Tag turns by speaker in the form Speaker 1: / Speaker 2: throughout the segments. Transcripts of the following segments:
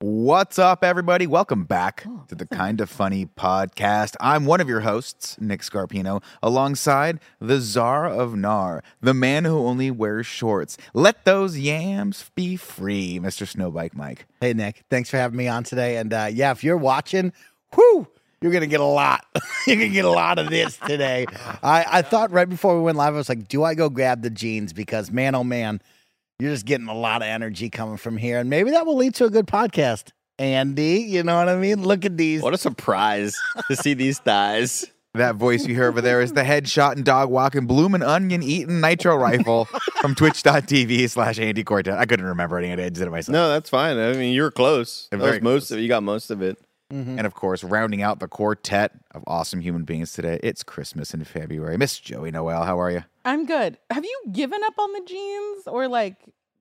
Speaker 1: What's up, everybody? Welcome back to the Kind of Funny podcast. I'm one of your hosts, Nick Scarpino, alongside the czar of Nar, the man who only wears shorts. Let those yams be free, Mr. Snowbike Mike.
Speaker 2: Hey, Nick. Thanks for having me on today. And uh, yeah, if you're watching, whoo, you're going to get a lot. you're going to get a lot of this today. I, I thought right before we went live, I was like, do I go grab the jeans? Because man, oh man, you're just getting a lot of energy coming from here. And maybe that will lead to a good podcast. Andy, you know what I mean? Look at these.
Speaker 3: What a surprise to see these thighs.
Speaker 1: That voice you hear over there is the headshot and dog walking, bloomin' onion eating nitro rifle from twitch.tv slash Andy Cortez. I couldn't remember any of it. I did it myself.
Speaker 3: No, that's fine. I mean, you're close.
Speaker 1: They're
Speaker 3: That was
Speaker 1: very
Speaker 3: most
Speaker 1: close.
Speaker 3: of it. You got most of it.
Speaker 1: And of course, rounding out the quartet of awesome human beings today, it's Christmas in February. Miss Joey Noel, how are you?
Speaker 4: I'm good. Have you given up on the jeans or like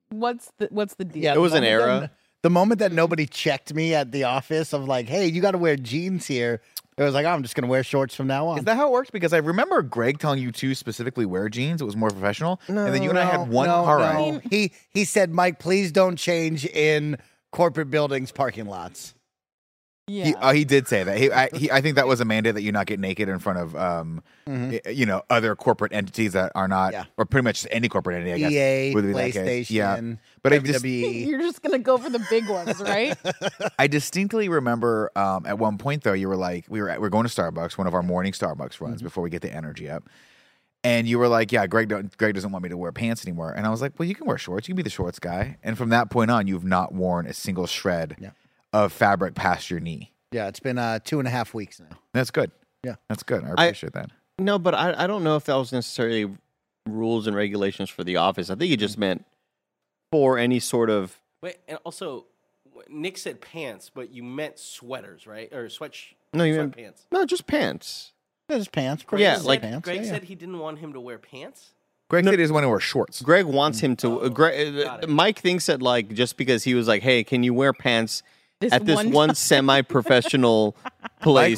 Speaker 4: what's the what's the deal?
Speaker 2: Yeah,
Speaker 3: It was an
Speaker 2: the moment
Speaker 3: era.
Speaker 2: that- the moment that nobody checked me at the office of like, hey, you got to wear jeans here. It was like, oh, I'm just going to wear shorts from now on.
Speaker 1: Is that how it works? Because I remember Greg telling you to specifically wear jeans. It was more professional. and then you and I had one
Speaker 2: Oh, no,
Speaker 1: car
Speaker 2: no.
Speaker 1: ride.
Speaker 2: He he said, Mike, please don't change in corporate buildings parking lots.
Speaker 4: yeah.
Speaker 1: He, oh, he did say that. He I, he, I think that was Amanda that you not get naked in front of, um, y- you know, other corporate entities that are not,
Speaker 2: Mm-hmm. Yeah.
Speaker 1: or pretty much any corporate entity. I guess,
Speaker 2: EA,
Speaker 1: would be that case.
Speaker 2: E PlayStation, E."
Speaker 1: yeah. But I just,
Speaker 2: WWE.
Speaker 4: You're just gonna go for the big ones, right?
Speaker 1: I distinctly remember um, at one point though you were like we were at, we are going to Starbucks one of our morning Starbucks
Speaker 2: Mm-hmm.
Speaker 1: runs before we get the energy up, and you were like yeah Greg don't, Greg doesn't want me to wear pants anymore and I was like well you can wear shorts you can be the shorts guy and from that point on you've not worn a single shred
Speaker 2: Yeah.
Speaker 1: of fabric past your knee
Speaker 2: yeah, it's been uh, two and a half weeks now.
Speaker 1: that's good
Speaker 2: Yeah.
Speaker 1: that's good I
Speaker 3: I-
Speaker 1: appreciate that
Speaker 3: No, but I, I don't know if that was necessarily rules and regulations for the office. I think it just meant for any sort of.
Speaker 5: Wait, and also, w- Nick said pants, but you meant sweaters, right? Or sweat sh-
Speaker 3: No, you meant-
Speaker 5: sweatpants.
Speaker 3: No, just pants.
Speaker 2: There's pants.
Speaker 3: Yeah,
Speaker 2: said
Speaker 3: like-
Speaker 2: pants.
Speaker 5: Greg
Speaker 2: yeah, yeah.
Speaker 5: said he didn't want him to wear pants.
Speaker 1: Greg said he doesn't want to wear shorts
Speaker 3: Greg wants him to. uh, Greg, uh,
Speaker 5: got it.
Speaker 3: Mike thinks that like just because he was like, "Hey, can you wear pants
Speaker 4: This
Speaker 3: at this
Speaker 4: one
Speaker 3: one, semi-professional place?"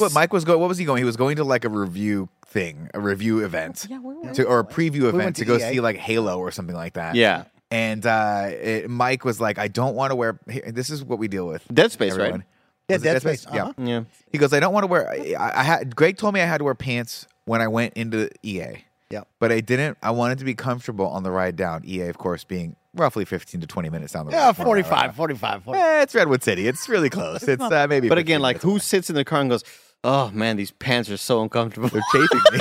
Speaker 1: Mike what Mike was going what was he going he was going to like a review thing a review event
Speaker 4: yeah, where were
Speaker 1: to, or a preview event
Speaker 2: went
Speaker 1: to,
Speaker 2: to
Speaker 1: go
Speaker 2: EA.
Speaker 1: see like Halo or something like that
Speaker 3: Yeah,
Speaker 1: And uh, it, Mike was like, I don't want to wear. here- This is what we deal with.
Speaker 3: Dead Space, right?
Speaker 2: Yeah,
Speaker 1: Was it
Speaker 2: Dead Space, uh-huh.
Speaker 1: Yeah.
Speaker 3: yeah.
Speaker 1: He goes, I don't want to wear. I, I had Greg told me I had to wear pants when I went into EA.
Speaker 2: Yep.
Speaker 1: But I didn't. I wanted to be comfortable on the ride down. EA, of course, being roughly 15 to 20 minutes down the road.
Speaker 2: Yeah,
Speaker 1: from where I live.
Speaker 2: 45, 45, 45.
Speaker 1: Eh, it's Redwood City. It's really close. It's uh, maybe. 15
Speaker 3: But again, like
Speaker 1: minutes
Speaker 3: who
Speaker 1: away.
Speaker 3: sits in the car and goes, "Oh man, these pants are so uncomfortable."
Speaker 1: They're chafing me.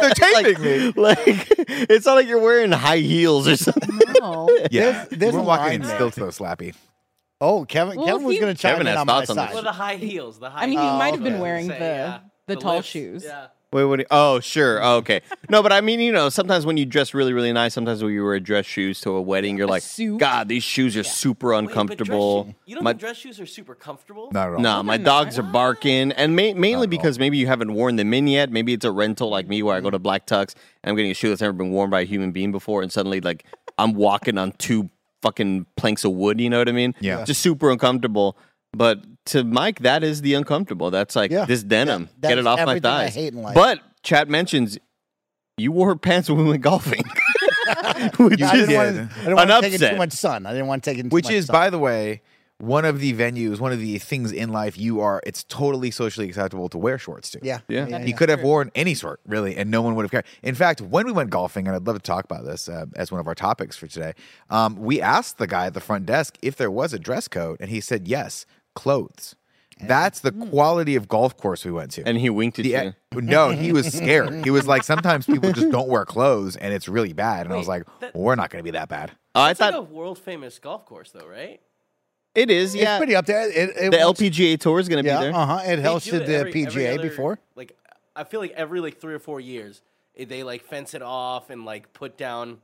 Speaker 1: They're chafing
Speaker 3: like,
Speaker 1: me.
Speaker 3: like it's not like you're wearing high heels or something.
Speaker 4: no.
Speaker 1: Yeah.
Speaker 2: There's- there's
Speaker 1: We're
Speaker 2: a
Speaker 1: walking
Speaker 2: line
Speaker 1: in still
Speaker 2: there.
Speaker 1: so slappy.
Speaker 2: Oh, Kevin,
Speaker 4: Well,
Speaker 2: Kevin was
Speaker 4: he-
Speaker 2: going to chime
Speaker 3: Kevin
Speaker 2: in
Speaker 3: has
Speaker 2: on my
Speaker 3: thoughts on this.
Speaker 2: side.
Speaker 5: Well, the high heels. The high.
Speaker 4: I mean he
Speaker 2: Oh,
Speaker 4: might have been
Speaker 2: okay.
Speaker 4: wearing the the, tall shoes.
Speaker 5: Yeah.
Speaker 3: Wait, what? do you- oh, sure. Oh, okay. No, but I mean, you know, sometimes when you dress really, really nice, sometimes when you wear dress shoes to a wedding, you're like,
Speaker 4: suit.
Speaker 3: God, these shoes are super
Speaker 5: Wait, but dress
Speaker 3: uncomfortable.
Speaker 5: shoe- you don't
Speaker 3: My-
Speaker 5: think dress shoes are super comfortable?
Speaker 1: Not at all. Oh,
Speaker 3: Nah, my dogs are barking, and ma- mainly because maybe you haven't worn them in yet. Maybe it's a rental like me where I go to Black Tux and I'm getting a shoe that's never been worn by a human being before, and suddenly like I'm walking on two fucking planks of wood. You know what I mean?
Speaker 1: Yeah.
Speaker 3: Just super uncomfortable. But to Mike, that is the uncomfortable. That's like
Speaker 2: Yeah.
Speaker 3: this denim.
Speaker 2: That
Speaker 3: Get
Speaker 2: is
Speaker 3: it off my
Speaker 2: everything I
Speaker 3: thighs.
Speaker 2: hate in life.
Speaker 3: But Chad mentions you wore pants when we went golfing, which
Speaker 2: Yeah, I
Speaker 3: is
Speaker 1: Yeah.
Speaker 2: didn't want to, I didn't
Speaker 3: an
Speaker 2: want to take in
Speaker 3: upset.
Speaker 2: too much sun. I didn't want to take in too
Speaker 1: Which
Speaker 2: much
Speaker 1: is,
Speaker 2: sun.
Speaker 1: by the way, one of the venues, one of the things in life you are, it's totally socially acceptable to wear shorts to.
Speaker 2: yeah,
Speaker 3: Yeah.
Speaker 1: He could have worn any sort, really, and no one would have cared. In fact, when we went golfing, and I'd love to talk about this uh, as one of our topics for today, um, we asked the guy at the front desk if there was a dress code, and he said yes, clothes. That's the quality of golf course we went to.
Speaker 3: and he winked at
Speaker 1: The- e,
Speaker 3: you.
Speaker 1: no, he was scared. He was like, sometimes people just don't wear clothes, and it's really bad. And I was like,
Speaker 5: Wait, that-
Speaker 1: we're not going to be that bad.
Speaker 3: Oh, I
Speaker 5: It's like
Speaker 3: thought
Speaker 5: a world famous golf course, though, right?
Speaker 3: it is.
Speaker 2: It's
Speaker 3: Yeah,
Speaker 2: pretty up there. It, it
Speaker 3: the
Speaker 2: was-
Speaker 3: LPGA tour is going to be
Speaker 2: Yeah,
Speaker 1: uh-huh.
Speaker 3: there.
Speaker 2: uh huh. It
Speaker 5: They
Speaker 2: hosted
Speaker 5: do it
Speaker 2: the
Speaker 5: every- every
Speaker 2: PGA
Speaker 5: other-
Speaker 2: before.
Speaker 5: Like, I feel like every like three or four years, eh, they like fence it off and like put down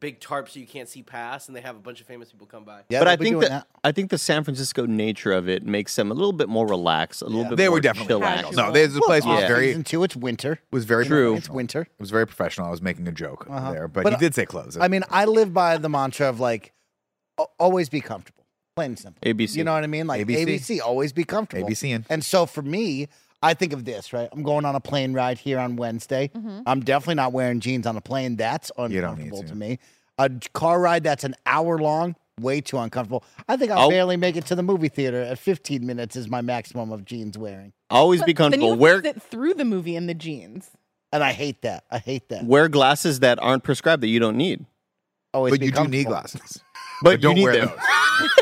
Speaker 5: big tarps so you can't see past, and they have a bunch of famous people come by.
Speaker 2: Yeah,
Speaker 3: but
Speaker 2: they'll
Speaker 3: I
Speaker 2: be
Speaker 3: think
Speaker 2: doing
Speaker 3: that, I think the San Francisco nature of it makes them a little bit more relaxed, a little bit
Speaker 1: They
Speaker 3: more
Speaker 1: were definitely
Speaker 3: chillaxed.
Speaker 1: no. This place was
Speaker 3: yeah.
Speaker 1: very
Speaker 2: Season two, it's winter.
Speaker 1: was very
Speaker 3: True.
Speaker 2: It's winter. Uh-huh.
Speaker 1: It was very professional. I was making a joke there, but,
Speaker 2: But
Speaker 1: he did say close. it.
Speaker 2: I mean, I live by the mantra of like, a- always be comfortable, plain and simple.
Speaker 3: ABC.
Speaker 2: You know what I mean? Like
Speaker 1: ABC.
Speaker 2: ABC, always be comfortable.
Speaker 1: ABCing.
Speaker 2: And so for me, I think of this, right? I'm going on a plane ride here on Wednesday. I'm definitely not wearing jeans on a plane. That's
Speaker 1: need
Speaker 2: uncomfortable
Speaker 1: to.
Speaker 2: to. me. A j- car ride that's an hour long, way too uncomfortable. I think I'll
Speaker 1: Oh.
Speaker 3: I'll-
Speaker 2: barely make it to the movie theater at 15 minutes is my maximum of jeans wearing.
Speaker 3: Always be
Speaker 4: Then you
Speaker 3: comfortable.
Speaker 4: have
Speaker 3: Wear
Speaker 4: to sit through the movie in the jeans.
Speaker 2: And I hate that. I hate that.
Speaker 3: wear glasses that aren't prescribed that you don't need.
Speaker 2: Always
Speaker 1: but
Speaker 2: be
Speaker 1: you do need
Speaker 2: comfortable.
Speaker 1: glasses.
Speaker 3: But,
Speaker 1: But don't
Speaker 3: you need
Speaker 1: wear
Speaker 3: them.
Speaker 1: those.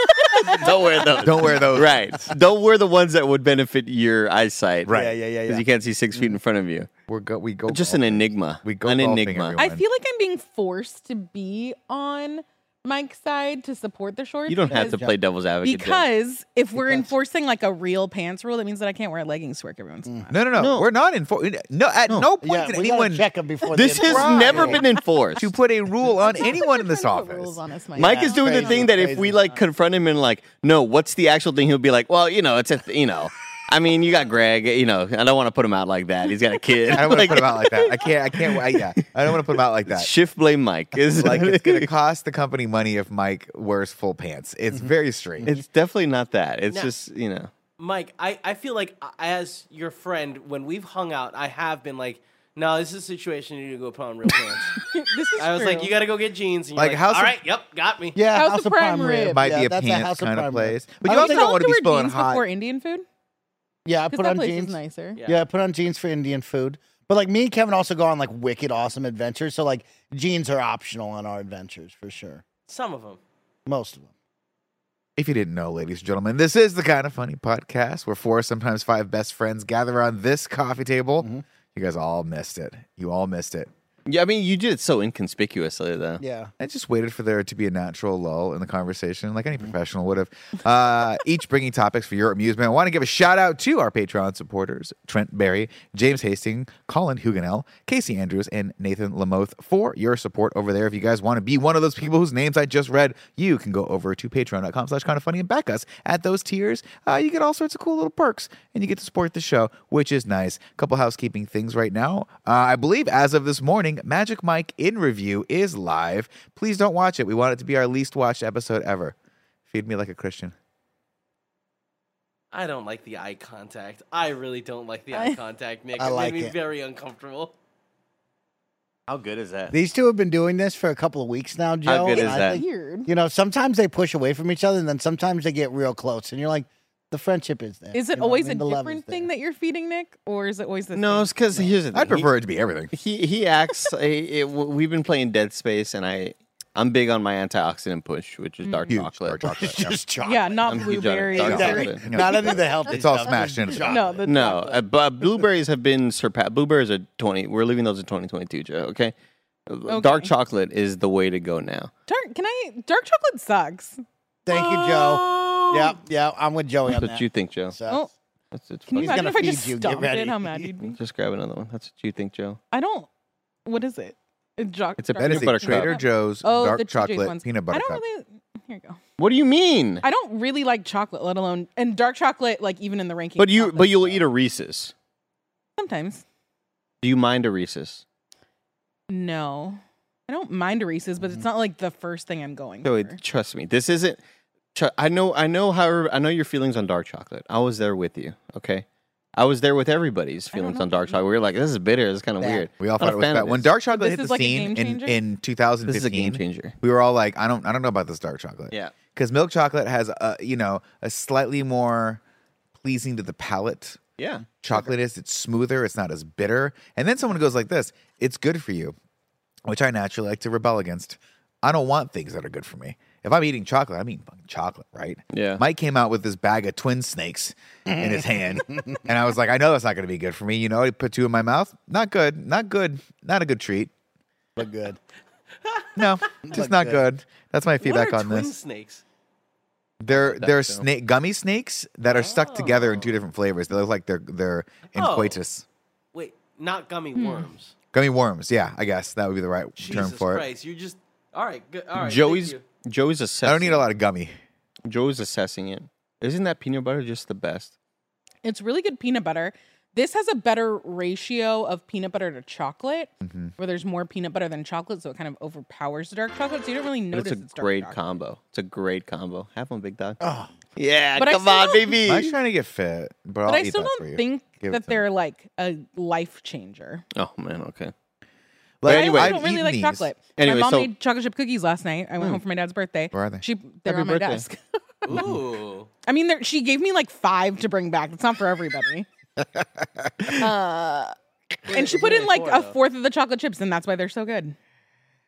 Speaker 3: don't wear those.
Speaker 1: Don't wear those.
Speaker 3: right. Don't wear the ones that would benefit your eyesight.
Speaker 1: Right.
Speaker 2: Yeah, yeah, yeah,
Speaker 3: Because
Speaker 2: yeah.
Speaker 3: you can't see six feet in front of you.
Speaker 1: We're go. We go.
Speaker 3: Just an
Speaker 1: golfing.
Speaker 3: enigma.
Speaker 1: We go
Speaker 3: an
Speaker 1: golfing,
Speaker 3: enigma.
Speaker 1: everyone.
Speaker 4: I feel like I'm being forced to be on Mike's side to support the shorts.
Speaker 3: You don't have
Speaker 4: because-
Speaker 3: to play devil's advocate. Dylan.
Speaker 4: Because if we're enforcing like a real pants rule, that means that I can't wear leggings to work every once in a while.
Speaker 1: No, no, no,
Speaker 3: No.
Speaker 1: We're not in for. No, at no, point
Speaker 2: Yeah,
Speaker 1: did
Speaker 2: we gotta
Speaker 1: anyone
Speaker 2: check them before they
Speaker 3: this has
Speaker 2: arrive.
Speaker 3: never been enforced.
Speaker 1: to put a rule on anyone in this
Speaker 4: Trying to put
Speaker 1: office.
Speaker 4: rules on us, Mike.
Speaker 3: Mike is doing the
Speaker 2: Crazy,
Speaker 3: thing that if
Speaker 2: crazy.
Speaker 3: we like confront him and like, no, what's the actual thing? He'll be like, well, you know, it's a, th- you know, I mean, you got Greg, you know, I don't want to put him out like that. He's got a kid.
Speaker 1: I don't want to
Speaker 3: Like,
Speaker 1: put him out like that. I can't. I can't. I, yeah, I don't want to put him out like that.
Speaker 3: Shift blame Mike. Is
Speaker 1: Like it's gonna cost the company money if Mike wears full pants. It's
Speaker 2: Mm-hmm.
Speaker 1: very strange.
Speaker 3: It's definitely not that. It's
Speaker 5: No.
Speaker 3: just you know.
Speaker 5: Mike, I, I feel like I- as your friend, when we've hung out, I have been like, no, this is a situation you need to go put on real pants.
Speaker 4: This is
Speaker 5: I was like,
Speaker 4: true.
Speaker 5: you got to go get jeans. And you're
Speaker 1: Like,
Speaker 5: like,
Speaker 1: how's
Speaker 5: all
Speaker 1: the-
Speaker 5: right, yep, got me.
Speaker 2: Yeah,
Speaker 4: House
Speaker 2: House,
Speaker 4: of
Speaker 2: of
Speaker 4: Prime
Speaker 2: Prime Rib.
Speaker 4: Rib.
Speaker 1: might
Speaker 2: yeah,
Speaker 1: be a
Speaker 2: that's House
Speaker 1: pants
Speaker 2: of
Speaker 1: kind of
Speaker 2: Prime Rib.
Speaker 1: place, but
Speaker 2: I
Speaker 1: you
Speaker 2: don't
Speaker 1: also
Speaker 4: Tell
Speaker 1: don't
Speaker 4: him
Speaker 1: want
Speaker 4: to
Speaker 1: to be
Speaker 4: wear
Speaker 1: spilling
Speaker 4: jeans
Speaker 1: hot.
Speaker 4: before Indian food.
Speaker 2: Yeah, I
Speaker 4: Because
Speaker 2: put
Speaker 4: that
Speaker 2: on
Speaker 4: place
Speaker 2: jeans.
Speaker 4: is nicer.
Speaker 5: Yeah.
Speaker 2: Yeah, I put on jeans for Indian food. But like me and Kevin also go on like wicked awesome adventures. So like jeans are optional on our adventures for sure.
Speaker 5: Some of them.
Speaker 2: Most of them.
Speaker 1: If you didn't know, ladies and gentlemen, this is the kind of funny podcast where four, sometimes five best friends gather around this coffee table. You guys all missed it. You all missed it.
Speaker 3: Yeah, I mean, you did it so inconspicuously though.
Speaker 2: Yeah.
Speaker 1: I just waited for there to be a natural lull in the conversation, like any professional would have. Uh, each bringing topics for your amusement. I want to give a shout out to our Patreon supporters Trent Berry, James Hastings, Colin Huguenel, Casey Andrews, and Nathan Lamoth for your support over there. If you guys want to be one of those people whose names I just read, you can go over to patreon.com slash kind of funny and back us at those tiers. Uh, you get all sorts of cool little perks and you get to support the show, which is nice. Couple housekeeping things right now. Uh, I believe as of this morning, Magic Mike in review is live. Please don't watch it. We want it to be our least watched episode ever. Feed me like a Christian.
Speaker 5: I don't like the eye contact. I really don't like the eye contact, Nick.
Speaker 2: I
Speaker 5: it
Speaker 2: like
Speaker 5: made me
Speaker 2: it.
Speaker 5: very uncomfortable.
Speaker 3: How good is that?
Speaker 2: These two have been doing this for a couple of weeks now, Joe.
Speaker 3: good
Speaker 2: and
Speaker 3: is
Speaker 2: I
Speaker 3: that?
Speaker 2: think,
Speaker 4: Weird.
Speaker 2: you know, sometimes they push away from each other and then sometimes they get real close and you're like, the friendship is there.
Speaker 4: Is
Speaker 2: You
Speaker 4: it
Speaker 2: know what I
Speaker 4: always
Speaker 2: mean? The
Speaker 4: a
Speaker 2: love is
Speaker 4: different
Speaker 2: there.
Speaker 4: thing that you're feeding Nick, or is it always the
Speaker 3: No,
Speaker 4: Same?
Speaker 3: it's because here's the thing.
Speaker 1: I'd prefer it to be everything.
Speaker 3: He he, he acts. he, it, we've been playing Dead Space, and I I'm big on my antioxidant push, which is dark
Speaker 1: Huge
Speaker 3: chocolate.
Speaker 1: dark chocolate.
Speaker 2: It's just chocolate.
Speaker 4: Yeah, not
Speaker 3: I'm huge on it.
Speaker 4: blueberry.
Speaker 3: Dark
Speaker 4: Exactly.
Speaker 3: chocolate.
Speaker 2: Exactly. Not any of the healthy
Speaker 1: It's all
Speaker 2: stuff,
Speaker 1: smashed
Speaker 2: just
Speaker 1: into
Speaker 2: chocolate.
Speaker 4: No, the
Speaker 3: No, uh, but blueberries have been surpassed. Blueberries are 20. We're leaving those in 2022, Joe. Okay? Uh, Dark chocolate is the way to go now.
Speaker 4: dark. Can I? Dark chocolate sucks.
Speaker 2: Thank you,
Speaker 3: Oh.
Speaker 2: Joe. Yeah, yeah, I'm with Joey on
Speaker 3: That's what
Speaker 2: that.
Speaker 3: you think, Joe.
Speaker 2: So-
Speaker 4: Oh,
Speaker 3: That's, it's
Speaker 4: can you
Speaker 3: fucking-
Speaker 4: imagine
Speaker 2: gonna
Speaker 4: if I
Speaker 2: feed
Speaker 4: just
Speaker 2: you, get
Speaker 4: stomped it?
Speaker 2: ready.
Speaker 4: How mad you'd be.
Speaker 3: just grab another one. That's what you think, Joe.
Speaker 4: I don't. What is it? A jo-
Speaker 3: It's a
Speaker 4: dark
Speaker 1: That is
Speaker 3: Peanut
Speaker 4: chocolate.
Speaker 1: a
Speaker 3: butter cup.
Speaker 1: Trader Joe's
Speaker 4: Oh, the
Speaker 1: dark
Speaker 4: TJ's
Speaker 1: chocolate
Speaker 4: ones.
Speaker 1: peanut butter
Speaker 4: I don't
Speaker 1: cup.
Speaker 4: really. Here you go.
Speaker 3: What do you mean?
Speaker 4: I don't really like chocolate, let alone and dark chocolate. Like even in the ranking.
Speaker 3: But
Speaker 4: of
Speaker 3: you
Speaker 4: chocolate.
Speaker 3: but you'll eat a Reese's.
Speaker 4: sometimes.
Speaker 3: Do you mind a Reese's?
Speaker 4: No, I don't mind a Reese's,
Speaker 2: Mm-hmm.
Speaker 4: but it's not like the first thing I'm going.
Speaker 3: Joey,
Speaker 4: for.
Speaker 3: trust me. This isn't cho- I know I know how I know your feelings on dark chocolate. I was there with you, okay? I was there with everybody's feelings on dark chocolate. We were like, this is bitter, this is kind of weird.
Speaker 1: We all
Speaker 3: Not a
Speaker 1: thought it was
Speaker 3: fan of
Speaker 1: bad. When
Speaker 3: this.
Speaker 1: dark chocolate
Speaker 4: This
Speaker 1: hit the
Speaker 4: is like a
Speaker 1: scene
Speaker 4: game
Speaker 1: in,
Speaker 4: changer?
Speaker 1: in 2015,
Speaker 3: This is a game changer.
Speaker 1: we were all like, I don't, I don't know about this dark chocolate.
Speaker 3: Yeah.
Speaker 1: because milk chocolate has a, you know, a slightly more pleasing to the palate.
Speaker 3: Yeah.
Speaker 1: Chocolate is it's smoother, it's not as bitter. And then someone goes like this, it's good for you, which I naturally like to rebel against. I don't want things that are good for me. If I'm eating chocolate, I'm eating fucking chocolate, right?
Speaker 3: Yeah.
Speaker 1: Mike came out with this bag of twin snakes in his hand. and I was like, I know that's not gonna be good for me. You know, he put two in my mouth. Not good, not good, not a good treat.
Speaker 2: But good.
Speaker 1: No, just not good. That's my feedback
Speaker 5: what are
Speaker 1: on
Speaker 5: twin
Speaker 1: this.
Speaker 5: snakes?
Speaker 1: They're they're snake gummy snakes that are stuck together in two different flavors. They look like they're they're in
Speaker 5: Oh.
Speaker 1: coitus.
Speaker 4: Hmm.
Speaker 5: Wait, not gummy worms.
Speaker 1: Gummy worms. Yeah, I guess that would be the right term
Speaker 5: Jesus
Speaker 1: for
Speaker 5: Christ, you're just all right. Good, all right. thank
Speaker 3: Joey's
Speaker 5: you.
Speaker 3: Joey's
Speaker 1: it. I
Speaker 3: assessing.
Speaker 1: don't need a lot of gummy.
Speaker 3: Joey's assessing it. Isn't that peanut butter just the best?
Speaker 4: It's really good peanut butter. This has a better ratio of peanut butter to chocolate,
Speaker 1: Mm-hmm.
Speaker 4: where there's more peanut butter than chocolate, so it kind of overpowers the dark chocolate. So you don't really
Speaker 3: But
Speaker 4: notice
Speaker 3: it's a
Speaker 4: dark
Speaker 3: great
Speaker 4: chocolate.
Speaker 3: combo. It's a great combo. Have one, big dog.
Speaker 2: Ah.
Speaker 3: Oh. Yeah,
Speaker 4: But I
Speaker 3: come on,
Speaker 4: still-
Speaker 3: baby.
Speaker 1: I'm just trying to get fit, but, I'll
Speaker 4: But i
Speaker 1: eat
Speaker 4: still
Speaker 1: that for
Speaker 4: don't
Speaker 1: you.
Speaker 4: think
Speaker 1: Give it
Speaker 4: that
Speaker 1: to me.
Speaker 4: they're like a life changer.
Speaker 3: Oh man, okay.
Speaker 1: Like,
Speaker 4: But
Speaker 1: anyway,
Speaker 4: I also don't
Speaker 1: I've
Speaker 4: really
Speaker 1: eaten
Speaker 4: like
Speaker 1: these. Mm.
Speaker 4: chocolate.
Speaker 3: Anyway,
Speaker 4: my mom
Speaker 3: so-
Speaker 4: made chocolate chip cookies last night. I went home for my dad's birthday.
Speaker 1: Where are they?
Speaker 4: She they're
Speaker 3: Happy
Speaker 4: on my
Speaker 3: birthday.
Speaker 4: desk.
Speaker 5: Ooh.
Speaker 4: I mean, there- she gave me like five to bring back. It's not for everybody. uh, and she put in like a fourth of the chocolate chips, and that's why they're so good.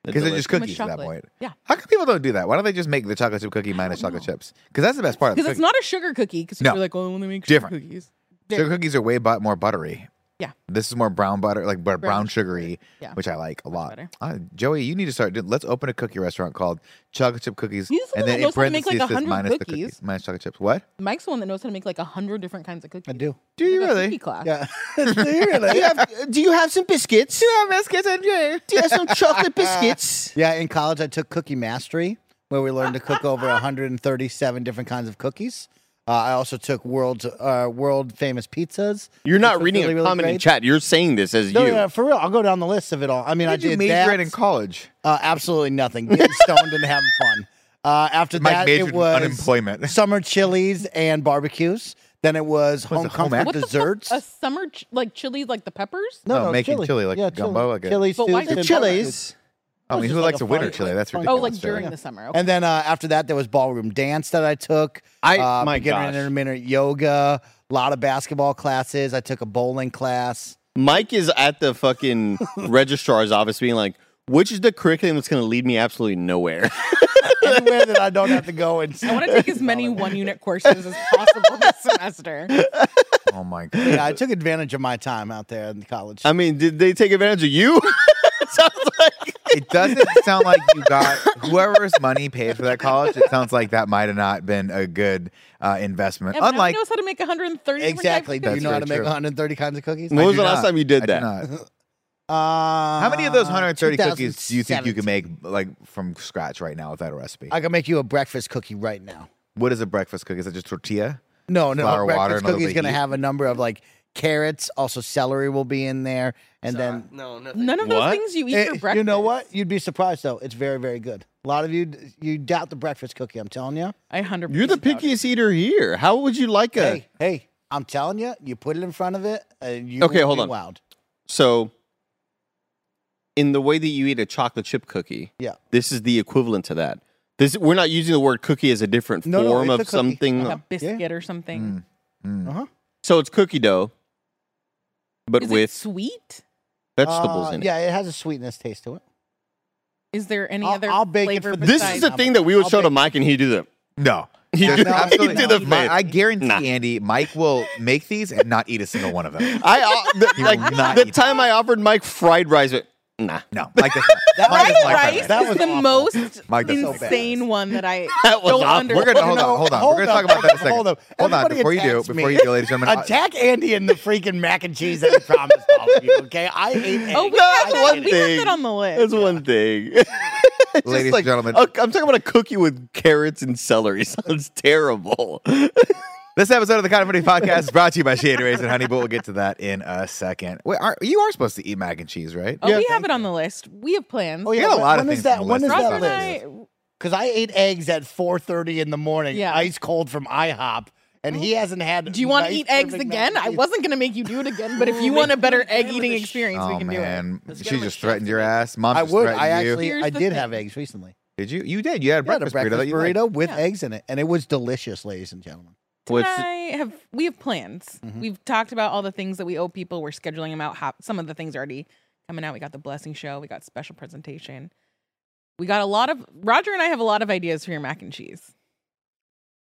Speaker 1: because they're just
Speaker 4: Too much
Speaker 1: cookies at that
Speaker 4: chocolate.
Speaker 1: point.
Speaker 4: Yeah.
Speaker 1: How come people don't do that? Why don't they just make the chocolate chip cookie minus chocolate chips? Because that's the best part of the
Speaker 4: Because
Speaker 1: cookie.
Speaker 4: it's not a sugar cookie. Because
Speaker 1: No.
Speaker 4: you're like, oh, I only make sugar
Speaker 1: Different.
Speaker 4: cookies.
Speaker 1: Sugar cookies are way bu- more buttery.
Speaker 4: Yeah.
Speaker 1: This is more brown butter, like brown, brown sugary,
Speaker 4: Yeah.
Speaker 1: which I like a lot.
Speaker 4: better.
Speaker 1: Uh, Joey, you need to start. Doing, let's open a cookie restaurant called Chocolate Chip Cookies,
Speaker 4: He's the
Speaker 1: and then
Speaker 4: one that
Speaker 1: in
Speaker 4: knows how to make,
Speaker 1: parentheses
Speaker 4: like,
Speaker 1: this
Speaker 4: 100
Speaker 1: minus the
Speaker 4: cookies.
Speaker 1: cookies, minus chocolate chips. What?
Speaker 4: Mike's the one that knows how to make like a hundred different kinds of cookies.
Speaker 2: I do.
Speaker 1: Do you
Speaker 4: Like a
Speaker 1: really?
Speaker 4: Cookie class.
Speaker 2: Yeah. Really?
Speaker 3: do you have some biscuits?
Speaker 1: Yeah, biscuits and Jay.
Speaker 3: Do you have some chocolate biscuits?
Speaker 2: Yeah, in college I took cookie mastery, where we learned to cook over 137 different kinds of cookies. Uh, I also took world uh, world famous pizzas.
Speaker 3: You're not
Speaker 2: which was
Speaker 3: reading
Speaker 2: really,
Speaker 3: a
Speaker 2: really
Speaker 3: comment in
Speaker 2: great.
Speaker 3: chat. You're saying this as
Speaker 2: No,
Speaker 3: you.
Speaker 2: no, no, for real. I'll go down the list of it all. I mean, I
Speaker 1: Did
Speaker 2: did
Speaker 1: you major
Speaker 2: that.
Speaker 1: in college?
Speaker 2: uh, absolutely nothing. Getting stoned and having fun. Uh, after
Speaker 1: Mike
Speaker 2: that,
Speaker 1: majored
Speaker 2: it
Speaker 1: in
Speaker 2: was
Speaker 1: unemployment.
Speaker 2: summer chilies and barbecues. Then it was
Speaker 1: Was
Speaker 2: home
Speaker 1: it home
Speaker 2: comfort
Speaker 1: ec?
Speaker 4: What the fuck?
Speaker 2: desserts.
Speaker 4: A summer ch- like chilies, like the peppers.
Speaker 1: Oh, making chili, like gumbo, like a-
Speaker 2: chili
Speaker 4: But why
Speaker 2: soup
Speaker 4: is
Speaker 2: and
Speaker 4: it chilies?
Speaker 2: barbecues.
Speaker 1: I mean,
Speaker 2: just
Speaker 1: who
Speaker 2: like
Speaker 1: likes
Speaker 2: a
Speaker 1: a winter
Speaker 2: fun-
Speaker 1: chili? That's
Speaker 2: fun-
Speaker 1: ridiculous.
Speaker 4: Oh, like
Speaker 1: Joey.
Speaker 4: during the summer. Okay.
Speaker 2: And then uh, after that, there was ballroom dance that I took.
Speaker 3: I-
Speaker 2: uh,
Speaker 3: my
Speaker 2: beginner
Speaker 3: gosh.
Speaker 2: and intermittent yoga, a lot of basketball classes. I took a bowling class.
Speaker 3: Mike is at the fucking registrar's office being like, which is the curriculum that's going to lead me absolutely nowhere?
Speaker 2: Anywhere that I don't have to go and.
Speaker 4: I want to take as many one unit courses as possible this semester.
Speaker 1: Oh my
Speaker 2: Yeah,
Speaker 1: god.
Speaker 2: I took advantage of my time out there in college.
Speaker 3: I mean, did they take advantage of you? Sounds like.
Speaker 1: it doesn't sound like you got whoever's money paid for that college. It sounds like that might have not been a good uh, investment.
Speaker 4: And
Speaker 1: Unlike
Speaker 4: Unlike, knows how to make 130 different types
Speaker 2: exactly.
Speaker 4: of
Speaker 2: Do you
Speaker 1: That's
Speaker 2: know how
Speaker 1: very
Speaker 2: to make
Speaker 1: true.
Speaker 2: 130 kinds of cookies?
Speaker 3: When was
Speaker 1: do
Speaker 3: the last
Speaker 1: not.
Speaker 3: time you did
Speaker 1: I do
Speaker 3: that?
Speaker 1: not.
Speaker 2: Uh,
Speaker 1: How many of those 130 cookies do you think you
Speaker 2: 2017?
Speaker 1: can make like from scratch right now without a recipe?
Speaker 2: I can make you a breakfast cookie right now.
Speaker 1: what is a breakfast cookie? Is it just tortilla?
Speaker 2: No, no,
Speaker 1: Flour,
Speaker 2: a breakfast
Speaker 1: water, and a little
Speaker 2: cookie's
Speaker 1: bit
Speaker 2: going to
Speaker 1: heat.
Speaker 2: have a number of like carrots. Also, celery will be in there, and
Speaker 5: Sorry.
Speaker 2: then
Speaker 5: no, nothing.
Speaker 4: None of those
Speaker 3: What?
Speaker 4: things uh, you eat for
Speaker 2: Eh,
Speaker 4: breakfast.
Speaker 2: you know what? You'd be surprised though. It's very, very good. A lot of you d- you doubt the breakfast cookie. I'm telling you.
Speaker 4: I 100
Speaker 3: You're the pickiest eater here. How would you like a.
Speaker 2: Hey, hey, I'm telling you. You put it in front of it, and you
Speaker 3: Okay,
Speaker 2: won't
Speaker 3: hold
Speaker 2: be
Speaker 3: on.
Speaker 2: Wild.
Speaker 3: So, in the way that you eat a chocolate chip cookie,
Speaker 2: Yeah.
Speaker 3: this is the equivalent to that. This we're not using the word cookie as a different
Speaker 2: No, no, it's
Speaker 3: form
Speaker 2: a
Speaker 3: of
Speaker 2: cookie.
Speaker 3: something.
Speaker 4: Like a biscuit or something. Mm.
Speaker 2: Uh huh.
Speaker 3: So it's cookie dough, but
Speaker 4: Is
Speaker 3: with
Speaker 4: it sweet?
Speaker 3: vegetables in
Speaker 2: uh,
Speaker 3: it.
Speaker 2: Yeah, it has a sweetness taste to it.
Speaker 4: Is there any
Speaker 2: I'll-
Speaker 4: other
Speaker 2: I'll bake it
Speaker 4: flavor
Speaker 2: for the-
Speaker 3: This is
Speaker 4: besides-
Speaker 3: the thing that we would
Speaker 2: I'll
Speaker 3: show to
Speaker 2: bake-
Speaker 3: Mike, and he do the
Speaker 1: No.
Speaker 3: he
Speaker 1: There's
Speaker 3: do, he
Speaker 1: absolutely
Speaker 3: do
Speaker 1: no.
Speaker 3: the
Speaker 1: My-
Speaker 3: face.
Speaker 1: I guarantee
Speaker 3: Nah.
Speaker 1: Andy, Mike will make these and not eat a single one of them.
Speaker 3: I uh, the,
Speaker 1: He will
Speaker 3: like
Speaker 1: not
Speaker 3: the
Speaker 1: eat
Speaker 3: time I offered Mike fried rice. uh, Nah,
Speaker 1: No, Mike does not. Mike does
Speaker 4: Fried
Speaker 1: not like
Speaker 4: rice
Speaker 1: fried rice.
Speaker 2: That
Speaker 4: is
Speaker 2: was
Speaker 4: the
Speaker 2: awful.
Speaker 4: most
Speaker 1: Mike, that's so bad.
Speaker 4: insane one that I
Speaker 3: That was
Speaker 4: don't
Speaker 3: awful.
Speaker 4: understand.
Speaker 1: We're gonna hold on,
Speaker 2: No,
Speaker 1: hold on. We're
Speaker 2: hold
Speaker 1: gonna talk
Speaker 2: up,
Speaker 1: about that in a
Speaker 2: hold
Speaker 1: second.
Speaker 2: up,
Speaker 1: Hold
Speaker 2: hold
Speaker 1: on,
Speaker 2: up.
Speaker 1: before
Speaker 2: Everybody
Speaker 1: you do,
Speaker 2: attacks me.
Speaker 1: before you do, ladies and gentlemen.
Speaker 2: Attack Andy and the freaking mac and cheese that he promised all of you. Okay, I hate. Eggs.
Speaker 4: Oh, we,
Speaker 3: That's
Speaker 4: have, that,
Speaker 3: one
Speaker 4: we have
Speaker 3: thing.
Speaker 4: that on the list.
Speaker 3: that's one thing. Just
Speaker 1: Ladies and
Speaker 3: like,
Speaker 1: gentlemen,
Speaker 3: i I'm talking about a cookie with carrots and celery. Sounds terrible.
Speaker 1: This episode of the Kind of Funny Podcast is brought to you by Shady Rays and Honey, but we'll get to that in a second. Wait, are, you are supposed to eat mac and cheese, right?
Speaker 4: Oh,
Speaker 3: Yeah,
Speaker 4: we have it on the list. We have plans.
Speaker 2: Oh,
Speaker 1: You
Speaker 2: yeah.
Speaker 1: got a
Speaker 2: when-
Speaker 1: lot of
Speaker 2: when is
Speaker 1: things
Speaker 2: that-
Speaker 1: on the
Speaker 2: when
Speaker 1: list.
Speaker 2: is
Speaker 4: Ross
Speaker 2: that
Speaker 4: and
Speaker 2: list?
Speaker 4: I,
Speaker 2: Because I ate eggs at 4:30 in the morning,
Speaker 4: Yeah.
Speaker 2: ice cold from IHOP, and he hasn't had.
Speaker 4: do you want to
Speaker 2: nice,
Speaker 4: eat eggs
Speaker 2: perfect
Speaker 4: again?
Speaker 2: mac
Speaker 4: I
Speaker 2: and cheese.
Speaker 4: wasn't gonna make you do it again, but if you want a better egg eating experience, we
Speaker 1: Oh,
Speaker 4: can do it.
Speaker 1: man.
Speaker 5: Let's get
Speaker 1: She
Speaker 5: him a
Speaker 1: just
Speaker 5: chef
Speaker 1: threatened your ass. Mom
Speaker 2: I
Speaker 1: just
Speaker 2: would.
Speaker 1: threatened
Speaker 2: I
Speaker 1: you.
Speaker 2: actually,
Speaker 4: Here's
Speaker 2: I
Speaker 4: the
Speaker 2: did
Speaker 4: thing.
Speaker 2: had have eggs recently.
Speaker 1: Did you? You did. You had a
Speaker 2: Yeah, the
Speaker 1: breakfast, burrito. that
Speaker 2: breakfast
Speaker 1: you liked.
Speaker 2: burrito with
Speaker 4: Yeah.
Speaker 2: eggs in it, and it was delicious, ladies and gentlemen.
Speaker 3: What's-
Speaker 4: Tonight have we have plans.
Speaker 2: Mm-hmm.
Speaker 4: We've talked about all the things that we owe people. We're scheduling them out. Hop, some of the things are already coming out. We got the blessing show. We got special presentation. We got a lot of Roger and I have a lot of ideas for your mac and cheese.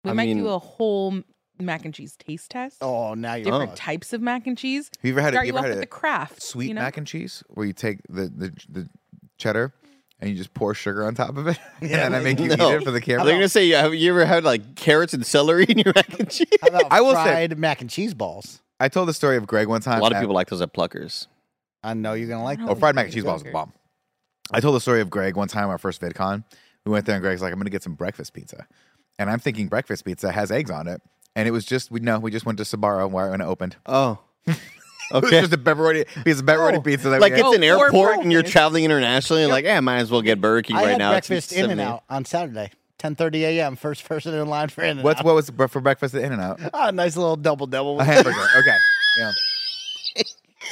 Speaker 4: We
Speaker 3: I
Speaker 4: might
Speaker 3: mean-
Speaker 4: do a whole mac and cheese taste test.
Speaker 2: Oh, now you're
Speaker 4: different
Speaker 2: oh.
Speaker 4: types of mac and cheese.
Speaker 1: Have you ever had, a,
Speaker 4: Start
Speaker 1: you
Speaker 4: you
Speaker 1: ever
Speaker 4: off
Speaker 1: had
Speaker 4: with
Speaker 1: a
Speaker 4: the craft
Speaker 1: sweet
Speaker 4: you know?
Speaker 1: mac and cheese where you take the, the, the cheddar and you just pour sugar on top of it?
Speaker 2: Yeah,
Speaker 1: and I make you
Speaker 3: no.
Speaker 1: eat it for the
Speaker 3: Are
Speaker 1: camera?
Speaker 3: they gonna say yeah, have you ever had like carrots and celery in your mac and cheese?
Speaker 2: How about
Speaker 1: I will say-
Speaker 2: fried mac and cheese balls.
Speaker 1: I told the story of Greg one time.
Speaker 3: A lot of
Speaker 1: at-
Speaker 3: people like those at Pluckers.
Speaker 2: I know you're gonna like that.
Speaker 4: I don't
Speaker 1: Oh,
Speaker 4: think
Speaker 1: fried
Speaker 4: I
Speaker 1: mac
Speaker 4: could
Speaker 1: and cheese
Speaker 4: go
Speaker 1: balls is
Speaker 4: here.
Speaker 1: bomb. I told the story of Greg one time, our first VidCon. We went there and Greg's like, I'm going to get some breakfast pizza. And I'm thinking breakfast pizza has eggs on it. And it was just, we no, we just went to Sabaro where it opened.
Speaker 3: Oh.
Speaker 1: It was
Speaker 3: Okay.
Speaker 1: just a pepperoni, piece of pepperoni pizza. That
Speaker 3: like
Speaker 1: we ate.
Speaker 3: it's an
Speaker 4: Oh, or
Speaker 3: airport and you're
Speaker 4: breakfast.
Speaker 3: traveling internationally. Like, yeah, might as well get Burger King
Speaker 2: I
Speaker 3: right
Speaker 2: had
Speaker 3: now. It's
Speaker 2: breakfast in and
Speaker 3: 70.
Speaker 2: out on Saturday, 10:30 a.m. First person in line for in and
Speaker 1: What's
Speaker 2: out.
Speaker 1: what was for breakfast at In and Out?
Speaker 2: Ah, nice little double double.
Speaker 1: A hamburger. Okay. Yeah.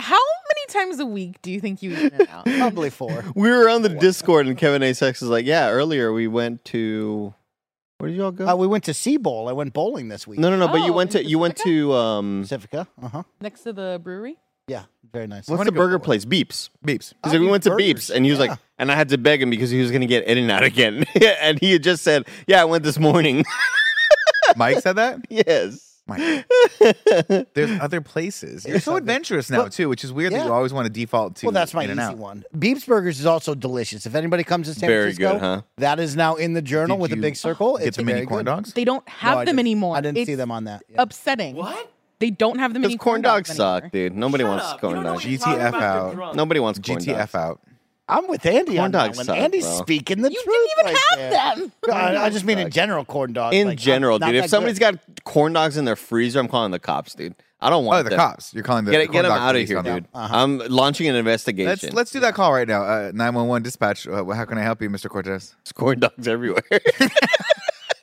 Speaker 4: How many times a week do you think you eat it out?
Speaker 2: Probably four.
Speaker 3: We were on the Discord and Kevin A. Sex is like, yeah, earlier we went to. Where did y'all go?
Speaker 2: Uh, we went to Sea Bowl. I went bowling this week.
Speaker 3: no, no, no. but you
Speaker 4: Oh,
Speaker 3: went to
Speaker 4: in
Speaker 3: you went to um.
Speaker 2: Pacifica. Uh huh.
Speaker 4: Next to the brewery?
Speaker 2: Yeah, very nice.
Speaker 1: What-
Speaker 3: What's
Speaker 1: wanna
Speaker 3: the
Speaker 1: go
Speaker 3: burger
Speaker 1: bowling.
Speaker 3: place? Beeps.
Speaker 1: Beeps.
Speaker 3: He's like, we
Speaker 2: Beeps
Speaker 3: went to
Speaker 2: Burgers,
Speaker 3: Beeps, and he was
Speaker 2: yeah.
Speaker 3: like, and I had to beg him because he was going to get in and out again, and he had just said, "Yeah, I went this morning."
Speaker 1: Mike said that.
Speaker 3: yes.
Speaker 1: Mike. There's other places. You're so adventurous now too, which is weird that
Speaker 2: Yeah.
Speaker 1: you always want to default to.
Speaker 2: Well, that's my
Speaker 1: In-N-Out.
Speaker 2: easy one. Beeb's Burgers is also delicious. If anybody comes to San
Speaker 3: Very
Speaker 2: Francisco,
Speaker 3: good, huh?
Speaker 2: that is now in the journal
Speaker 1: Did
Speaker 2: with a
Speaker 1: you
Speaker 2: big circle.
Speaker 1: Get
Speaker 2: it's
Speaker 1: the mini
Speaker 2: very
Speaker 1: corn
Speaker 2: good.
Speaker 1: dogs.
Speaker 4: They don't
Speaker 2: No,
Speaker 4: have
Speaker 2: I
Speaker 4: them
Speaker 2: didn't-
Speaker 4: anymore.
Speaker 2: I didn't see
Speaker 4: It's
Speaker 2: them on that. Yeah.
Speaker 4: upsetting.
Speaker 5: What?
Speaker 4: They don't have the
Speaker 3: Because
Speaker 4: mini
Speaker 3: corn dogs
Speaker 4: anymore.
Speaker 3: suck, dude. Nobody
Speaker 5: Shut
Speaker 3: wants
Speaker 5: up. You
Speaker 3: corn
Speaker 5: don't know
Speaker 3: dogs.
Speaker 5: what you're talking
Speaker 1: GTF
Speaker 5: about. You're
Speaker 1: out.
Speaker 5: drunk.
Speaker 3: Nobody wants corn
Speaker 1: GTF
Speaker 3: dogs.
Speaker 1: out.
Speaker 2: I'm with Andy
Speaker 3: Corn
Speaker 2: on that
Speaker 3: dogs
Speaker 2: one.
Speaker 3: suck,
Speaker 2: Andy's
Speaker 3: bro.
Speaker 2: speaking the
Speaker 4: You
Speaker 2: truth.
Speaker 4: didn't even
Speaker 2: right there.
Speaker 4: have them.
Speaker 2: No, I, I just mean in general corn dogs.
Speaker 3: In
Speaker 2: like, I'm
Speaker 3: general,
Speaker 2: not
Speaker 3: dude, if
Speaker 2: that
Speaker 3: somebody's
Speaker 2: good.
Speaker 3: got corn dogs in their freezer, I'm calling the cops, dude. I don't want
Speaker 1: Oh, the
Speaker 3: them.
Speaker 1: cops. You're calling the
Speaker 3: Get,
Speaker 1: the
Speaker 3: get
Speaker 1: corn
Speaker 3: them
Speaker 1: dog
Speaker 3: out of
Speaker 1: police
Speaker 3: here,
Speaker 1: on them.
Speaker 3: dude. I'm launching an investigation.
Speaker 1: Uh-huh. Let's let's do that call right now. Uh, 911 dispatch. Uh, how can I help you, Mr. Cortez?
Speaker 3: There's corn dogs everywhere.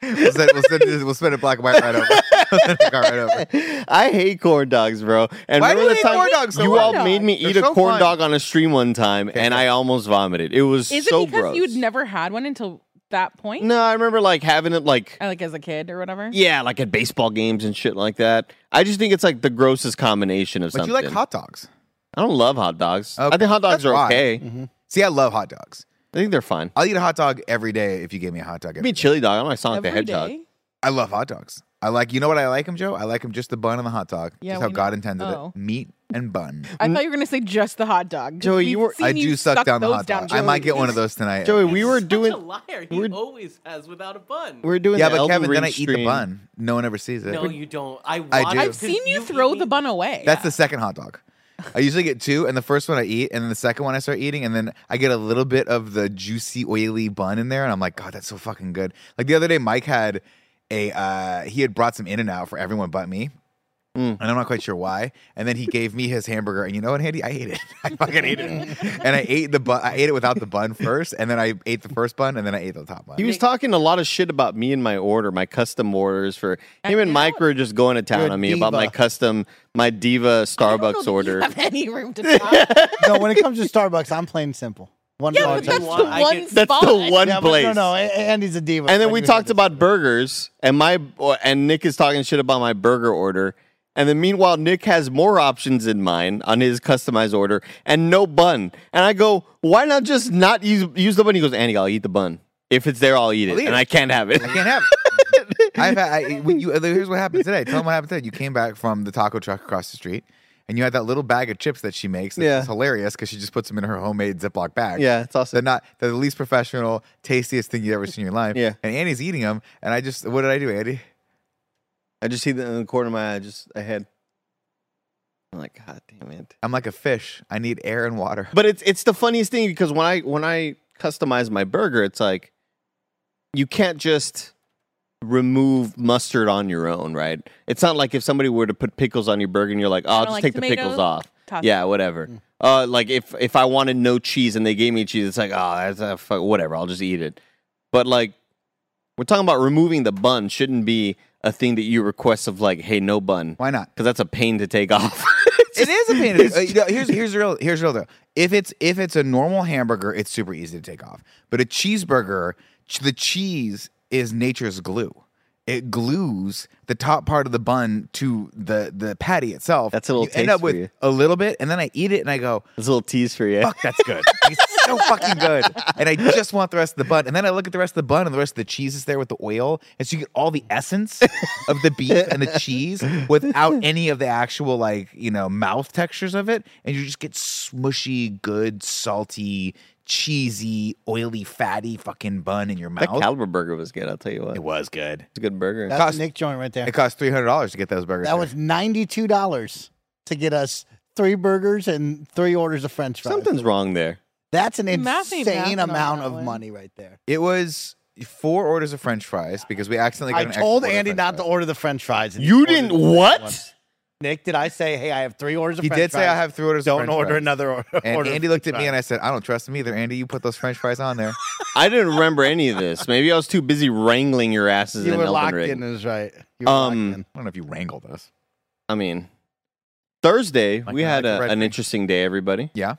Speaker 1: We'll, send, we'll, send, we'll spin it black and white right over. We'll spin it right over.
Speaker 3: I hate corn dogs, bro. And
Speaker 1: Why do
Speaker 3: remember
Speaker 1: you
Speaker 3: the
Speaker 1: hate
Speaker 3: time
Speaker 1: corn dogs so
Speaker 3: you
Speaker 1: much?
Speaker 3: all
Speaker 4: Corn
Speaker 3: made me
Speaker 1: dogs.
Speaker 3: eat
Speaker 1: They're
Speaker 3: a
Speaker 1: so
Speaker 3: corn
Speaker 1: fun.
Speaker 3: dog on a stream one time, and I almost vomited. It was
Speaker 4: Is
Speaker 3: so
Speaker 4: it because
Speaker 3: gross.
Speaker 4: you'd never had one until that point?
Speaker 3: No, I remember like having it like
Speaker 4: Or, Like as a kid or whatever?
Speaker 3: yeah, like at baseball games and shit like that. I just think it's like the grossest combination of
Speaker 1: But
Speaker 3: something.
Speaker 1: you like hot dogs.
Speaker 3: I don't love hot dogs.
Speaker 1: Okay,
Speaker 3: I think hot dogs
Speaker 1: that's
Speaker 3: are
Speaker 1: why.
Speaker 3: okay.
Speaker 1: See, I love hot dogs.
Speaker 3: I think they're fine.
Speaker 1: I'll eat a hot dog every day if you gave me a hot dog.
Speaker 3: Give
Speaker 1: Every
Speaker 3: me
Speaker 1: day.
Speaker 3: chili dog. I'm like Sonic the
Speaker 4: Every
Speaker 3: Hedgehog.
Speaker 4: day?
Speaker 1: I love hot dogs. I like, you know what I like them, Joe? I like them just the bun and the hot dog.
Speaker 4: Yeah,
Speaker 1: just how
Speaker 4: we know-
Speaker 1: God intended
Speaker 4: oh.
Speaker 1: it. Meat and bun.
Speaker 4: I thought you were gonna say just the hot dog. 'cause
Speaker 3: Joey,
Speaker 4: we've
Speaker 3: you were-
Speaker 4: seen
Speaker 1: I do
Speaker 4: you
Speaker 1: suck down the
Speaker 4: those
Speaker 1: hot dog. I might get one of those tonight.
Speaker 3: Joey, we
Speaker 5: He's
Speaker 3: were
Speaker 5: such
Speaker 3: doing
Speaker 5: a liar. He
Speaker 3: we're-
Speaker 5: always has without a bun.
Speaker 3: we're doing
Speaker 1: yeah,
Speaker 3: the
Speaker 1: but
Speaker 3: Elden
Speaker 1: Kevin,
Speaker 3: Ring
Speaker 1: then I eat the
Speaker 3: stream.
Speaker 1: bun. No one ever sees it.
Speaker 5: no, you don't. I,
Speaker 1: I
Speaker 5: watch
Speaker 1: do.
Speaker 5: it
Speaker 4: I've
Speaker 5: 'cause
Speaker 4: seen you
Speaker 5: eat
Speaker 4: throw the
Speaker 5: me-
Speaker 4: bun away.
Speaker 1: That's the second hot dog. I usually get two, and the first one I eat, and then the second one I start eating, and then I get a little bit of the juicy, oily bun in there, and I'm like, God, that's so fucking good. Like the other day, Mike had a uh, he had brought some In and Out for everyone but me, and I'm not quite sure why. And then he gave me his hamburger, and you know what, Andy, I ate it. I fucking ate it, and I ate the bun. I ate it without the bun first, and then I ate the first bun, and then I ate the top bun.
Speaker 3: He was talking a lot of shit about me and my order, my custom orders for him and Mike were just going to town
Speaker 2: You're a
Speaker 3: on me about my
Speaker 2: diva.
Speaker 3: custom my diva
Speaker 4: I don't know
Speaker 3: Starbucks
Speaker 4: that you
Speaker 3: order.
Speaker 4: have any room to talk.
Speaker 2: no. When it comes to Starbucks, I'm plain simple. One
Speaker 4: yeah,
Speaker 2: dollar
Speaker 4: but
Speaker 5: you
Speaker 4: that's
Speaker 2: drink.
Speaker 4: the
Speaker 5: want- I
Speaker 4: one
Speaker 5: get-
Speaker 4: spot.
Speaker 3: That's the one
Speaker 2: Yeah, but
Speaker 3: place.
Speaker 2: No, no. A- A- Andy's a diva.
Speaker 3: and then
Speaker 2: like
Speaker 3: we
Speaker 2: said
Speaker 3: talked
Speaker 2: this.
Speaker 3: about burgers, and my and Nick is talking shit about my burger order. And then meanwhile, Nick has more options in mind on his customized order and no bun. And I go, why not just not use use the bun? He goes, Andy, I'll eat the bun. If it's there, I'll eat it.
Speaker 1: I'll eat
Speaker 3: and
Speaker 1: it.
Speaker 3: I can't have it.
Speaker 1: I can't have it. I've had, I, when you, uh, here's what happened today. Tell them what happened today. You came back from the taco truck across the street, and you had that little bag of chips that she makes. That's
Speaker 3: Yeah.
Speaker 1: hilarious because she just puts them in her homemade Ziploc bag.
Speaker 3: Yeah, it's awesome.
Speaker 1: They're not they're the least professional, tastiest thing you've ever seen in your life.
Speaker 3: Yeah.
Speaker 1: And Andy's eating them, and I just, what did I do, Andy?
Speaker 3: I just see that in the corner of my eye, just I had. I'm like, God damn it.
Speaker 1: I'm like a fish. I need air and water.
Speaker 3: But it's it's the funniest thing because when I when I customize my burger, it's like you can't just remove mustard on your own, right? It's not like if somebody were to put pickles on your burger and you're like, oh, I'll just
Speaker 4: don't like
Speaker 3: take the
Speaker 4: tomatoes.
Speaker 3: pickles off.
Speaker 4: Toss
Speaker 3: Yeah, whatever.
Speaker 1: Mm.
Speaker 3: Uh, like if if I wanted no cheese and they gave me cheese, it's like, oh, that's a fuck, whatever. I'll just eat it. But like, we're talking about removing the bun shouldn't be a thing that you request of like, hey, no bun,
Speaker 1: Why not?
Speaker 3: because that's a pain to take off.
Speaker 1: It is a pain. in the- uh, you know, here's here's the real here's the real though. If it's if it's a normal hamburger, it's super easy to take off. But a cheeseburger, ch- the cheese is nature's glue. It glues the top part of the bun to the the patty itself.
Speaker 3: That's a little
Speaker 1: You end up
Speaker 3: taste for
Speaker 1: with
Speaker 3: you.
Speaker 1: a little bit, and then I eat it, and I go,
Speaker 3: It's a little tease for you.
Speaker 1: "Fuck, that's good. it's so fucking good." And I just want the rest of the bun. And then I look at the rest of the bun, and the rest of the cheese is there with the oil, and so you get all the essence of the beef and the cheese without any of the actual like you know mouth textures of it, and you just get smushy, good, salty, cheesy, oily, fatty fucking bun in your
Speaker 3: That
Speaker 1: mouth.
Speaker 3: caliber burger was good. I'll tell you what,
Speaker 1: it
Speaker 3: it's
Speaker 1: was good.
Speaker 3: a good burger.
Speaker 2: That's
Speaker 1: cost-
Speaker 2: a Nick joint right there.
Speaker 1: It cost three hundred dollars to get those burgers.
Speaker 2: That was ninety-two dollars to get us three burgers and three orders of French fries.
Speaker 3: Something's wrong there.
Speaker 2: That's an
Speaker 4: Math ain't mathing
Speaker 2: insane
Speaker 4: on
Speaker 2: amount
Speaker 4: that
Speaker 2: of
Speaker 4: one.
Speaker 2: money right there.
Speaker 1: It was four orders of French fries because we accidentally got
Speaker 2: I
Speaker 1: an extra
Speaker 2: told
Speaker 1: order of
Speaker 2: Andy
Speaker 1: french
Speaker 2: not to
Speaker 1: fries.
Speaker 2: order the French fries. and he
Speaker 3: You
Speaker 2: ordered
Speaker 3: didn't
Speaker 2: the French
Speaker 3: what?
Speaker 2: ones. Nick, did I say, hey, I have three orders of
Speaker 1: He
Speaker 2: French
Speaker 1: did
Speaker 2: fries?
Speaker 1: say I have three orders.
Speaker 2: Don't
Speaker 1: of french
Speaker 2: order
Speaker 1: fries.
Speaker 2: another or- order.
Speaker 1: And
Speaker 2: of
Speaker 1: Andy looked at
Speaker 2: french
Speaker 1: me and
Speaker 2: fries.
Speaker 1: I said, "I don't trust him either." Andy, you put those French fries on there.
Speaker 3: I didn't remember any of this. Maybe I was too busy wrangling your asses
Speaker 2: You
Speaker 3: in
Speaker 2: were
Speaker 3: Elden
Speaker 2: locked
Speaker 3: Ring.
Speaker 2: in, is right. You were
Speaker 3: Um,
Speaker 2: locked in.
Speaker 1: I don't know if you wrangled us.
Speaker 3: I mean, Thursday
Speaker 1: Like
Speaker 3: we
Speaker 1: I
Speaker 3: had
Speaker 1: like
Speaker 3: a,
Speaker 1: red
Speaker 3: an
Speaker 1: meat.
Speaker 3: interesting day. Everybody,
Speaker 1: Yeah,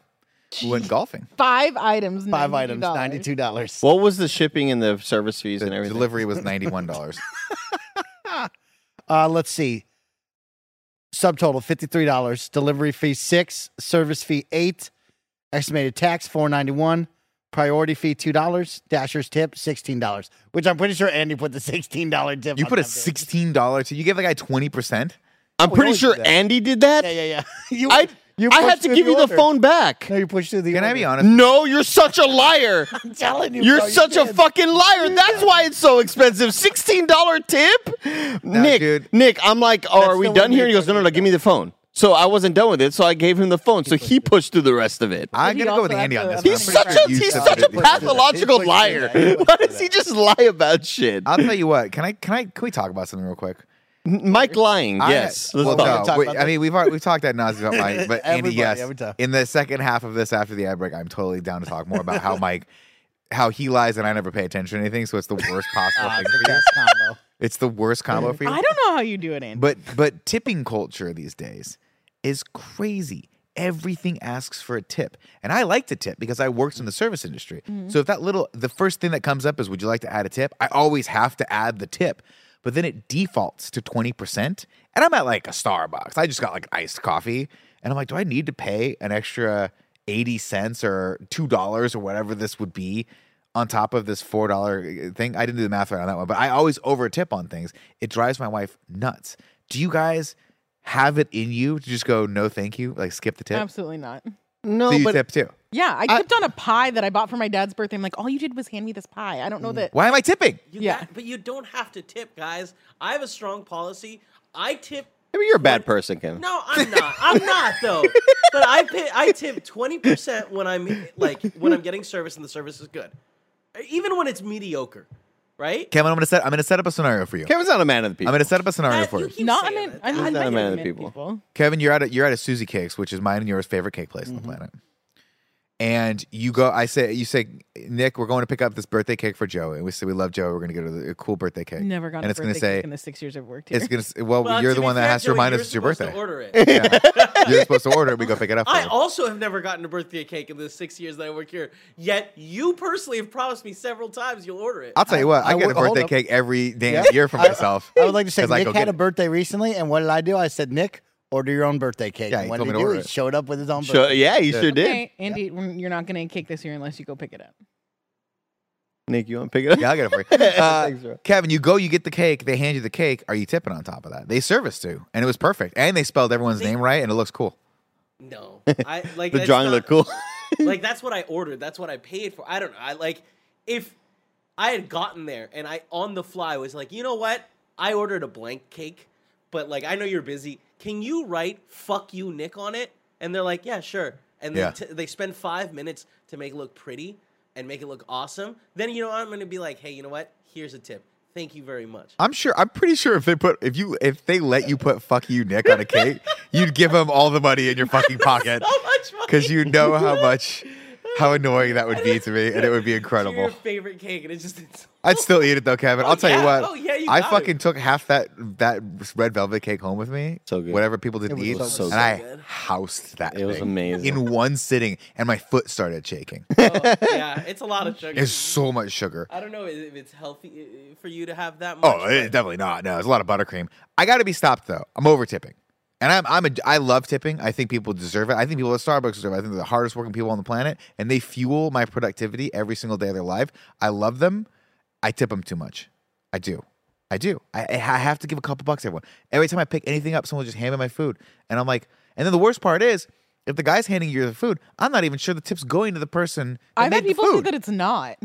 Speaker 1: we went golfing.
Speaker 4: Five items.
Speaker 2: Five items,
Speaker 4: $92.
Speaker 2: $92.
Speaker 3: what was the shipping and the service fees
Speaker 1: The
Speaker 3: and everything?
Speaker 1: delivery was ninety-one dollars.
Speaker 2: Uh, let's see. Subtotal fifty-three dollars. Delivery fee six. Service fee eight. Estimated tax four ninety-one. Priority fee two dollars. Dasher's tip sixteen dollars. Which I'm pretty sure Andy put the sixteen dollar tip.
Speaker 1: you
Speaker 2: on
Speaker 1: put a
Speaker 2: that bill.
Speaker 1: sixteen dollar. You gave the guy twenty percent.
Speaker 3: I'm
Speaker 2: we Oh,
Speaker 3: pretty
Speaker 2: always
Speaker 3: sure
Speaker 2: do that.
Speaker 3: Andy did that.
Speaker 2: Yeah, yeah, yeah. You,
Speaker 3: I
Speaker 2: you
Speaker 3: I
Speaker 2: pushed
Speaker 3: had to
Speaker 2: through
Speaker 3: give you the
Speaker 2: order.
Speaker 3: phone back.
Speaker 2: No, you pushed through the.
Speaker 1: Can I
Speaker 2: order.
Speaker 1: be honest?
Speaker 3: No, you're such a liar.
Speaker 2: I'm telling you,
Speaker 3: You're
Speaker 2: bro, you
Speaker 3: such a
Speaker 2: did.
Speaker 3: fucking liar. That's why it's so expensive. Sixteen dollar tip, Nick.
Speaker 1: dude.
Speaker 3: Nick, I'm like, oh,
Speaker 2: That's
Speaker 3: are we
Speaker 2: still
Speaker 3: done
Speaker 2: what
Speaker 3: here?
Speaker 2: Nick
Speaker 3: And he goes, no, no,
Speaker 2: fucking
Speaker 3: no, give me the phone. So I wasn't done with it, so I gave him the phone. So he pushed through the rest of it.
Speaker 1: I'm
Speaker 4: He
Speaker 1: gonna go with
Speaker 4: also
Speaker 1: Andy on
Speaker 4: had
Speaker 1: this.
Speaker 4: to-
Speaker 1: one.
Speaker 3: He's
Speaker 1: I'm pretty sure
Speaker 3: such a
Speaker 1: you
Speaker 3: he's
Speaker 1: said
Speaker 3: such a
Speaker 1: that.
Speaker 3: pathological
Speaker 2: He's like,
Speaker 3: liar.
Speaker 2: yeah, he
Speaker 3: Why does he just lie about shit?
Speaker 1: I'll tell you what. Can I? Can I? Can we talk about something real quick?
Speaker 3: Mike lying.
Speaker 1: I-
Speaker 3: Yes. Let's
Speaker 1: well,
Speaker 3: talk.
Speaker 1: no,
Speaker 2: Talk
Speaker 1: wait,
Speaker 2: about
Speaker 1: I mean, we've already, we've talked that nauseous about Mike, but Andy,
Speaker 2: Everybody,
Speaker 1: yes.
Speaker 2: every time.
Speaker 1: In the second half of this, after the ad break, I'm totally down to talk more about how Mike, how he lies and I never pay attention to anything. So it's the worst possible
Speaker 2: Ah,
Speaker 1: thing
Speaker 2: it's the
Speaker 1: for you.
Speaker 2: best combo.
Speaker 1: It's the worst combo for you.
Speaker 4: I don't know how you do it, Andy.
Speaker 1: But but tipping culture these days is crazy. Everything asks for a tip. And I like to tip because I worked in the service industry.
Speaker 4: Mm-hmm.
Speaker 1: So if that little the first thing that comes up is would you like to add a tip? I always have to add the tip. But then it defaults to 20%. And I'm at like a Starbucks. I just got like iced coffee and I'm like, do I need to pay an extra 80 cents or $2 or whatever this would be? on top of this four dollar uh, thing. I didn't do the math right on that one, but I always over tip on things. It drives my wife nuts. Do you guys have it in you to just go no thank you, like skip the tip?
Speaker 4: Absolutely not.
Speaker 3: No,
Speaker 1: so you
Speaker 3: but
Speaker 1: tip too.
Speaker 4: Yeah, I tipped on a pie that I bought for my dad's birthday. I'm like, all you did was hand me this pie. I don't know that.
Speaker 1: Mm. Why am I tipping?
Speaker 5: You
Speaker 4: Yeah.
Speaker 5: got- but you don't have to tip, guys. I have a strong policy. I tip.
Speaker 3: maybe you're a bad person, Kevin.
Speaker 5: No, I'm not. I'm not though. But I pay, I tip twenty percent when I'm like when I'm getting service and the service is good, even when it's mediocre, right?
Speaker 1: Kevin, I'm gonna set I'm gonna set up a scenario for you.
Speaker 3: Kevin's not a man of the people.
Speaker 1: I'm gonna set up a scenario
Speaker 5: Matt,
Speaker 1: for you.
Speaker 5: you keep
Speaker 4: Not
Speaker 5: saying
Speaker 4: an.
Speaker 5: that.
Speaker 4: I
Speaker 5: He's
Speaker 4: don't
Speaker 3: not a
Speaker 4: think
Speaker 3: man of
Speaker 4: I'm
Speaker 3: the
Speaker 4: in
Speaker 3: people.
Speaker 1: Kevin, you're at a, you're at a Suzy Cakes, which is mine and yours favorite cake place on the planet. And you go, I say, you say, Nick, we're going to pick up this birthday cake for Joe, and we say we love Joe. We're going to go to the a cool birthday cake.
Speaker 4: Never gone.
Speaker 1: And
Speaker 4: to
Speaker 1: it's going to
Speaker 4: birthday cake
Speaker 1: say,
Speaker 4: in the six years I've worked here.
Speaker 1: it's going to, well,
Speaker 5: Well,
Speaker 1: you're
Speaker 5: to
Speaker 1: the
Speaker 5: be
Speaker 1: one that
Speaker 5: fair,
Speaker 1: has to
Speaker 5: Joey,
Speaker 1: remind
Speaker 5: you're
Speaker 1: us it's your
Speaker 5: supposed to
Speaker 1: birthday.
Speaker 5: order it.
Speaker 1: Yeah. You're supposed to order it. We go pick it up. for
Speaker 5: I
Speaker 1: you.
Speaker 5: also have never gotten a birthday cake in the six years that I work here. Yet you personally have promised me several times you'll order it.
Speaker 1: I'll tell you what. I,
Speaker 2: I
Speaker 1: get a
Speaker 2: would- hold
Speaker 1: birthday
Speaker 2: up.
Speaker 1: cake every damn
Speaker 2: Yeah.
Speaker 1: year for myself.
Speaker 2: I would like to say
Speaker 1: 'Cause I
Speaker 2: Nick
Speaker 1: go
Speaker 2: had
Speaker 1: get
Speaker 2: a
Speaker 1: it.
Speaker 2: birthday recently, and what did I do? I said, Nick, order your own birthday cake.
Speaker 1: Yeah,
Speaker 2: and
Speaker 1: he
Speaker 2: what
Speaker 1: told
Speaker 2: did
Speaker 1: me to
Speaker 2: he do?
Speaker 1: order
Speaker 2: He
Speaker 1: it.
Speaker 2: showed up with his own
Speaker 3: Sure,
Speaker 2: birthday.
Speaker 3: yeah, you sure did.
Speaker 4: okay, Andy, we're- you're not getting a cake this year unless you go pick it up.
Speaker 3: Nick, you want to pick it up?
Speaker 1: Yeah, I get it for you. Uh,
Speaker 3: Thanks, bro.
Speaker 1: Kevin, you go, you get the cake. They hand you the cake. Are you tipping on top of that? They serviced you, and it was perfect. And they spelled everyone's name right, and it looks cool.
Speaker 5: No, I like
Speaker 3: The
Speaker 5: that's
Speaker 3: drawing
Speaker 5: not-
Speaker 3: looked cool.
Speaker 5: like that's what I ordered. That's what I paid for. I don't know. I like if I had gotten there and I on the fly was like, you know what? I ordered a blank cake, but like I know you're busy. Can you write "fuck you, Nick" on it? And they're like, yeah, sure. And
Speaker 1: Yeah.
Speaker 5: they, t- they spend five minutes to make it look pretty and make it look awesome. Then you know what? I'm gonna be like, hey, you know what? Here's a tip. Thank you very much.
Speaker 1: I'm sure. I'm pretty sure if they put if you if they let you put "fuck you, Nick" on a cake, you'd give them all the money in your fucking pocket
Speaker 5: How much money?
Speaker 1: because you know how much how annoying that would be to me, and it would be
Speaker 5: It's your
Speaker 1: incredible.
Speaker 5: favorite cake, and it's just it's
Speaker 1: I'd still eat it though, Kevin. I'll tell
Speaker 5: yeah.
Speaker 1: you what.
Speaker 5: Oh, yeah, you
Speaker 1: I
Speaker 5: got
Speaker 1: fucking took half that that red velvet cake home with me.
Speaker 3: So good.
Speaker 1: Whatever people didn't
Speaker 2: was
Speaker 1: eat,
Speaker 2: so
Speaker 1: and
Speaker 3: good. So good.
Speaker 1: I
Speaker 5: good.
Speaker 1: housed that.
Speaker 3: It was
Speaker 1: thing
Speaker 3: amazing.
Speaker 1: in one sitting, and my foot started shaking.
Speaker 5: oh, yeah, it's a lot of sugar.
Speaker 1: It's so much sugar.
Speaker 5: I don't know if it's healthy uh, for you to have that much.
Speaker 1: Oh, it's definitely not. No, it's a lot of buttercream. I got to be stopped though. I'm over tipping, and I'm I'm a I love tipping. I think people deserve it. I think people at Starbucks deserve it. I think they're the hardest working people on the planet, and they fuel my productivity every single day of their life. I love them. I tip them too much. I do. I do. I, I ha- have to give a couple bucks to everyone. Every time I pick anything up, someone will just hand me my food, and I'm like, and then the worst part is. If the guy's handing you the food, I'm not even sure the tip's going to the person. That
Speaker 4: I've
Speaker 1: made
Speaker 4: had
Speaker 1: the
Speaker 4: people
Speaker 1: food
Speaker 4: say that it's not.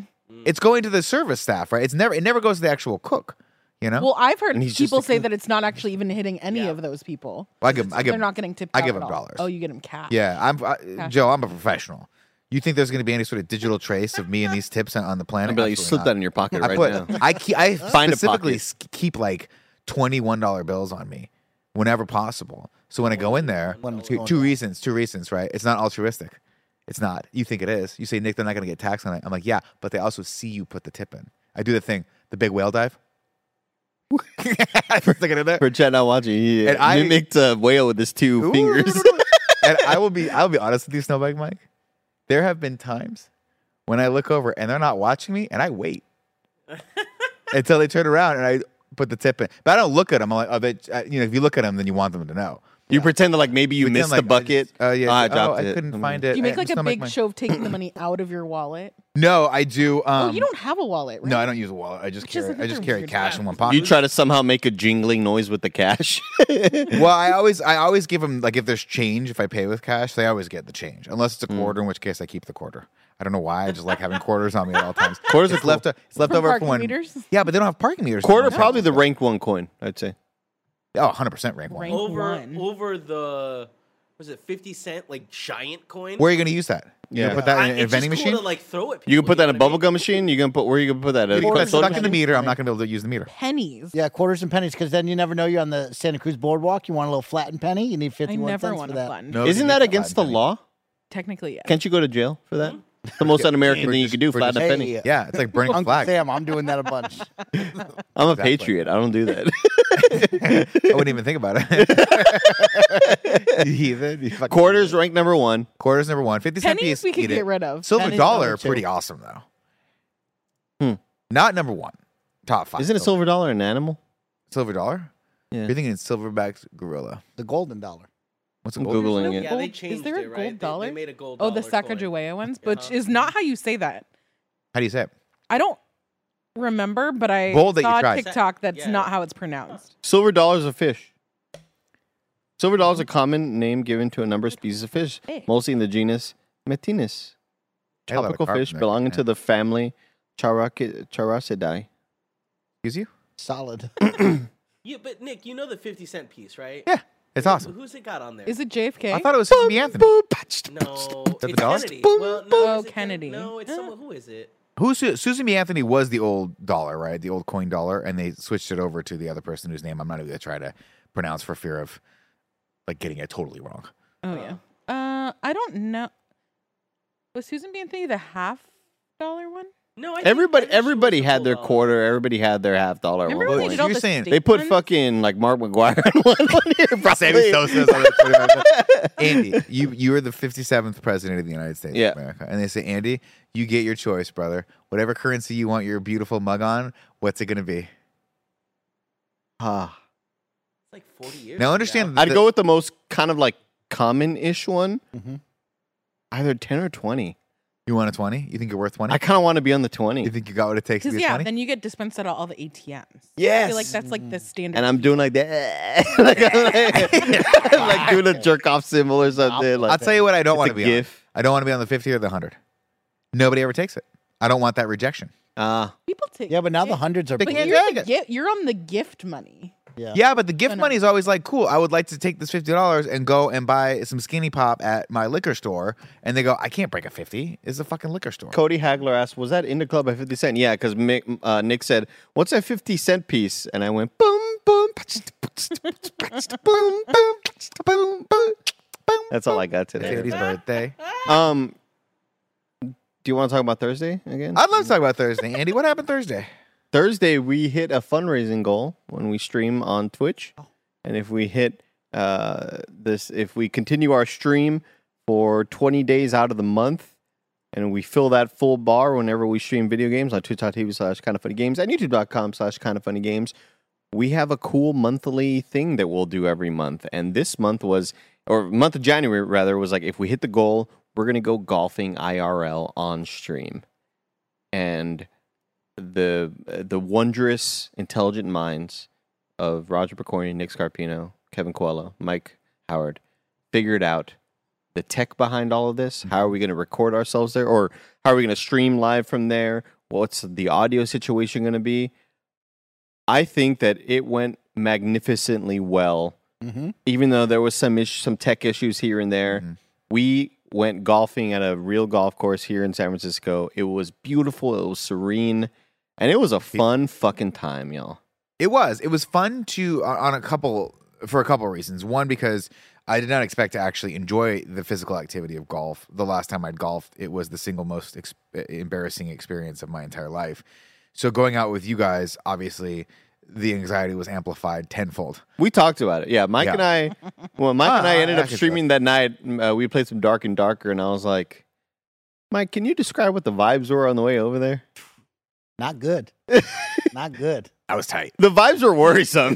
Speaker 1: it's going to the service staff, right? It's never it never goes to the actual cook. You know,
Speaker 4: Well, I've heard
Speaker 3: And he's just
Speaker 4: people
Speaker 3: a
Speaker 4: say
Speaker 3: kid.
Speaker 4: that it's not actually even hitting any of those people.
Speaker 1: I give 'em- I give
Speaker 4: They're
Speaker 1: 'em-
Speaker 4: not getting tipped.
Speaker 1: I
Speaker 4: off
Speaker 1: give 'em
Speaker 4: at all.
Speaker 1: dollars.
Speaker 4: Oh, you get them cash.
Speaker 1: yeah. I'm I, Joe. I'm a professional. You think there's going to be any sort of digital trace of me and these tips on, on the planet?
Speaker 3: I'm like, you
Speaker 1: Absolutely
Speaker 3: slip
Speaker 1: not.
Speaker 3: that in your pocket
Speaker 1: I
Speaker 3: right
Speaker 1: put.
Speaker 3: now.
Speaker 1: I keep. I
Speaker 3: Find a
Speaker 1: specifically
Speaker 3: pocket.
Speaker 1: s- keep like twenty-one dollar bills on me whenever possible. So when I go in there,
Speaker 2: When it's
Speaker 1: two,
Speaker 2: going
Speaker 1: two
Speaker 2: down.
Speaker 1: reasons. Two reasons. Right? It's not altruistic. It's not. You think it is. You say, Nick, they're not going to get taxed on it. I'm like, yeah, but they also see you put the tip in. I do the thing, the big whale dive. First I get in there,
Speaker 3: For Chad not watching, he
Speaker 1: And I-
Speaker 3: mimicked a whale with his two fingers.
Speaker 1: and I will be I'll be honest with you, Snowbike Mike. There have been times when I look over and they're not watching me and I wait until they turn around and I put the tip in. But I don't look at them. I'm like, oh, they, uh, you know, if you look at them, then you want them to know.
Speaker 3: You pretend that like maybe you
Speaker 1: Pretend
Speaker 3: missed
Speaker 1: like,
Speaker 3: the
Speaker 1: I
Speaker 3: bucket.
Speaker 1: just- Oh, yeah.
Speaker 3: Ah, I
Speaker 1: I,
Speaker 3: dropped
Speaker 1: oh,
Speaker 3: it.
Speaker 1: I couldn't
Speaker 3: Mm.
Speaker 1: find it.
Speaker 4: Do you make
Speaker 1: Uh,
Speaker 4: like a
Speaker 1: Snowbike
Speaker 4: big
Speaker 1: Mike.
Speaker 4: show of taking the money out of your wallet?
Speaker 1: No, I do. Um,
Speaker 4: oh, you don't have a wallet, right?
Speaker 1: No, I don't use a wallet. I just
Speaker 4: Which is
Speaker 1: carry. I just
Speaker 4: another
Speaker 1: carry
Speaker 4: weird
Speaker 1: cash
Speaker 4: fact.
Speaker 1: in one pocket.
Speaker 3: You try to somehow make a jingling noise with the cash.
Speaker 1: well, I always I always give them like if there's change if I pay with cash, they always get the change unless
Speaker 3: Mm.
Speaker 1: it's a quarter, in which case I keep the quarter. I don't know why. I just like having quarters on me at all times.
Speaker 3: Quarters are
Speaker 1: it's left. It's left
Speaker 4: From
Speaker 1: over
Speaker 4: parking
Speaker 1: from when.
Speaker 4: meters?
Speaker 1: Yeah, but they don't have parking meters.
Speaker 3: Quarter,
Speaker 1: No.
Speaker 3: probably the rank one coin, I'd say.
Speaker 1: Oh, 100 percent rank one.
Speaker 4: Rank-
Speaker 5: over
Speaker 4: one.
Speaker 5: over the was it fifty cent like giant coin?
Speaker 1: Where are you going to use that? You
Speaker 3: Yeah.
Speaker 1: gonna put that
Speaker 5: I-
Speaker 1: in a
Speaker 5: it's
Speaker 1: vending
Speaker 5: just
Speaker 1: machine?
Speaker 5: Cool to, like throw at people,
Speaker 3: You can put that in a
Speaker 5: know what I mean?
Speaker 3: bubblegum machine. You can put where you can put that. A
Speaker 1: If you
Speaker 3: soda
Speaker 1: put it stuck in
Speaker 3: machine?
Speaker 1: the meter. I'm not going to be able to use the meter.
Speaker 4: Pennies.
Speaker 2: Yeah, quarters and pennies, because then you never know you're on the Santa Cruz boardwalk. You want a little flattened penny, you need
Speaker 4: I
Speaker 2: 51
Speaker 4: never
Speaker 2: cents
Speaker 4: want
Speaker 2: for
Speaker 4: a
Speaker 2: that.
Speaker 4: fund.
Speaker 1: No,
Speaker 3: Isn't
Speaker 1: you
Speaker 3: that
Speaker 1: can't
Speaker 3: against the
Speaker 1: flatten a penny.
Speaker 3: law?
Speaker 4: Technically, yeah.
Speaker 3: Can't you go to jail for that? It's the most un-American
Speaker 1: We're
Speaker 3: thing you
Speaker 1: just-
Speaker 3: could do,
Speaker 1: we're
Speaker 3: flat a
Speaker 1: just-
Speaker 3: penny.
Speaker 2: Hey, uh,
Speaker 1: Yeah, it's like burning a
Speaker 2: Uncle
Speaker 1: flag.
Speaker 2: Sam, I'm doing that a bunch.
Speaker 3: I'm a
Speaker 1: Exactly.
Speaker 3: patriot. I don't do that.
Speaker 1: I wouldn't even think about it. you heathen. You fucking
Speaker 3: Quarters rank number one.
Speaker 1: Quarters number one. 50 cent
Speaker 4: Pennies
Speaker 1: piece.
Speaker 4: we could
Speaker 1: eat
Speaker 4: get
Speaker 1: it.
Speaker 4: rid of.
Speaker 1: Silver
Speaker 4: Pennies
Speaker 1: dollar,
Speaker 4: number two.
Speaker 1: pretty awesome though.
Speaker 3: Hmm.
Speaker 1: Not number one. Top five.
Speaker 3: Isn't a silver dollar an animal?
Speaker 1: silver dollar?
Speaker 3: Yeah.
Speaker 1: You're thinking it's silverbacked gorilla.
Speaker 2: The golden dollar.
Speaker 1: What's a
Speaker 3: I'm
Speaker 1: gold?
Speaker 3: googling
Speaker 4: There's
Speaker 3: it.
Speaker 5: Yeah, they
Speaker 4: Gold- is
Speaker 5: changed
Speaker 4: there a
Speaker 5: it, right?
Speaker 4: gold
Speaker 5: They- They,
Speaker 4: dollar?
Speaker 5: made a gold
Speaker 4: Oh, the
Speaker 5: dollar coin.
Speaker 4: Sacagawea ones, which
Speaker 5: Uh-huh.
Speaker 4: is not how you say that.
Speaker 1: How do you say it?
Speaker 4: I don't remember, but I
Speaker 1: Bold that you
Speaker 4: saw a
Speaker 1: tried.
Speaker 4: TikTok that's
Speaker 5: Yeah.
Speaker 4: not how it's pronounced.
Speaker 3: Silver dollar's a fish. Silver dollar's a common name given to a number of species of fish,
Speaker 4: Hey.
Speaker 3: mostly in the genus Metinus.
Speaker 1: Hey, a lot of
Speaker 3: Tropical
Speaker 1: carp
Speaker 3: fish
Speaker 1: in there,
Speaker 3: belonging
Speaker 1: yeah.
Speaker 3: to the family Characi- Characidae.
Speaker 1: Excuse you?
Speaker 2: Solid.
Speaker 5: Yeah, but Nick, you know the fifty cent piece, right?
Speaker 1: Yeah. It's awesome.
Speaker 5: Who's it got on there?
Speaker 4: Is it JFK?
Speaker 1: I thought it was supposed to be Anthony.
Speaker 5: no?
Speaker 1: the
Speaker 5: it's
Speaker 1: dollar?
Speaker 5: Kennedy.
Speaker 1: Boom,
Speaker 5: Well, no,
Speaker 4: boom.
Speaker 5: is it
Speaker 4: Oh, Kennedy.
Speaker 5: No, it's
Speaker 4: Uh.
Speaker 5: someone. Who is it?
Speaker 1: Who's Su- Susan B. Anthony was the old dollar, right? The old coin dollar, and they switched it over to the other person whose name I'm not even gonna try to pronounce for fear of like getting it totally wrong.
Speaker 4: oh yeah. Uh, I don't know. Was Susan B. Anthony the half dollar one?
Speaker 5: No, I think- I
Speaker 3: Everybody,
Speaker 5: think she was
Speaker 3: everybody
Speaker 5: the
Speaker 3: had
Speaker 5: gold
Speaker 3: their
Speaker 5: dollar.
Speaker 3: quarter. Everybody had their half dollar. at
Speaker 4: Remember
Speaker 3: one
Speaker 4: when they
Speaker 3: point.
Speaker 4: did all
Speaker 1: You're
Speaker 4: the
Speaker 1: saying-
Speaker 4: state
Speaker 3: They put
Speaker 4: ones?
Speaker 3: fucking like Mark McGuire on one, one here.
Speaker 1: Sammy
Speaker 3: Probably.
Speaker 1: Sosa. is on that Twitter account. Andy, you you are the 57th president of the United States
Speaker 3: Yeah.
Speaker 1: of America, and they say, Andy, you get your choice, brother. Whatever currency you want your beautiful mug on, what's it going to be? uh,
Speaker 3: Ah.
Speaker 5: It's like forty years.
Speaker 1: Now
Speaker 5: from
Speaker 1: understand,
Speaker 3: I'd
Speaker 1: that-
Speaker 3: go with the most kind of like common-ish one,
Speaker 1: Mm-hmm.
Speaker 2: Mhm.
Speaker 3: either ten or twenty.
Speaker 1: You want a 20? You think you're worth 20?
Speaker 3: I kind of want to be on the twenty.
Speaker 1: You think you got what it takes to
Speaker 4: Because
Speaker 1: be
Speaker 4: yeah,
Speaker 1: a 20?
Speaker 4: then you get dispensed out of all the ATMs. I
Speaker 3: Yes.
Speaker 4: feel like that's like
Speaker 5: Mm.
Speaker 4: the standard.
Speaker 3: and I'm doing like that, like, like, like doing a jerk off symbol or something. Like
Speaker 1: I'll tell you what I don't
Speaker 3: it's
Speaker 1: want
Speaker 3: a
Speaker 1: to be
Speaker 3: gif.
Speaker 1: on. I don't want to be on the 50 or the 100. Nobody ever takes it. I don't want that rejection.
Speaker 3: Ah,
Speaker 4: people take.
Speaker 2: Yeah, but now the
Speaker 4: gift-
Speaker 2: hundreds are.
Speaker 1: They
Speaker 4: But
Speaker 1: can't
Speaker 2: big.
Speaker 4: you're,
Speaker 1: take
Speaker 4: the
Speaker 1: it.
Speaker 4: gift, you're on the gift money.
Speaker 2: Yeah.
Speaker 1: Yeah, but the gift
Speaker 4: No, no.
Speaker 1: money is always like, cool, I would like to take this $50 and go and buy some skinny pop at my liquor store. And they go, I can't break a 50. It's a fucking liquor store.
Speaker 3: Cody Hagler asked, "Was that in the club at 50 cent?" Yeah, because uh, Nick said, "What's that 50 cent piece?" And I went, "Boom, boom, boom, boom, boom, boom." That's all I got
Speaker 1: It's
Speaker 3: today.
Speaker 1: Andy's birthday.
Speaker 3: Um, do you want to talk about Thursday again?
Speaker 1: I'd love to talk about Thursday. Andy, what happened Thursday?
Speaker 3: Thursday we hit a fundraising goal when we stream on Twitch, and if we hit uh, this, if we continue our stream for 20 days out of the month, and we fill that full bar whenever we stream video games on twitch.tv slash kind of funny games and youtube.com slash kind of funny games, we have a cool monthly thing that we'll do every month. And this month was, or month of January rather, was like if we hit the goal, we're gonna go golfing IRL on stream, and the uh, the wondrous, intelligent minds of Roger Picorni, Nick Scarpino, Kevin Coelho, Mike Howard figured out the tech behind all of this. How are we going to record ourselves there, or how are we going to stream live from there? What's the audio situation going to be? I think that it went magnificently well.
Speaker 2: Mhm.
Speaker 3: Even though there was some ish, some tech issues here and there, we went golfing at a real golf course here in San Francisco. It was beautiful. It was serene, and it was a fun fucking time, y'all.
Speaker 1: It was. It was fun to on- on a couple for a couple reasons. One because I did not expect to actually enjoy the physical activity of golf. The last time I'd golfed, it was the single most ex- e, embarrassing experience of my entire life. So going out with you guys, obviously, the anxiety was amplified tenfold.
Speaker 3: We talked about it. Yeah, Mike
Speaker 1: Yeah.
Speaker 3: and I. Well, Mike and I
Speaker 1: Ah,
Speaker 3: ended
Speaker 1: I
Speaker 3: up
Speaker 1: can
Speaker 3: streaming that night. Uh, we played some Dark and Darker, and I was like, Mike, can you describe what the vibes were on the way over there?
Speaker 2: Not good. Not good.
Speaker 1: I was tight.
Speaker 3: The vibes were worrisome.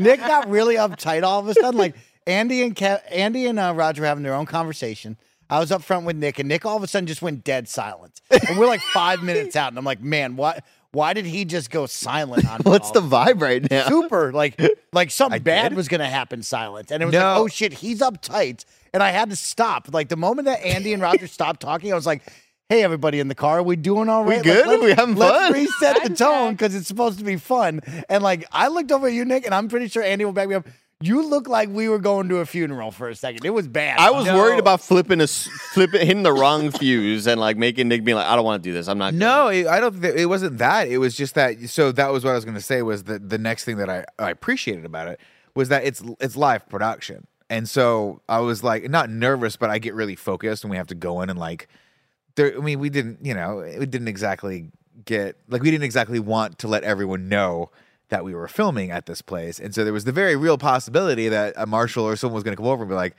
Speaker 2: Nick got really uptight all of a sudden. Like Andy and Kev, Andy and uh, Roger were having their own conversation. I was up front with Nick, and Nick all of a sudden just went dead silent. And we're like five minutes out, and I'm like, man, what? Why did he just go silent on? me
Speaker 3: What's
Speaker 2: all
Speaker 3: the
Speaker 2: of
Speaker 3: vibe right now?
Speaker 2: a sudden?" super? Like, like something
Speaker 1: I
Speaker 2: bad
Speaker 1: did?
Speaker 2: was gonna happen silent, and it was
Speaker 1: No.
Speaker 2: like, oh shit, he's uptight, and I had to stop. Like the moment that Andy and Roger stopped talking, I was like. Hey everybody in the car, are we doing all right? Like,
Speaker 3: good?
Speaker 2: let's-
Speaker 3: We having
Speaker 2: let's
Speaker 3: fun?"
Speaker 2: re- set the
Speaker 4: I'm
Speaker 2: tone
Speaker 4: back.
Speaker 2: because it's supposed to be fun. And like I looked over at you, Nick, and I'm pretty sure Andy will back me up. You look like we were going to a funeral for a second. It was bad.
Speaker 3: I was
Speaker 1: No.
Speaker 3: worried about flipping a s- flipping hitting the wrong fuse and like making Nick being like, I don't want to do this. I'm not.
Speaker 1: No, it, I don't. Think it wasn't that. It was just that. So that was what I was going to say. Was that the next thing that I, I appreciated about it was that it's it's live production, and so I was like not nervous, but I get really focused, and we have to go in and like. There, I mean, we didn't. You know, we didn't exactly get like we didn't exactly want to let everyone know that we were filming at this place, and so there was the very real possibility that a marshal or someone was going to come over and be like,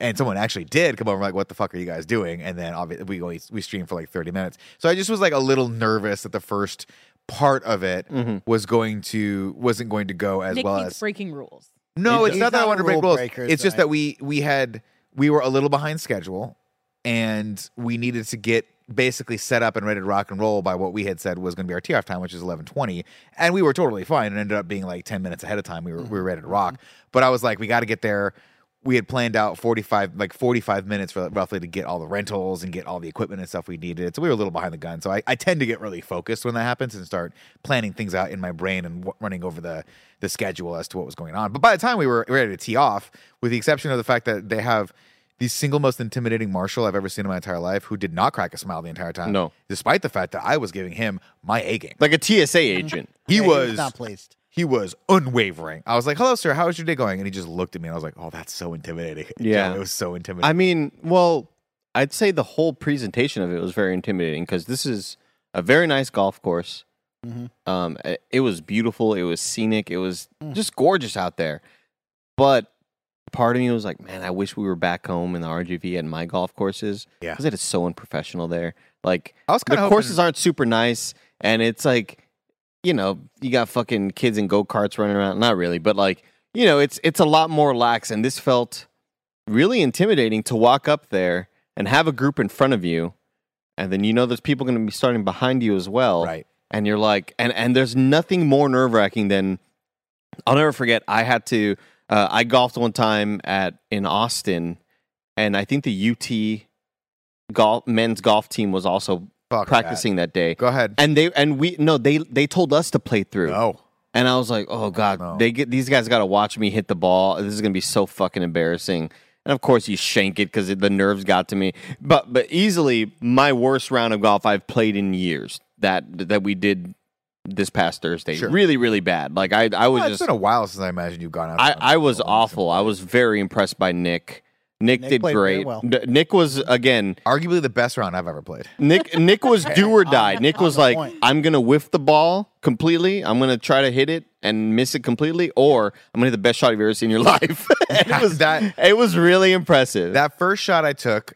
Speaker 1: and someone actually did come over like what the fuck are you guys doing and then obviously we only, we streamed for like 30 minutes so i just was like a little nervous that the first part of it was going to wasn't going to go as
Speaker 4: Nick
Speaker 1: well
Speaker 4: keeps
Speaker 1: as
Speaker 4: breaking rules.
Speaker 1: no
Speaker 2: He's
Speaker 1: it's not that i
Speaker 2: not
Speaker 1: wanted
Speaker 2: a
Speaker 1: to break
Speaker 2: rule
Speaker 1: rules
Speaker 2: breaker,
Speaker 1: it's just
Speaker 2: Zach.
Speaker 1: that we we had we were a little behind schedule and we needed to get basically set up and ready to rock and roll by what we had said was going to be our tee off time which is 11:20 and we were totally fine and ended up being like 10 minutes ahead of time we were we were ready to rock but i was like we got to get there we had planned out 45 like 45 minutes for roughly to get all the rentals and get all the equipment and stuff we needed so we were a little behind the gun so i, I tend to get really focused when that happens and start planning things out in my brain and w- running over the the schedule as to what was going on but by the time we were ready to tee off with the exception of the fact that they have the single most intimidating marshal I've ever seen in my entire life, who did not crack a smile the entire time.
Speaker 3: No.
Speaker 1: despite the fact that I was giving him my A game.
Speaker 3: Like a TSA agent.
Speaker 1: He
Speaker 2: Yeah,
Speaker 1: was
Speaker 2: not pleased.
Speaker 1: he was unwavering. I was like, "Hello, sir. How was your day going?" And he just looked at me, and I was like, "Oh, that's so intimidating."
Speaker 3: Yeah.
Speaker 1: it was so intimidating.
Speaker 3: I mean, well, I'd say the whole presentation of it was very intimidating because this is a very nice golf course.
Speaker 1: Mm-hmm.
Speaker 3: Um, i- it was beautiful. It was scenic. It was
Speaker 1: Mm.
Speaker 3: just gorgeous out there. But part of me was like, man, I wish we were back home in the RGV at my golf courses.
Speaker 1: Yeah.
Speaker 3: because it is so unprofessional there. Like,
Speaker 1: I was
Speaker 3: the
Speaker 1: kinda
Speaker 3: courses aren't super nice, and it's like, you know, you got fucking kids in go karts running around. Not really, but like, you know, it's it's a lot more lax, and this felt really intimidating to walk up there and have a group in front of you, and then you know there's people going to be starting behind you as well,
Speaker 1: Right.
Speaker 3: And you're like, and and there's nothing more nerve wracking than I'll never forget. I had to. Uh, I golfed one time at in Austin, and I think the UT golf men's golf team was also
Speaker 1: Fuck
Speaker 3: practicing that, day.
Speaker 1: Go ahead.
Speaker 3: And they and we no they they told us to play through.
Speaker 1: no,
Speaker 3: And I was like, oh god,
Speaker 1: No.
Speaker 3: they get these guys got to watch me hit the ball. This is gonna be so fucking embarrassing. And of course, you shank it because the nerves got to me. But but easily my worst round of golf I've played in years. That that we did this past Thursday,
Speaker 1: Sure.
Speaker 3: really really bad. Like I I was
Speaker 1: Well, it's
Speaker 3: just
Speaker 1: been a while since I imagine you've gone out.
Speaker 3: I,
Speaker 1: on-
Speaker 3: I was
Speaker 1: on-
Speaker 3: awful. I was very impressed by Nick. Nick,
Speaker 2: Nick
Speaker 3: did
Speaker 2: played very
Speaker 3: great.
Speaker 2: well.
Speaker 3: D- Nick was again.
Speaker 1: Arguably the best round I've ever played.
Speaker 3: Nick Nick was do or die. Nick was
Speaker 2: the
Speaker 3: like,
Speaker 2: point.
Speaker 3: I'm gonna whiff the ball completely. I'm gonna try to hit it and miss it completely, or I'm gonna hit the best shot you've ever seen in your life. and it was
Speaker 1: That-
Speaker 3: It was really impressive.
Speaker 1: That first shot I took,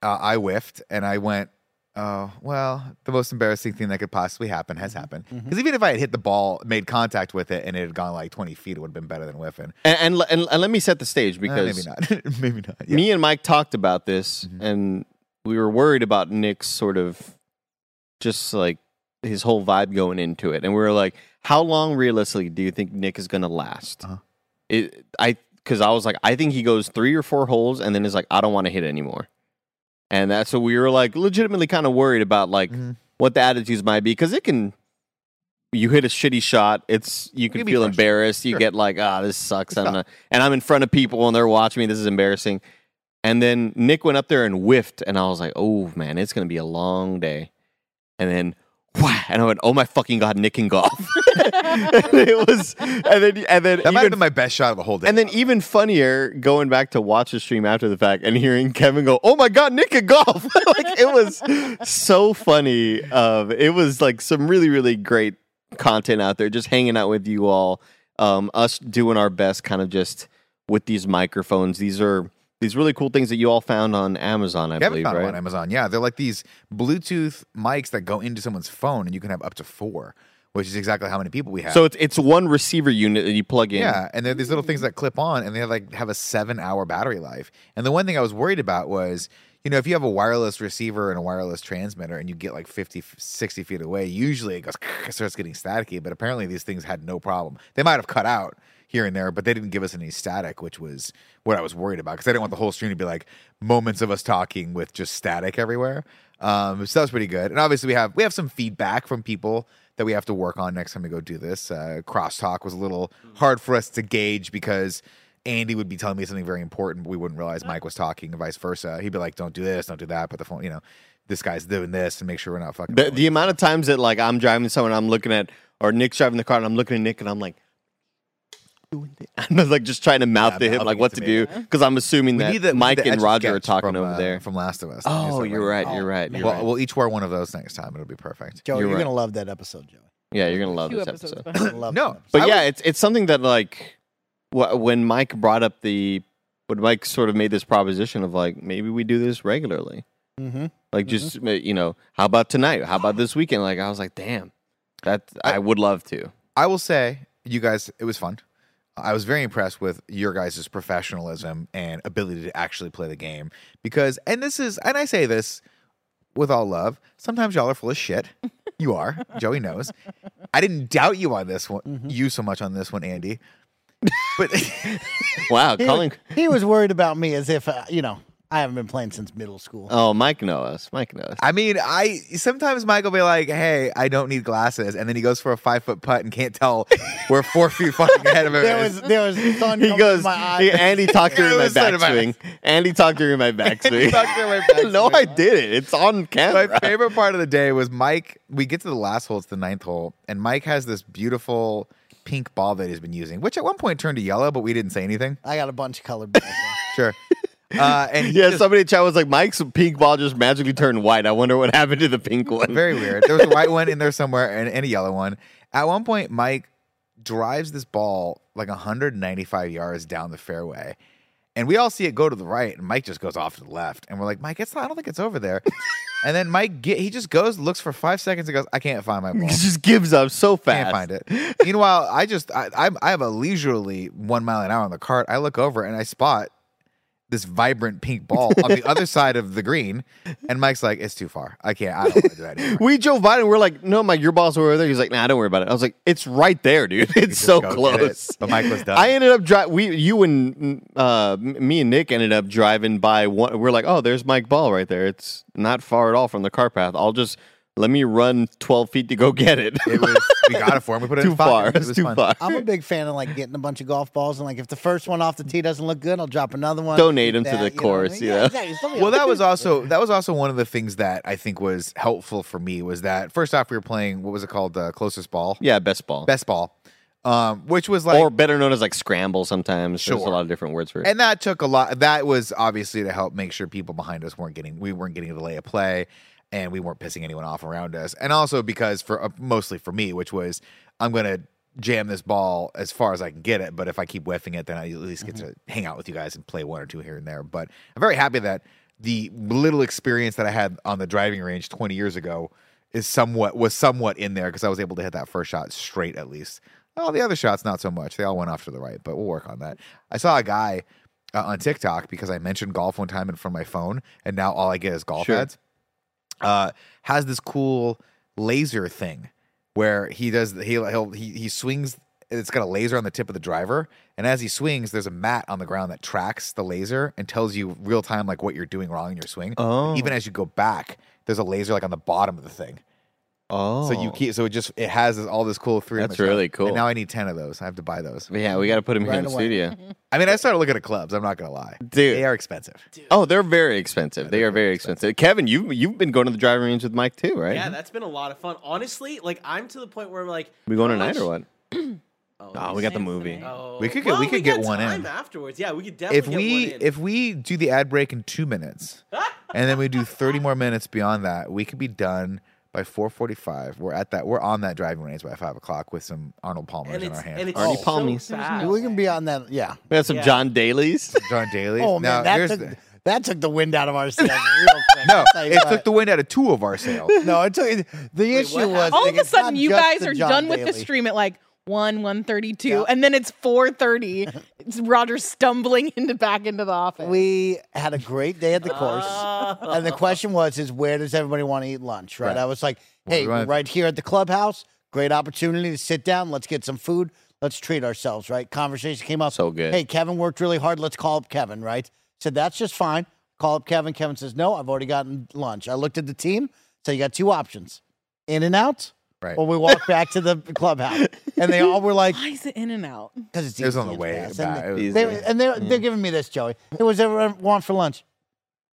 Speaker 1: uh, I whiffed and I went, oh, well, the most embarrassing thing that could possibly happen has
Speaker 3: Mm-hmm.
Speaker 1: happened. Because even if I had hit the ball, made contact with it, and it had gone like 20 feet, it would have been better than whiffing.
Speaker 3: and, and le- and and let me set the stage
Speaker 1: Eh,
Speaker 3: because
Speaker 1: maybe not. maybe not. Yeah. Mm-hmm.
Speaker 3: me and Mike talked about this, and we were worried about Nick's sort of just like his whole vibe going into it, and we were like, "How long realistically do you think Nick is going to last?"
Speaker 1: Uh-huh.
Speaker 3: It, I because I was like, I think he goes three or four holes, and then is like, I don't want to hit anymore, and that's what we were like, legitimately kind of worried about, like
Speaker 1: Mhm.
Speaker 3: what the attitudes might be, because it can you hit a shitty shot. It's you can
Speaker 1: can be
Speaker 3: feel
Speaker 1: frustrated.
Speaker 3: embarrassed. You get like, ah, this sucks. I'm not, and I'm in front of people and they're watching me. This is embarrassing. And then Nick went up there and whiffed, and I was like, oh man, it's gonna be a long day. And then. Wah, and I went, oh my fucking god, Nick and golf. it was, and then, and then,
Speaker 1: That might
Speaker 3: even
Speaker 1: have been my best shot of the whole day.
Speaker 3: and then even funnier, going back to watch the stream after the fact and hearing Kevin go, "Oh my God, Nick at golf!" like it was so funny. Um, it was like some really, really great content out there. Just hanging out with you all, um, us doing our best, kind of just with these microphones. These are these really cool things that you all found on Amazon, I
Speaker 1: Kevin
Speaker 3: believe,
Speaker 1: found
Speaker 3: right?
Speaker 1: them on Amazon. Yeah, they're like these Bluetooth mics that go into someone's phone, and you can have up to four, which is exactly how many people we have.
Speaker 3: So it's it's one receiver unit that you plug in.
Speaker 1: yeah, and they're these little things that clip on, and they like have a seven-hour battery life. And the one thing I was worried about was, you know, if you have a wireless receiver and a wireless transmitter, and you get like 50, 60 feet away, usually it goes it starts getting staticky. But apparently, these things had no problem. They might have cut out here and there, but they didn't give us any static, which was what I was worried about because I didn't want the whole stream to be like moments of us talking with just static everywhere. Um, so that was pretty good. And obviously, we have we have some feedback from people that we have to work on next time we go do this. Uh, crosstalk was a little hard for us to gauge because. Andy would be telling me something very important, but we wouldn't realize Mike was talking, and vice versa. He'd be like, "Don't do this, don't do that," but the phone, you know, this guy's doing this, and make sure we're not fucking.
Speaker 3: The, the amount of times that like I'm driving someone, I'm looking at, or Nick's driving the car, and I'm looking at Nick, and I'm like, doing thi- I'm like just trying to mouth to him
Speaker 1: mouthing
Speaker 3: like
Speaker 1: it
Speaker 3: what
Speaker 1: to me.
Speaker 3: to do because I'm assuming
Speaker 1: We
Speaker 3: that
Speaker 1: need the- we need
Speaker 3: Mike
Speaker 1: the
Speaker 3: and
Speaker 1: etch
Speaker 3: Roger are
Speaker 1: sketch
Speaker 3: talking
Speaker 1: from,
Speaker 3: over
Speaker 1: uh,
Speaker 3: there.
Speaker 1: from Last of Us. Is
Speaker 3: Oh,
Speaker 1: that
Speaker 3: you're right. You're right. You're
Speaker 1: We'll,
Speaker 3: right.
Speaker 1: we'll each wear one of those next time. It'll be perfect.
Speaker 2: Joe,
Speaker 3: You're
Speaker 2: you're,
Speaker 3: right.
Speaker 2: gonna love that episode, Joe.
Speaker 3: Yeah, you're gonna love
Speaker 4: Two
Speaker 3: this
Speaker 4: episodes
Speaker 3: episode.
Speaker 4: behind.
Speaker 2: Love
Speaker 1: No,
Speaker 2: that episode.
Speaker 3: But
Speaker 1: I
Speaker 3: yeah, it's it's something that like wh- when Mike brought up the when Mike sort of made this proposition of like maybe we do this regularly,
Speaker 2: Mhm.
Speaker 3: like
Speaker 1: Mm-hmm.
Speaker 3: just uh, you know how about tonight? How about this weekend? Like I was like, damn, that I would love to.
Speaker 1: I will say, you guys, it was fun. I was very impressed with your guys' professionalism and ability to actually play the game because, and this is, and I say this with all love, sometimes y'all are full of shit. You are. Joey knows. I didn't doubt you on this one,
Speaker 2: Mm-hmm.
Speaker 1: you so much on this one, Andy. But
Speaker 3: Wow,
Speaker 2: He,
Speaker 3: calling.
Speaker 2: was, he was worried about me as if uh, you know I haven't been playing since middle school.
Speaker 3: Oh, Mike knows. Mike knows.
Speaker 1: I mean, I sometimes Mike will be like, "Hey, I don't need glasses," and then he goes for a five foot putt and can't tell we're four feet fucking ahead of him.
Speaker 2: there was there was sun
Speaker 3: He
Speaker 2: coming
Speaker 3: goes.
Speaker 2: in my eye.
Speaker 3: He, Andy talked
Speaker 1: It
Speaker 3: during my
Speaker 1: was said about
Speaker 3: backswing. Andy talked during my backswing.
Speaker 1: Tucked in my back.
Speaker 3: no, I did it. It's on
Speaker 1: My
Speaker 3: camera.
Speaker 1: favorite part of the day was Mike. We get to the last hole, it's the ninth hole, and Mike has this beautiful pink ball that he's been using, which at one point turned to yellow, but we didn't say anything.
Speaker 2: I got a bunch of colored balls.
Speaker 1: Sure. Uh, and he
Speaker 3: Yeah,
Speaker 1: just-
Speaker 3: somebody in chat was like, Mike's pink ball just magically turned white. I wonder what happened to the pink one.
Speaker 1: very weird. There was a white one in there somewhere and, and a yellow one. At one point, Mike drives this ball like 195 yards down the fairway. And we all see it go to the right, and Mike just goes off to the left. And we're like, Mike, it's not, I don't think it's over there. and then Mike, get, he just goes, looks for five seconds, and goes, I can't find my ball.
Speaker 3: He just gives up so
Speaker 1: Can't
Speaker 3: fast.
Speaker 1: find it. Meanwhile, I just I, I'm, I have a leisurely one mile an hour on the cart. I look over and I spot this vibrant pink ball on the other side of the green, and Mike's like, "It's too far. I can't. I don't want to do that." Anymore.
Speaker 3: We Joe Biden, we're like, no, Mike, your ball's over there. He's like, nah, don't worry about it. I was like, it's right there, dude. It's
Speaker 1: just
Speaker 3: so
Speaker 1: go get
Speaker 3: close.
Speaker 1: it. But Mike was done.
Speaker 3: I ended up driving. We, you and uh, m- me and Nick ended up driving by one. We're like, oh, there's Mike Ball right there. It's not far at all from the car path. I'll just let me run 12 feet to go get it.
Speaker 1: It was we got it for him. We put it in
Speaker 3: too
Speaker 1: his pocket.
Speaker 3: far.
Speaker 1: It
Speaker 3: It's
Speaker 1: was
Speaker 3: too
Speaker 1: fun.
Speaker 3: far.
Speaker 2: I'm a big fan of like getting a bunch of golf balls and like if the first one off the tee doesn't look good, I'll drop another one.
Speaker 3: Donate
Speaker 2: keep
Speaker 3: them to the
Speaker 2: you know what
Speaker 3: course, you know?
Speaker 2: exactly. Something
Speaker 1: Well,
Speaker 2: like
Speaker 1: that was also that was also one of the things that I think was helpful for me was that first off we were playing what was it called the closest ball
Speaker 3: Yeah, best ball.
Speaker 1: best ball, um, which was like
Speaker 3: or better known as like scramble sometimes. There's a
Speaker 1: Sure.
Speaker 3: lot of different words for it.
Speaker 1: and that took a lot that was obviously to help make sure people behind us weren't getting we weren't getting a delay of play and we weren't pissing anyone off around us and also because for uh, mostly for me which was i'm gonna jam this ball as far as i can get it but if i keep whiffing it then i at least get to hang out with you guys and play one or two here and there but i'm very happy that the little experience that i had on the driving range 20 years ago is somewhat was somewhat in there because i was able to hit that first shot straight at least all the other shots, not so much. They all went off to the right, but we'll work on that. I saw a guy uh, on TikTok because I mentioned golf one time in front of my phone, and now all I get is golf
Speaker 3: Sure.
Speaker 1: ads. Uh, has this cool laser thing where he does he he'll, he he swings. It's got a laser on the tip of the driver, and as he swings, there's a mat on the ground that tracks the laser and tells you real time like what you're doing wrong in your swing.
Speaker 3: Oh.
Speaker 1: Even as you go back, there's a laser like on the bottom of the thing.
Speaker 3: Oh,
Speaker 1: So you keep so it just it has this, all this cool three.
Speaker 3: That's really cool.
Speaker 1: And now I need ten of those. I have to buy those.
Speaker 3: Yeah, we got to put him here
Speaker 2: Right
Speaker 3: in the
Speaker 2: away.
Speaker 3: studio,
Speaker 1: I mean, I started looking at clubs. I'm not gonna lie. They
Speaker 3: dude.
Speaker 1: are expensive.
Speaker 3: Oh, they're very expensive. they are very expensive. Kevin, you you've been going to the driving range with Mike too, right?
Speaker 5: Yeah, that's been a lot of fun. Honestly, like I'm to the point where I'm like,
Speaker 3: we going
Speaker 5: how
Speaker 3: tonight
Speaker 5: much-
Speaker 3: or what?
Speaker 5: Oh,
Speaker 3: Oh, we got the movie.
Speaker 5: oh.
Speaker 1: We could get-
Speaker 5: Well,
Speaker 1: we could get
Speaker 5: got
Speaker 1: one in.
Speaker 5: time afterwards. Yeah, we could definitely
Speaker 1: If we
Speaker 5: get one in.
Speaker 1: if we do the ad break in two minutes, and then we do thirty more minutes beyond that, we could be done by four forty five. We're at that. We're on that driving range by five o'clock with some Arnold Palmer's
Speaker 5: and
Speaker 1: in our
Speaker 5: it's,
Speaker 1: hand.
Speaker 5: and it's
Speaker 3: Arnie
Speaker 5: so
Speaker 3: Palmies.
Speaker 5: fast.
Speaker 2: We can be on that. Ah, Yeah.
Speaker 3: We got some
Speaker 5: Yeah.
Speaker 3: John Daly's.
Speaker 1: John Daly.
Speaker 2: Oh
Speaker 1: now,
Speaker 2: man, that
Speaker 1: here's
Speaker 2: took,
Speaker 1: the-
Speaker 2: that took the wind out of our sails. real quick.
Speaker 1: no,
Speaker 2: I'll tell you
Speaker 1: it
Speaker 2: what.
Speaker 1: took the wind out of two of our sales.
Speaker 2: no. It took the issue
Speaker 5: what
Speaker 2: was
Speaker 5: happened?
Speaker 4: All
Speaker 2: like,
Speaker 4: of a
Speaker 2: it's not
Speaker 4: sudden, you
Speaker 2: just
Speaker 4: guys
Speaker 2: the
Speaker 4: are
Speaker 2: John
Speaker 4: done with the
Speaker 2: Daly.
Speaker 4: stream at like one one thirty two,
Speaker 2: Yeah.
Speaker 4: and then it's four thirty. It's Roger stumbling into back into the office.
Speaker 2: We had a great day at the course.
Speaker 5: Ah.
Speaker 2: and the question was is where does everybody want to eat lunch right,
Speaker 1: Right.
Speaker 2: i was like
Speaker 1: do
Speaker 2: hey
Speaker 1: you
Speaker 2: we're
Speaker 1: want?
Speaker 2: right here at the clubhouse great opportunity to sit down let's get some food let's treat ourselves right conversation came up
Speaker 3: So good.
Speaker 2: hey kevin worked really hard let's call up kevin right said that's just fine call up kevin kevin says no i've already gotten lunch i looked at the team so you got two options in and out
Speaker 1: Right.
Speaker 2: or we walked back to the clubhouse and they all were like
Speaker 4: Why is it in and out?
Speaker 2: because it's
Speaker 1: It was on
Speaker 2: easy,
Speaker 1: the
Speaker 2: it's
Speaker 1: way
Speaker 2: fast." And
Speaker 1: back.
Speaker 2: they-
Speaker 1: It was-
Speaker 3: Easy.
Speaker 2: they, and they're, they're giving me this joey it was everyone want for lunch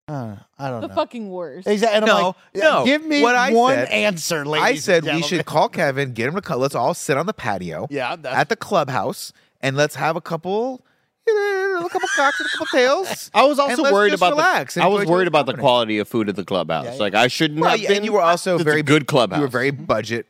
Speaker 2: uh, i don't
Speaker 4: The
Speaker 2: know
Speaker 4: fucking worst.
Speaker 2: Exactly. And I'm
Speaker 1: No,
Speaker 2: like,
Speaker 1: no.
Speaker 2: Give me
Speaker 1: What I
Speaker 2: one
Speaker 1: said-
Speaker 2: answer, ladies.
Speaker 1: I said
Speaker 2: and
Speaker 1: we should
Speaker 2: gentlemen.
Speaker 1: call Kevin, get him to come. Let's all sit on the patio
Speaker 2: Yeah, that's,
Speaker 1: at the clubhouse and let's have a couple, you know, a couple cocks and a couple tails.
Speaker 3: I was
Speaker 1: And
Speaker 3: also
Speaker 1: let's
Speaker 3: worried
Speaker 1: just
Speaker 3: about
Speaker 1: relax
Speaker 3: the.
Speaker 1: and
Speaker 3: I
Speaker 1: enjoy each
Speaker 3: was
Speaker 1: other's
Speaker 3: worried about the
Speaker 1: company.
Speaker 3: quality of food at the clubhouse.
Speaker 2: Yeah, yeah.
Speaker 3: Like I shouldn't
Speaker 1: Well,
Speaker 3: have
Speaker 1: yeah,
Speaker 3: been.
Speaker 1: and you were also
Speaker 3: It's a
Speaker 1: very
Speaker 3: good clubhouse.
Speaker 1: You were very budget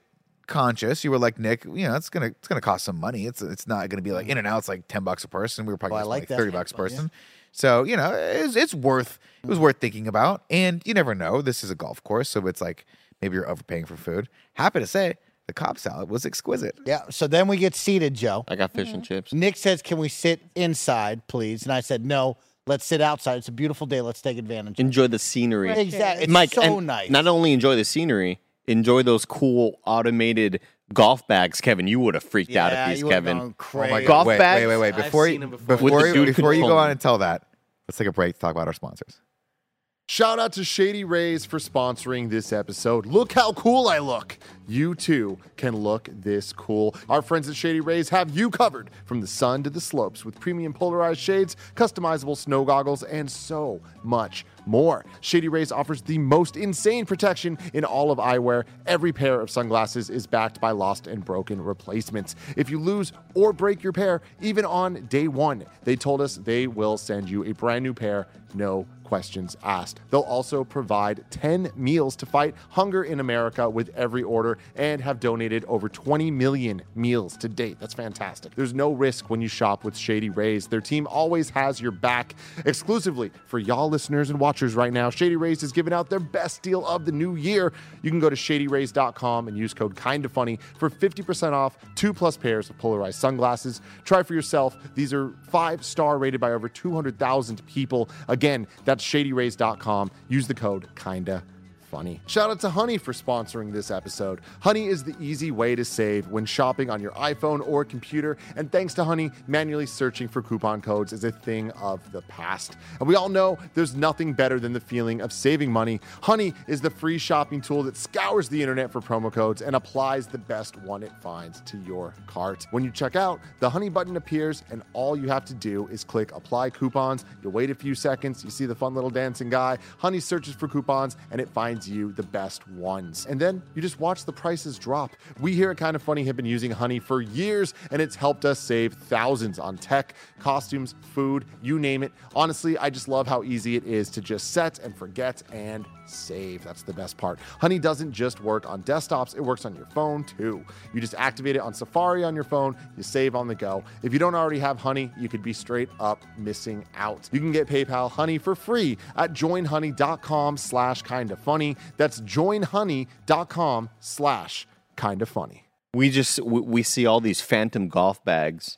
Speaker 1: conscious. You were like Nick, you know, it's gonna it's gonna cost some money. It's it's not gonna be like in and out. It's like ten bucks a person. We were probably
Speaker 2: Oh, I
Speaker 1: gonna
Speaker 2: like
Speaker 1: spend
Speaker 2: that.
Speaker 1: like thirty bucks a person. So you know, it's, it's worth it was worth thinking about. And you never know. This is a golf course, so it's like maybe you're overpaying for food. Happy to say, the cob salad was exquisite.
Speaker 2: yeah. So then we get seated, Joe.
Speaker 3: I got fish and chips.
Speaker 2: Nick says, "Can we sit inside, please?" And I said, "No, let's sit outside. It's a beautiful day. Let's take advantage." of
Speaker 3: Enjoy the scenery.
Speaker 2: it. Exactly. It's
Speaker 3: Mike,
Speaker 2: so
Speaker 3: and
Speaker 2: nice.
Speaker 3: Not only enjoy the scenery, enjoy those cool automated golf bags, Kevin. You would have freaked out
Speaker 2: Yeah,
Speaker 3: at these,
Speaker 2: you would've
Speaker 3: Kevin.
Speaker 2: gone crazy.
Speaker 3: Golf
Speaker 1: wait,
Speaker 3: bags.
Speaker 1: Wait, wait, wait.
Speaker 5: I've
Speaker 1: Before
Speaker 5: seen
Speaker 1: you,
Speaker 5: 'em before.
Speaker 1: before,
Speaker 3: With the
Speaker 1: you,
Speaker 3: dude
Speaker 1: before you go
Speaker 3: controlling.
Speaker 1: on and tell that, let's take a break to talk about our sponsors.
Speaker 6: Shout out to Shady Rays for sponsoring this episode. Look how cool I look. You too can look this cool. Our friends at Shady Rays have you covered from the sun to the slopes with premium polarized shades, customizable snow goggles, and so much more. Shady Rays offers the most insane protection in all of eyewear. Every pair of sunglasses is backed by lost and broken replacements. If you lose or break your pair, even on day one, they told us they will send you a brand new pair, no questions asked. They'll also provide 10 meals to fight hunger in America with every order and have donated over 20 million meals to date. That's fantastic. There's no risk when you shop with Shady Rays. Their team always has your back. Exclusively for y'all listeners and watchers right now, Shady Rays is giving out their best deal of the new year. You can go to shadyrays.com and use code KINDAFUNNY for 50% off two plus pairs of polarized sunglasses. Try for yourself. These are five star rated by over 200,000 people. Again, that's shadyrays.com. Use the code KINDA. Funny. Shout out to Honey for sponsoring this episode. Honey is the easy way to save when shopping on your iPhone or computer, and thanks to Honey, manually searching for coupon codes is a thing of the past. And we all know there's nothing better than the feeling of saving money. Honey is the free shopping tool that scours the internet for promo codes and applies the best one it finds to your cart. When you check out, the Honey button appears, and all you have to do is click apply coupons. You wait a few seconds, you see the fun little dancing guy. Honey searches for coupons and it finds you the best ones. And then you just watch the prices drop. We here at Kind of Funny have been using Honey for years, and it's helped us save thousands on tech, costumes, food, you name it. Honestly, I just love how easy it is to just set and forget and save. That's the best part. Honey doesn't just work on desktops, it works on your phone too. You just activate it on Safari on your phone, you save on the go. If you don't already have Honey, you could be straight up missing out. You can get PayPal Honey for free at joinhoney.com slash kinda funny. That's joinhoney.com slash kinda funny.
Speaker 3: We just we, we see all these phantom golf bags.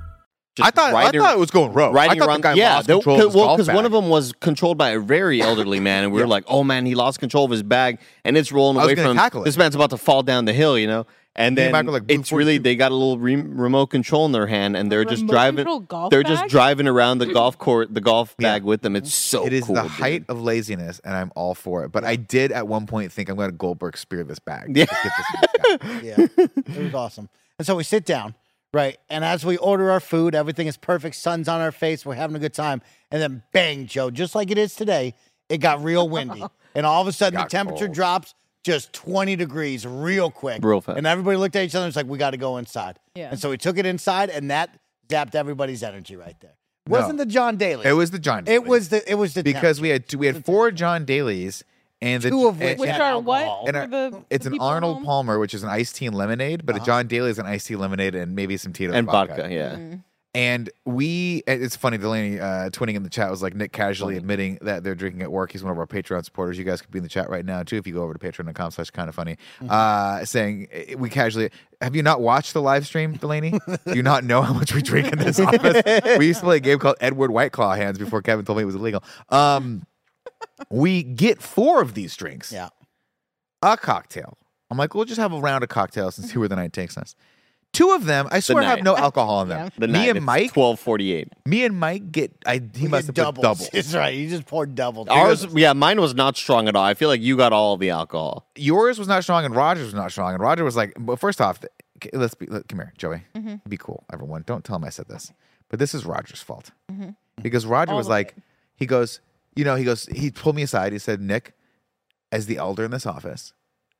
Speaker 3: Just
Speaker 1: I thought
Speaker 3: riding-
Speaker 1: I thought it was going rogue. I
Speaker 3: riding
Speaker 1: thought
Speaker 3: around.
Speaker 1: the guy
Speaker 3: yeah,
Speaker 1: lost
Speaker 3: they-
Speaker 1: control of his
Speaker 3: well,
Speaker 1: golf
Speaker 3: one
Speaker 1: bag.
Speaker 3: of them was controlled by a very elderly man, and we were like, "Oh man, he lost control of his bag, and it's rolling
Speaker 1: I was
Speaker 3: away
Speaker 1: gonna
Speaker 3: from
Speaker 1: tackle it.
Speaker 3: this man's about to fall down the hill," you know. And
Speaker 1: Came
Speaker 3: then
Speaker 1: back with, like, Blue
Speaker 3: it's really
Speaker 1: 42.
Speaker 3: they got a little re- remote control in their hand, and they're just
Speaker 4: remote
Speaker 3: driving.
Speaker 4: control golf
Speaker 3: They're just
Speaker 4: bag?
Speaker 3: driving around the golf court, the golf bag with them. It's so
Speaker 1: It is
Speaker 3: Oh, cool,
Speaker 1: the
Speaker 3: dude.
Speaker 1: height of laziness, and I'm all for it. But I did at one point think I'm going to Goldberg spear this bag. Yeah.
Speaker 2: Yeah, it was awesome. And so we sit down, right? And as we order our food, everything is perfect. Sun's on our face. We're having a good time. And then bang, Joe, just like it is today, it got real windy. and all of a sudden, the
Speaker 1: Got
Speaker 2: temperature
Speaker 1: cold.
Speaker 2: drops just 20 degrees real quick.
Speaker 3: Real fast.
Speaker 2: And everybody looked at each other and was like, we got to go inside.
Speaker 4: Yeah.
Speaker 2: And so we took it inside, and that zapped everybody's energy right there. Wasn't the John Daly.
Speaker 1: It was the John.
Speaker 2: It
Speaker 1: Daly.
Speaker 2: was the it was the
Speaker 1: because
Speaker 2: temperature.
Speaker 1: we had two, we had four John Dailies and the
Speaker 2: Two of
Speaker 1: and-
Speaker 2: which
Speaker 4: Which
Speaker 2: had
Speaker 4: are what?
Speaker 2: alcohol.
Speaker 1: and
Speaker 4: For
Speaker 1: a-
Speaker 4: the-
Speaker 1: it's
Speaker 4: the
Speaker 1: an
Speaker 4: people at
Speaker 1: Arnold
Speaker 4: home?
Speaker 1: Palmer, which is an iced tea and lemonade, but a John Daly is an iced tea lemonade and maybe some Tito's
Speaker 3: and vodka. Yeah,
Speaker 4: Mm-hmm.
Speaker 1: And we, and it's funny, Delaney uh, twinning in the chat was like Nick casually admitting that they're drinking at work. He's one of our Patreon supporters. You guys could be in the chat right now too if you go over to patreon.com slash kind of funny. Uh, saying eh, we casually, have you not watched the live stream, Delaney? Do you not know how much we drink in this office? We used to play a game called Edward Whiteclaw Hands before Kevin told me it was illegal. Um, we get four of these drinks
Speaker 2: yeah.
Speaker 1: a cocktail. I'm like, we'll just have a round of cocktails and see where the night takes us. Two of them, I swear, have
Speaker 3: night.
Speaker 1: no alcohol in them.
Speaker 3: the
Speaker 1: Me
Speaker 3: night,
Speaker 1: and Mike,
Speaker 3: twelve forty eight.
Speaker 1: me and Mike get. I he
Speaker 2: We
Speaker 1: must have
Speaker 2: did
Speaker 1: double. doubles.
Speaker 2: doubles. That's right. You just poured double.
Speaker 3: Ours, yeah, mine was not strong at all. I feel like you got all the alcohol.
Speaker 1: Yours was not strong, and Rogers was not strong. And Roger was like, "But first off, th- k- let's be. Let, come here, Joey.
Speaker 4: Mm-hmm.
Speaker 1: Be cool, everyone. Don't tell him I said this, but this is Roger's fault because Roger
Speaker 4: Mm-hmm. All
Speaker 1: was
Speaker 4: of
Speaker 1: like, he goes, you know, he goes, he pulled me aside. He said, Nick, as the elder in this office,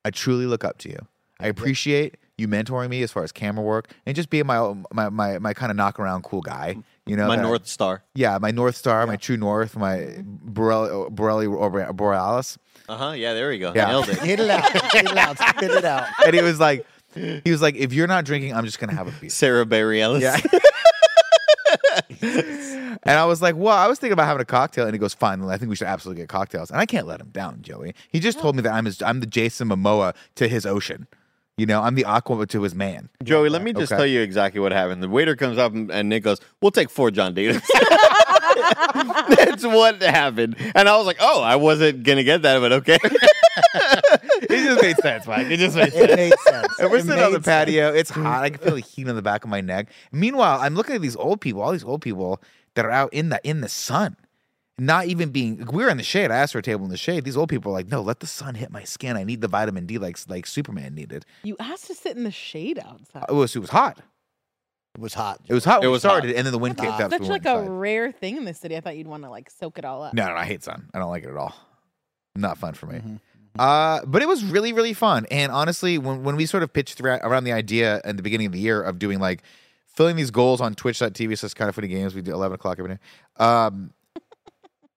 Speaker 1: I truly look up to you. I appreciate you mentoring me as far as camera work and just being my my my, my kind of knock around cool guy. You know,
Speaker 3: My
Speaker 1: that I-
Speaker 3: North Star.
Speaker 1: yeah, my North Star, my true north, my Borelli, Borelli or Borealis.
Speaker 3: Uh huh. Yeah, there we go.
Speaker 1: Yeah.
Speaker 3: Nailed it.
Speaker 2: Hit it out. Hit it out. Spit it out.
Speaker 1: and he was like, he was like, if you're not drinking, I'm just gonna have a beer.
Speaker 3: Sarah Bareilles.
Speaker 1: Yeah. And I was like, well, I was thinking about having a cocktail, and he goes, fine. I think we should absolutely get cocktails. And I can't let him down, Joey. He just told me that I'm his, I'm the Jason Momoa to his ocean. You know, I'm the Aqua to his man.
Speaker 3: Joey, let me just
Speaker 1: Okay.
Speaker 3: tell you exactly what happened. The waiter comes up and, and Nick goes, "We'll take four John Davis." That's what happened, and I was like, "Oh, I wasn't gonna get that, but okay."
Speaker 1: It just made sense, Mike. It just made
Speaker 2: It made sense.
Speaker 1: And we're
Speaker 2: It
Speaker 1: sitting on the
Speaker 2: made
Speaker 1: patio. It's hot. I can feel the heat on the back of my neck. Meanwhile, I'm looking at these old people, all these old people that are out in the in the sun, not even being. We were in the shade. I asked for a table in the shade. These old people are like, no, let the sun hit my skin. I need the vitamin D, like like Superman needed.
Speaker 4: You asked to sit in the shade outside.
Speaker 1: It was it was hot.
Speaker 2: It was hot.
Speaker 1: It was hot. When
Speaker 3: It
Speaker 1: it
Speaker 3: was
Speaker 1: started, and then the wind
Speaker 4: That's
Speaker 1: kicked up. so
Speaker 4: such
Speaker 1: we
Speaker 4: like
Speaker 1: went
Speaker 4: a
Speaker 1: inside.
Speaker 4: rare thing in this city. I thought you'd want to like soak it all up.
Speaker 1: No, no, I hate sun. I don't like it at all. Not fun for me.
Speaker 4: Mm-hmm.
Speaker 1: Uh, but it was really, really fun. And honestly, when, when we sort of pitched throughout, around the idea at the beginning of the year of doing like filling these goals on twitch.tv, so it's kind of funny games. We do 11 o'clock every day. Um,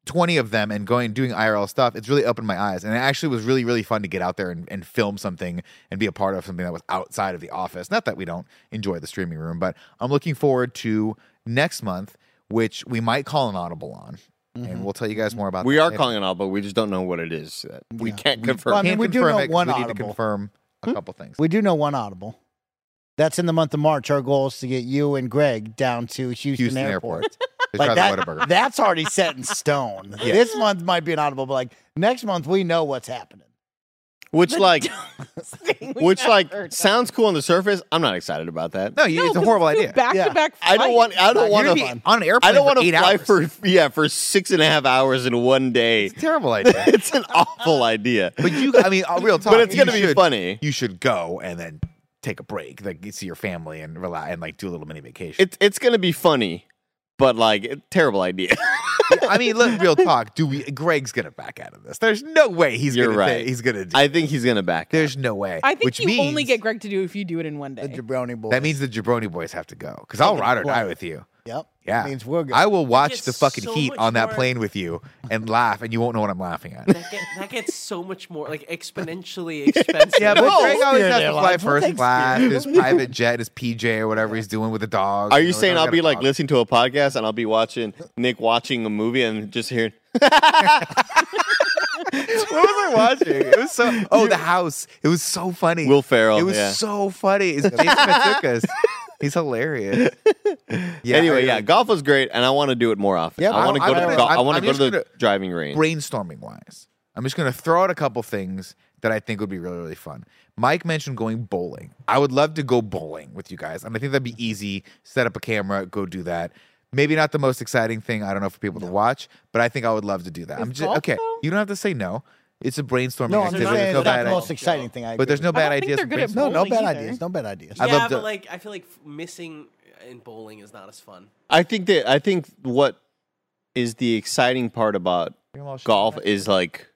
Speaker 1: 20 of them and going doing IRL stuff, it's really opened my eyes. And it actually was really, really fun to get out there and, and film something and be a part of something that was outside of the office. Not that we don't enjoy the streaming room, but I'm looking forward to next month, which we might call an audible on. And we'll tell you guys more about
Speaker 3: Mm-hmm. we
Speaker 1: that
Speaker 3: are
Speaker 1: later.
Speaker 3: calling it all, but we just don't know what it is. yet. We can't confirm.
Speaker 2: Well, I mean,
Speaker 1: Can't
Speaker 2: we do
Speaker 1: confirm
Speaker 2: know
Speaker 1: it 'cause
Speaker 2: one
Speaker 1: we need to
Speaker 2: audible.
Speaker 1: confirm a
Speaker 3: Hmm?
Speaker 1: couple things.
Speaker 2: We do know one audible. That's in the month of March. Our goal is to get you and Greg down to Houston,
Speaker 1: Houston
Speaker 2: Airport.
Speaker 1: Airport. They tried
Speaker 2: Like
Speaker 1: the
Speaker 2: that,
Speaker 1: Whataburger.
Speaker 2: that's already set in stone.
Speaker 1: Yeah.
Speaker 2: This month might be an audible, but like next month we know what's happening.
Speaker 3: which like,
Speaker 4: Thing we
Speaker 3: which
Speaker 4: never
Speaker 3: like
Speaker 4: heard of.
Speaker 3: sounds cool on the surface. I'm not excited about that.
Speaker 1: No, you,
Speaker 4: No,
Speaker 1: it's a
Speaker 4: 'cause
Speaker 1: horrible
Speaker 4: two
Speaker 1: idea.
Speaker 4: Back-to-back
Speaker 3: I don't want. I don't
Speaker 2: You're
Speaker 3: want
Speaker 1: You're
Speaker 2: wanna-
Speaker 1: gonna
Speaker 3: to.
Speaker 1: be on an airplane.
Speaker 3: I don't
Speaker 1: want to
Speaker 3: fly
Speaker 1: hours.
Speaker 3: for yeah for six and a half hours in one day.
Speaker 1: It's a terrible idea.
Speaker 3: It's an awful idea.
Speaker 1: But you, I mean, uh, real talk.
Speaker 3: But it's
Speaker 1: you
Speaker 3: gonna be
Speaker 1: should-
Speaker 3: funny.
Speaker 1: You should go and then take a break, like you see your family and relax and like do a little mini vacation.
Speaker 3: It's it's gonna be funny, but like a terrible idea.
Speaker 1: I mean, look, real talk. Do we? Greg's gonna back out of this. There's no way he's
Speaker 3: You're
Speaker 1: gonna.
Speaker 3: right.
Speaker 1: ta- he's gonna. Do,
Speaker 3: I think he's gonna back. out.
Speaker 1: there's no way.
Speaker 4: I think
Speaker 1: Which
Speaker 4: you
Speaker 1: means,
Speaker 4: only get Greg to do if you do it in one
Speaker 2: The
Speaker 4: day.
Speaker 2: jabroni boy.
Speaker 1: That means the Jabroni boys have to go because I'll ride or die
Speaker 2: flight.
Speaker 1: with you.
Speaker 2: yep.
Speaker 1: Yeah,
Speaker 2: That means we're good.
Speaker 1: I will watch
Speaker 5: gets
Speaker 1: the fucking
Speaker 5: so
Speaker 1: heat
Speaker 5: much
Speaker 1: on that
Speaker 5: more-
Speaker 1: plane with you and laugh, and you won't know what I'm laughing at.
Speaker 5: That, get, that gets so much more like exponentially expensive.
Speaker 1: Yeah, but Greg always has to
Speaker 2: Spirit
Speaker 1: fly
Speaker 2: Airlines. We'll
Speaker 1: first
Speaker 2: take
Speaker 1: class,
Speaker 2: Spirit.
Speaker 1: his private jet, his PJ, or whatever he's doing with the dog.
Speaker 3: Are
Speaker 1: know,
Speaker 3: you saying
Speaker 1: don't
Speaker 3: I'll
Speaker 1: get
Speaker 3: be
Speaker 1: a
Speaker 3: like
Speaker 1: dog.
Speaker 3: listening to a podcast and I'll be watching Nick watching a movie and just hearing
Speaker 1: what was I watching? It was so. Oh, the house. It was so funny.
Speaker 3: Will Ferrell,
Speaker 1: It was
Speaker 3: yeah.
Speaker 1: so funny. It's Jason Mantzoukas. He's hilarious. Yeah,
Speaker 3: anyway,
Speaker 1: I-
Speaker 3: yeah, golf was great, and I want to do it more often.
Speaker 1: Yeah,
Speaker 3: I want to
Speaker 1: I-
Speaker 3: go
Speaker 1: I'm
Speaker 3: to
Speaker 1: gonna-
Speaker 3: go- I
Speaker 1: I'm-
Speaker 3: want
Speaker 1: I'm
Speaker 3: to go
Speaker 1: just
Speaker 3: to the
Speaker 1: gonna-
Speaker 3: driving range.
Speaker 1: brainstorming wise, I'm just going to throw out a couple things that I think would be really, really fun. Mike mentioned going bowling. I would love to go bowling with you guys. And I think that'd be easy. Set up a camera, go do that. Maybe not the most exciting thing, I don't know, for people to watch, but I think I would love to do that. I'm just
Speaker 4: golf,
Speaker 1: okay.
Speaker 4: though?
Speaker 1: You don't have to say no. It's a brainstorming
Speaker 2: No, I'm
Speaker 1: activity.
Speaker 2: just
Speaker 1: There's
Speaker 5: not-
Speaker 2: saying
Speaker 1: no bad
Speaker 2: it's not the
Speaker 1: idea.
Speaker 2: most exciting thing. I
Speaker 1: But there's no
Speaker 4: don't
Speaker 1: bad
Speaker 4: think
Speaker 1: ideas.
Speaker 4: they're
Speaker 1: in
Speaker 4: good at
Speaker 1: brainstorming.
Speaker 2: no no
Speaker 4: bowling
Speaker 2: bad
Speaker 4: either.
Speaker 2: ideas. No bad ideas.
Speaker 1: I
Speaker 5: yeah,
Speaker 1: love
Speaker 5: but
Speaker 1: to-
Speaker 5: like I feel like f- missing in bowling is not as fun.
Speaker 3: I think that I think what is the exciting part about golf is like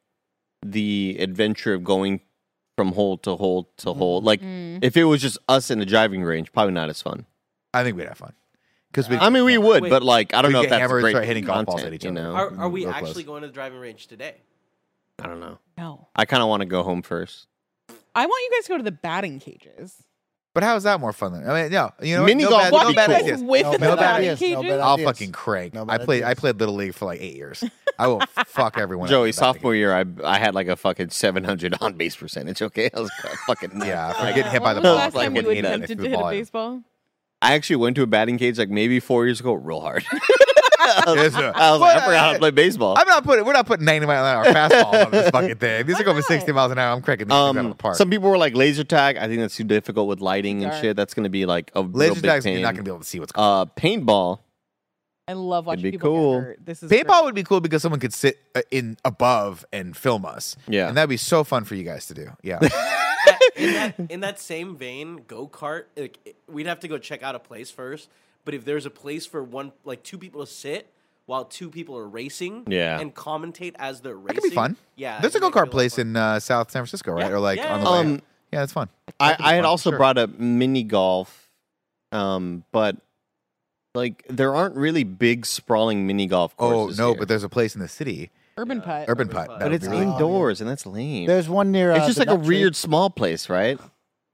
Speaker 3: the adventure of going from hole to hole to hole. Like if it was just us in the driving range, probably not as fun.
Speaker 1: I think we'd have fun. Because we
Speaker 3: I mean, we would,
Speaker 5: Wait.
Speaker 3: but like I don't
Speaker 1: We'd
Speaker 3: know
Speaker 1: get
Speaker 3: if that's
Speaker 1: hammered and
Speaker 3: great.
Speaker 1: start hitting golf balls
Speaker 3: content,
Speaker 1: at each
Speaker 3: you
Speaker 1: other.
Speaker 3: know?
Speaker 1: Our-
Speaker 5: Are, are we
Speaker 1: Oh, mm, real
Speaker 5: actually
Speaker 1: close.
Speaker 5: going to the driving range today?
Speaker 3: I don't know.
Speaker 4: No.
Speaker 3: I kind of want to go home first.
Speaker 4: I want you guys to go to the batting cages.
Speaker 1: But how is that more fun than I mean, no, you know, what?
Speaker 3: Mini
Speaker 1: no
Speaker 3: golf
Speaker 1: bad,
Speaker 3: would
Speaker 1: no
Speaker 3: be
Speaker 4: Walk
Speaker 1: bad
Speaker 3: cool.
Speaker 4: you
Speaker 1: ideas.
Speaker 4: guys with
Speaker 2: No
Speaker 4: the
Speaker 1: bad
Speaker 4: batting
Speaker 2: ideas, no
Speaker 4: cages.
Speaker 2: bad
Speaker 1: I'll
Speaker 2: ideas.
Speaker 1: fucking crank.
Speaker 2: No
Speaker 1: I
Speaker 2: bad
Speaker 1: played. I
Speaker 2: ideas.
Speaker 1: played little league for like eight years. I will fuck everyone. up
Speaker 3: Joey,
Speaker 1: in that
Speaker 3: sophomore year, I I had like a fucking 700 on base percentage. Okay, I was fucking
Speaker 1: thing. Yeah,
Speaker 3: nuts.
Speaker 1: for
Speaker 3: Like,
Speaker 1: getting hit by the
Speaker 4: When
Speaker 1: ball.
Speaker 4: was last
Speaker 1: I
Speaker 4: time you
Speaker 1: wouldn't hit it
Speaker 4: attempted
Speaker 1: if
Speaker 4: to
Speaker 1: the
Speaker 4: hit a
Speaker 1: ball-
Speaker 4: baseball?
Speaker 3: I actually went to a batting cage like maybe four years ago, real hard. I was,
Speaker 1: Yes, sir.
Speaker 3: I was like, I
Speaker 1: But
Speaker 3: forgot how to play baseball.
Speaker 1: I'm not putting. We're not putting 90 mile an hour fastball on this fucking thing. These are going
Speaker 4: not?
Speaker 1: 60 miles an hour. I'm cranking these things out of
Speaker 3: Um,
Speaker 1: the park.
Speaker 3: some people were like laser tag. I think that's too difficult with lighting and
Speaker 4: Dark.
Speaker 3: shit. That's gonna be like a real
Speaker 1: Laser
Speaker 3: big
Speaker 1: tags,
Speaker 3: pain.
Speaker 1: you're not going to be able to see what's going.
Speaker 3: uh, paintball.
Speaker 4: I love watching
Speaker 3: be
Speaker 4: people
Speaker 3: cool.
Speaker 4: get hurt. This is
Speaker 1: on. Paintball
Speaker 4: great.
Speaker 1: would be cool because someone could sit uh, in above and film us.
Speaker 3: Yeah.
Speaker 1: and that'd be so fun for you guys to do. Yeah,
Speaker 5: in, that, in that same vein, go kart. Like, it- we'd have to go check out a place first. But if there's a place for one, like two people to sit while two people are racing,
Speaker 3: Yeah.
Speaker 5: and commentate as they're racing,
Speaker 1: that could be fun.
Speaker 5: Yeah,
Speaker 1: there's a
Speaker 5: it'd
Speaker 1: go
Speaker 5: make it
Speaker 1: kart
Speaker 5: lot
Speaker 1: place
Speaker 5: fun.
Speaker 1: in uh, South San Francisco, right?
Speaker 5: Yeah.
Speaker 1: Or like
Speaker 5: Yeah,
Speaker 1: on the
Speaker 5: yeah,
Speaker 1: way.
Speaker 3: yeah.
Speaker 1: up. Oh, yeah, that's fun.
Speaker 3: I, I had
Speaker 1: fun,
Speaker 3: also
Speaker 1: sure.
Speaker 3: brought up mini golf, um, but like there aren't really big sprawling mini golf
Speaker 1: Oh
Speaker 3: courses.
Speaker 1: no,
Speaker 3: here.
Speaker 1: but there's a place in the city,
Speaker 4: Urban Putt.
Speaker 1: Urban Putt.
Speaker 5: Putt.
Speaker 1: that
Speaker 3: but
Speaker 1: would
Speaker 3: it's
Speaker 1: be really-
Speaker 3: indoors and that's lame.
Speaker 2: There's one near.
Speaker 3: it's
Speaker 2: uh,
Speaker 3: just
Speaker 2: the
Speaker 3: like a
Speaker 2: Duck Tree.
Speaker 3: weird small place, right?
Speaker 4: Oh,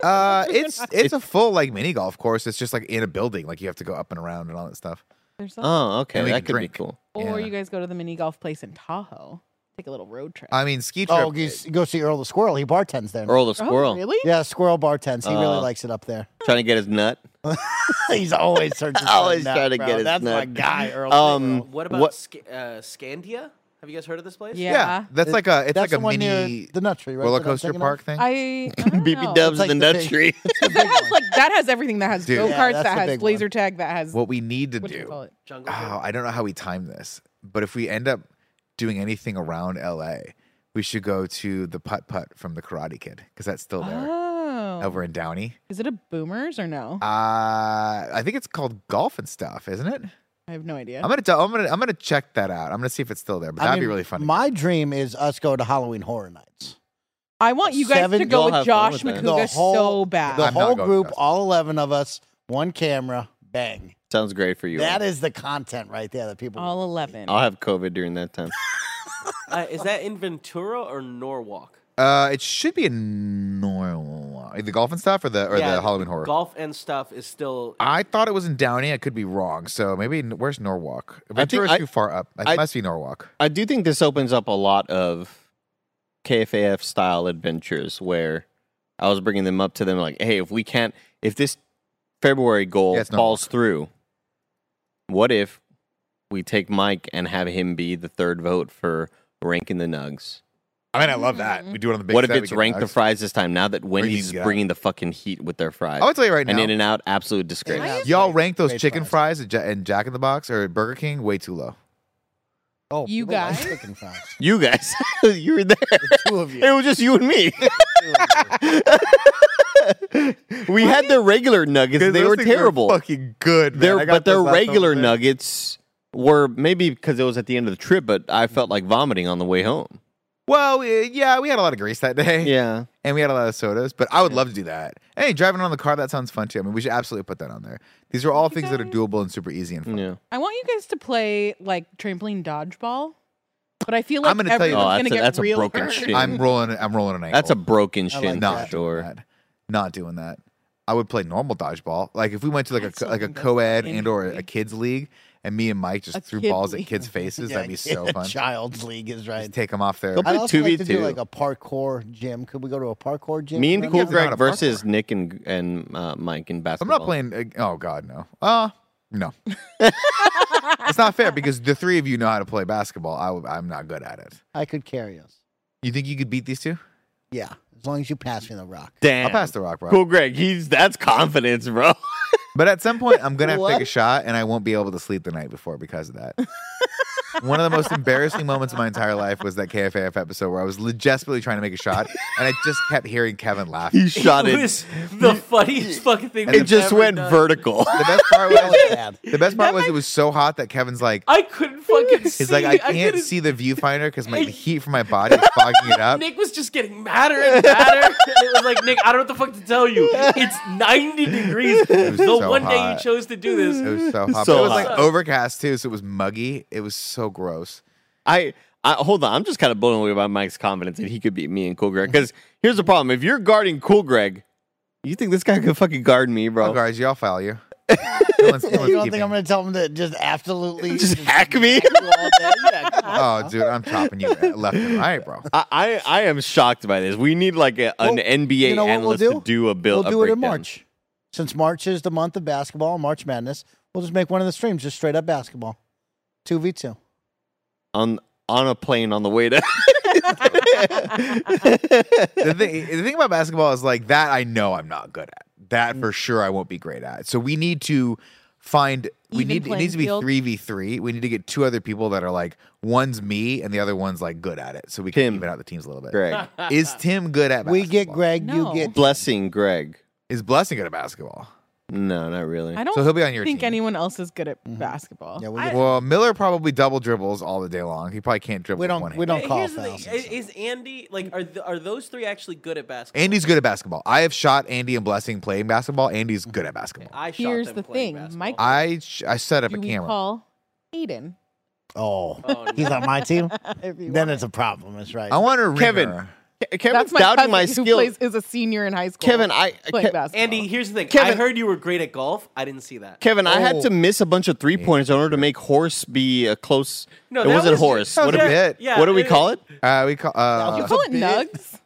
Speaker 1: Uh, it's it's a full like mini golf course. It's just like in a building. Like you have to go up and around and all that stuff.
Speaker 4: There's that.
Speaker 3: Oh, okay,
Speaker 1: And we
Speaker 3: that
Speaker 1: can
Speaker 3: could
Speaker 1: drink.
Speaker 3: be cool.
Speaker 4: Or
Speaker 1: yeah.
Speaker 4: you guys go to the mini golf place in Tahoe. Take a little road trip.
Speaker 1: I mean, ski trip.
Speaker 2: Oh, you s- go see Earl the Squirrel. He bartends there.
Speaker 3: Earl the
Speaker 4: Oh,
Speaker 3: squirrel
Speaker 4: really?
Speaker 2: Yeah, Squirrel bartends. He really
Speaker 3: Uh,
Speaker 2: likes it up there.
Speaker 3: trying to get his nut.
Speaker 2: He's always searching.
Speaker 3: Always
Speaker 2: for a nut,
Speaker 3: trying to
Speaker 2: bro.
Speaker 3: get his
Speaker 2: That's my
Speaker 3: nut.
Speaker 2: guy, Earl. the
Speaker 3: Um,
Speaker 1: Mm,
Speaker 2: Squirrel.
Speaker 5: What about
Speaker 3: What-
Speaker 5: Sc- uh, Scandia? Have you guys heard of this place?
Speaker 4: Yeah.
Speaker 1: yeah. that's like a it's
Speaker 2: That's
Speaker 1: like
Speaker 2: the
Speaker 1: a
Speaker 2: one near
Speaker 1: mini
Speaker 2: the nut tree, right?
Speaker 1: roller
Speaker 2: that I'm
Speaker 1: coaster
Speaker 2: thinking
Speaker 1: park
Speaker 2: of?
Speaker 1: thing.
Speaker 4: I, I don't know.
Speaker 3: BB Dubs
Speaker 2: It's like
Speaker 3: and
Speaker 2: the
Speaker 3: Nut
Speaker 2: big-
Speaker 3: Tree.
Speaker 4: That has like that has everything. That has
Speaker 1: Dude.
Speaker 4: go karts.
Speaker 2: Yeah, that's
Speaker 4: that
Speaker 2: the
Speaker 4: has
Speaker 2: big one.
Speaker 4: laser tag. That has
Speaker 1: what we need to
Speaker 4: what do
Speaker 1: do.
Speaker 4: you call it?
Speaker 5: Jungle.
Speaker 1: Oh, I don't know how we time this, but if we end up doing anything around LA, we should go to the putt putt from the Karate Kid because that's still there
Speaker 4: Oh,
Speaker 1: over in Downey.
Speaker 4: is it a boomers or no?
Speaker 1: Uh, I think it's called golf and stuff, isn't it?
Speaker 4: I have no idea.
Speaker 1: I'm gonna tell, I'm gonna I'm gonna check that out. I'm gonna see if it's still there, but
Speaker 2: I
Speaker 1: that'd be
Speaker 2: mean,
Speaker 1: really fun. to
Speaker 2: My dream is us go to Halloween Horror Nights.
Speaker 4: I want you guys
Speaker 2: Seven-
Speaker 4: to go
Speaker 3: Y'all
Speaker 4: with
Speaker 3: have fun
Speaker 4: Josh
Speaker 3: with that.
Speaker 4: Makuga so bad.
Speaker 2: The
Speaker 1: I'm not
Speaker 2: whole
Speaker 1: going
Speaker 2: group,
Speaker 1: with us.
Speaker 2: all eleven of us, one camera, bang.
Speaker 3: Sounds great for you.
Speaker 2: That
Speaker 3: Earl.
Speaker 2: is the content right there that people.
Speaker 4: All eleven.
Speaker 3: I'll have COVID during that time.
Speaker 5: Uh, is that in Ventura or Norwalk?
Speaker 1: Uh, it should be a normal uh, the golf and stuff or the or
Speaker 5: Yeah,
Speaker 1: the Halloween horror.
Speaker 5: Golf and stuff is still.
Speaker 1: I thought it was in Downey. I could be wrong. So maybe where's Norwalk? Ventura's
Speaker 3: I-
Speaker 1: too far up. It
Speaker 3: I-
Speaker 1: must be Norwalk.
Speaker 3: I do think this opens up a lot of KFAF style adventures where I was bringing them up to them like, hey, if we can't, if this February goal
Speaker 1: Yeah, it's not
Speaker 3: falls through, what if we take Mike and have him be the third vote for ranking the nugs?
Speaker 1: I mean, I love that. We do it on the big.
Speaker 3: what if
Speaker 1: set, we
Speaker 3: it's
Speaker 1: get
Speaker 3: rank the
Speaker 1: nugs.
Speaker 3: fries this time? Now that Wendy's
Speaker 1: Bringing, uh,
Speaker 3: bringing the fucking heat with their fries,
Speaker 1: I would tell you right
Speaker 3: and
Speaker 1: now.
Speaker 3: In and Out, absolute disgrace.
Speaker 2: Yeah.
Speaker 1: Y'all
Speaker 2: Great-
Speaker 1: rank those
Speaker 2: great
Speaker 1: chicken
Speaker 2: fries.
Speaker 1: fries, and, ja- and Jack in the Box or Burger King way too low.
Speaker 2: oh,
Speaker 4: You
Speaker 2: people like
Speaker 4: guys?
Speaker 2: chicken fries.
Speaker 3: You guys, you were there.
Speaker 2: Two of you.
Speaker 3: It was just you and me. we had the regular nuggets. They
Speaker 1: Those
Speaker 3: were
Speaker 1: things are
Speaker 3: terrible.
Speaker 1: fucking good. man. I
Speaker 3: They're,
Speaker 1: got
Speaker 3: but their
Speaker 1: those last
Speaker 3: regular
Speaker 1: over there.
Speaker 3: nuggets were maybe because it was at the end of the trip, but I felt like vomiting on the way home.
Speaker 1: Well, uh, yeah, we had a lot of grease that day.
Speaker 3: Yeah.
Speaker 1: and we had a lot of sodas. But I would love to do that. Hey, driving on the car that sounds fun too. I mean, we should absolutely put that on there. These are all things that are doable and super easy and fun.
Speaker 3: Yeah.
Speaker 4: I want you guys to play like trampoline dodgeball, but I feel like
Speaker 1: I'm gonna
Speaker 4: everyone's
Speaker 1: tell you-
Speaker 3: Oh,
Speaker 4: gonna
Speaker 3: that's a,
Speaker 4: get
Speaker 3: that's a
Speaker 4: real
Speaker 3: broken
Speaker 4: hurt.
Speaker 3: shin.
Speaker 1: I'm rolling. I'm rolling an ankle.
Speaker 3: that's a broken shin
Speaker 2: like
Speaker 3: for
Speaker 1: not
Speaker 3: sure.
Speaker 1: doing that. Not doing that. I would play normal dodgeball. Like if we went to like
Speaker 4: That's
Speaker 1: a co- like a
Speaker 4: something that's
Speaker 1: co-ed
Speaker 4: in
Speaker 1: and or a
Speaker 4: theory.
Speaker 1: kids league, and me and Mike just
Speaker 4: A
Speaker 1: threw
Speaker 4: kid
Speaker 1: balls at
Speaker 4: league.
Speaker 1: kids' faces. That'd be so fun. Just
Speaker 2: Child's league is right.
Speaker 1: take them off their.
Speaker 3: Go
Speaker 2: I'd
Speaker 3: Play
Speaker 2: also like to do
Speaker 3: 2v2.
Speaker 2: like a parkour gym. Could we go to a parkour gym?
Speaker 3: Me and Cool
Speaker 2: together?
Speaker 1: Greg
Speaker 3: Greg versus Nick and and uh, Mike in
Speaker 1: I'm
Speaker 3: basketball.
Speaker 1: not playing. uh, Oh God, no. Uh no. it's not fair because the three of you know how to play basketball. I, w- I'm not good at it.
Speaker 2: I could carry us.
Speaker 1: You think you could beat these two?
Speaker 2: Yeah, as long as you pass me the rock.
Speaker 3: Damn.
Speaker 1: I'll pass the rock, bro.
Speaker 3: Cool Greg, he's that's confidence, bro.
Speaker 1: But at some point, I'm gonna have to take a
Speaker 3: What?
Speaker 1: shot, and I won't be able to sleep the night before because of that. One of the most embarrassing moments of my entire life was that KFAF episode where I was le- desperately trying to make a shot, and I just kept hearing Kevin laugh.
Speaker 3: He shot
Speaker 5: It
Speaker 3: it.
Speaker 5: was the funniest fucking thing.
Speaker 1: And
Speaker 3: It
Speaker 5: we've
Speaker 3: just
Speaker 5: ever
Speaker 3: went
Speaker 5: done.
Speaker 3: vertical.
Speaker 1: The best part was
Speaker 2: Bad.
Speaker 1: the best part was it was so hot that Kevin's like
Speaker 5: I couldn't fucking see.
Speaker 1: he's like I can't
Speaker 5: couldn't-
Speaker 1: see the viewfinder because my the heat from my body is fogging it up.
Speaker 5: Nick was just getting madder and madder. and it was like, Nick, I don't know what the fuck to tell you. It's 90 degrees.
Speaker 1: was so
Speaker 5: The one day you
Speaker 1: hot.
Speaker 5: chose to do this.
Speaker 1: It was so hot.
Speaker 3: So
Speaker 1: it was like
Speaker 3: hot.
Speaker 1: overcast too, so it was muggy. It was so gross.
Speaker 3: I, I hold on. I'm just kind of blown away by Mike's confidence that he could beat me and Cool Greg. Because here's the problem: if you're guarding Cool Greg, you think this guy could fucking guard me,
Speaker 1: Oh,
Speaker 3: bro?
Speaker 1: guys, y'all foul you. No one's- no one's
Speaker 2: You don't
Speaker 1: keeping-
Speaker 2: think I'm going to tell them to just absolutely
Speaker 3: Just hack me.
Speaker 2: you all day? Yeah, come on.
Speaker 1: Oh, dude, I'm chopping you left and right, bro.
Speaker 3: I, I, I am shocked by this. We need like a,
Speaker 2: Well,
Speaker 3: an NBA
Speaker 2: you know what we'll
Speaker 3: analyst
Speaker 2: do?
Speaker 3: to do a
Speaker 2: We'll
Speaker 3: build.
Speaker 2: do
Speaker 3: a
Speaker 2: it in
Speaker 3: breakdown.
Speaker 2: March. Since March is the month of basketball, March Madness, we'll just make one of the streams just straight up basketball. 2v2.
Speaker 3: on on a plane on the way to.
Speaker 1: the, thing, the thing about basketball is like that I know I'm not good at.
Speaker 4: Mm.
Speaker 1: That for sure I won't be great at. So we need to find we
Speaker 4: Even
Speaker 1: need it
Speaker 4: playing
Speaker 1: needs to be
Speaker 4: field.
Speaker 1: 3v3. We need to get two other people that are like one's me and the other one's like good at it. So we can
Speaker 3: Tim.
Speaker 1: even out the teams a little bit.
Speaker 3: Greg,
Speaker 1: Is Tim good at basketball?
Speaker 2: We get Greg,
Speaker 4: No.
Speaker 2: you get.
Speaker 3: blessing Greg.
Speaker 1: Is Blessing good at basketball?
Speaker 3: No, not really.
Speaker 4: I don't
Speaker 1: So he'll be on your
Speaker 4: think
Speaker 1: team. Mm-hmm.
Speaker 4: anyone else is good at basketball.
Speaker 2: Yeah, we, get-
Speaker 1: Well, Miller probably double dribbles all the day long. He probably can't dribble.
Speaker 2: we
Speaker 1: with one
Speaker 2: don't we
Speaker 1: hand.
Speaker 2: don't call
Speaker 5: Here's the thing.
Speaker 2: fouls.
Speaker 5: Is, is Andy, like, are, th- are those three actually good at basketball?
Speaker 1: Andy's good at basketball. I have shot Andy and Blessing playing basketball. Andy's good at basketball.
Speaker 5: I shot
Speaker 4: Here's
Speaker 5: them
Speaker 4: the thing,
Speaker 5: playing basketball.
Speaker 4: Mike-
Speaker 1: I sh- I set up
Speaker 4: Do
Speaker 1: a
Speaker 4: we
Speaker 1: camera.
Speaker 4: call Aiden?
Speaker 2: Oh,
Speaker 5: Oh,
Speaker 2: he's on my team?
Speaker 4: If you
Speaker 2: then
Speaker 4: want.
Speaker 2: it's a problem. That's right.
Speaker 1: I want to
Speaker 3: Kevin. Ke- Kevin's
Speaker 4: that's my
Speaker 3: doubting
Speaker 4: cousin
Speaker 3: my
Speaker 4: who
Speaker 3: skill.
Speaker 4: plays is a senior in high school.
Speaker 3: Kevin, I-
Speaker 4: playing
Speaker 3: Ke-
Speaker 4: basketball.
Speaker 5: Andy, here's the thing. I
Speaker 3: Kevin-
Speaker 5: heard you were great at golf. I didn't see that.
Speaker 3: Kevin, I
Speaker 1: Oh.
Speaker 3: had to miss a bunch of three pointers in order to make horse be a close. No, it
Speaker 5: that
Speaker 3: wasn't
Speaker 5: was-
Speaker 3: horse.
Speaker 1: that
Speaker 3: What,
Speaker 1: was
Speaker 3: do-
Speaker 1: a bit.
Speaker 5: Yeah,
Speaker 3: what do we
Speaker 5: it-
Speaker 3: call it?
Speaker 1: Uh, we call uh,
Speaker 4: you call it nugs?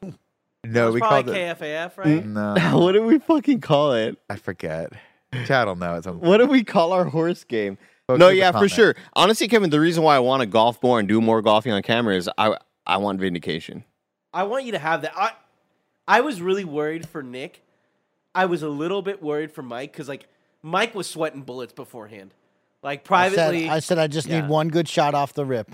Speaker 1: no, we called
Speaker 5: Probably
Speaker 1: it
Speaker 5: KFAF, right?
Speaker 2: Mm-hmm.
Speaker 1: no.
Speaker 3: what do we fucking call it?
Speaker 1: I forget. Chad will know. It's a,
Speaker 3: What do we call our horse game?
Speaker 1: Folks
Speaker 3: no,
Speaker 1: leave a
Speaker 3: yeah, for
Speaker 1: comment.
Speaker 3: sure. Honestly, Kevin, the reason why I want to golf more and do more golfing on camera is I I want vindication.
Speaker 5: I want you to have that. I, I was really worried for Nick. I was a little bit worried for Mike because, like, Mike was sweating bullets beforehand. Like,
Speaker 2: I said-
Speaker 5: privately.
Speaker 2: I said, I just
Speaker 5: Yeah.
Speaker 2: need one good shot off the rip.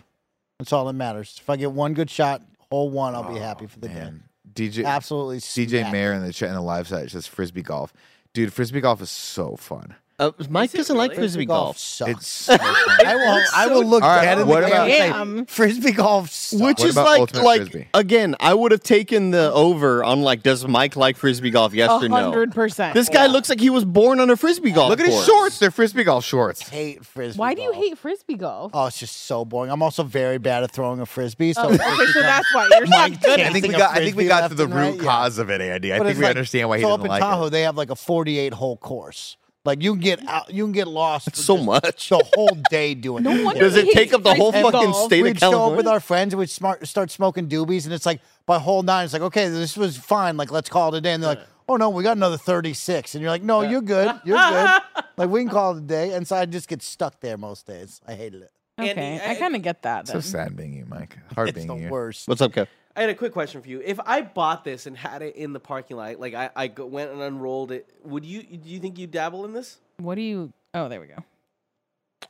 Speaker 2: That's all that matters. If I get one good shot, whole one, I'll be happy for the
Speaker 1: Oh, man. DJ
Speaker 2: day. Absolutely.
Speaker 1: DJ
Speaker 2: smack.
Speaker 1: Mayer in the chat in the live site says frisbee golf. Dude, frisbee golf is so fun.
Speaker 3: Uh, Mike
Speaker 5: it
Speaker 3: doesn't like
Speaker 5: really?
Speaker 3: frisbee
Speaker 2: golf
Speaker 3: golf.
Speaker 2: sucks.
Speaker 1: It's so fun.
Speaker 2: I will. I will look
Speaker 1: All right,
Speaker 2: dead in
Speaker 1: what
Speaker 2: the camera
Speaker 1: about-
Speaker 2: and say,
Speaker 4: Damn.
Speaker 2: frisbee golf. Sucks.
Speaker 3: Which
Speaker 1: What
Speaker 3: is
Speaker 1: about
Speaker 3: like,
Speaker 1: ultimate
Speaker 3: like
Speaker 1: frisbee?
Speaker 3: again, I would have taken the over on like, does Mike like frisbee golf? Yes or no?
Speaker 4: hundred percent.
Speaker 3: This guy looks like he was born on a frisbee golf.
Speaker 1: Look at his
Speaker 3: course.
Speaker 1: shorts. They're frisbee golf shorts.
Speaker 2: hate frisbee.
Speaker 4: Why do you
Speaker 2: golf.
Speaker 4: hate frisbee golf?
Speaker 2: Oh, it's just so boring. I'm also very bad at throwing a frisbee. So
Speaker 4: Oh, okay, so that's why you're not good.
Speaker 1: I think we
Speaker 2: Chasing a
Speaker 1: got. I think we
Speaker 2: frisbee
Speaker 1: got to
Speaker 2: left
Speaker 1: the
Speaker 2: and
Speaker 1: root
Speaker 2: right, yeah.
Speaker 1: cause of it, Andy. I
Speaker 2: But
Speaker 1: think
Speaker 2: it's
Speaker 1: we
Speaker 2: like-
Speaker 1: understand why he
Speaker 2: so
Speaker 1: doesn't
Speaker 2: up in
Speaker 1: like
Speaker 2: Tahoe,
Speaker 1: it.
Speaker 2: they have like a 48 hole course. Like you can get out, you can get lost for
Speaker 3: so
Speaker 2: just
Speaker 3: much.
Speaker 2: the whole day doing.
Speaker 4: No
Speaker 2: it.
Speaker 4: wonder
Speaker 3: Does
Speaker 4: he
Speaker 3: it take
Speaker 4: hates
Speaker 3: up the whole
Speaker 4: frisbee
Speaker 3: fucking
Speaker 4: golf.
Speaker 3: state of
Speaker 2: We'd show up with
Speaker 3: California?
Speaker 2: our friends and we'd smart, start smoking doobies, and it's like by whole nine, it's like, okay, this was fine. Like, let's call it a day. And they're like, oh no, we got another 36. And you're like, no, you're good. You're good. like, we can call it a day. And so I just get stuck there most days. I hated it.
Speaker 4: Okay,
Speaker 5: Andy,
Speaker 4: I
Speaker 5: I-
Speaker 4: kind of get that.
Speaker 1: So
Speaker 4: Then.
Speaker 1: sad being you, Mike. Hard
Speaker 2: It's
Speaker 1: being
Speaker 2: the
Speaker 1: you.
Speaker 2: worst.
Speaker 3: What's up, Kev?
Speaker 5: I had a quick question for you. If I bought this and had it in the parking lot, like, I, I go- went and unrolled it, would you, do you think you dabble in this?
Speaker 4: What do you? Oh, there we go.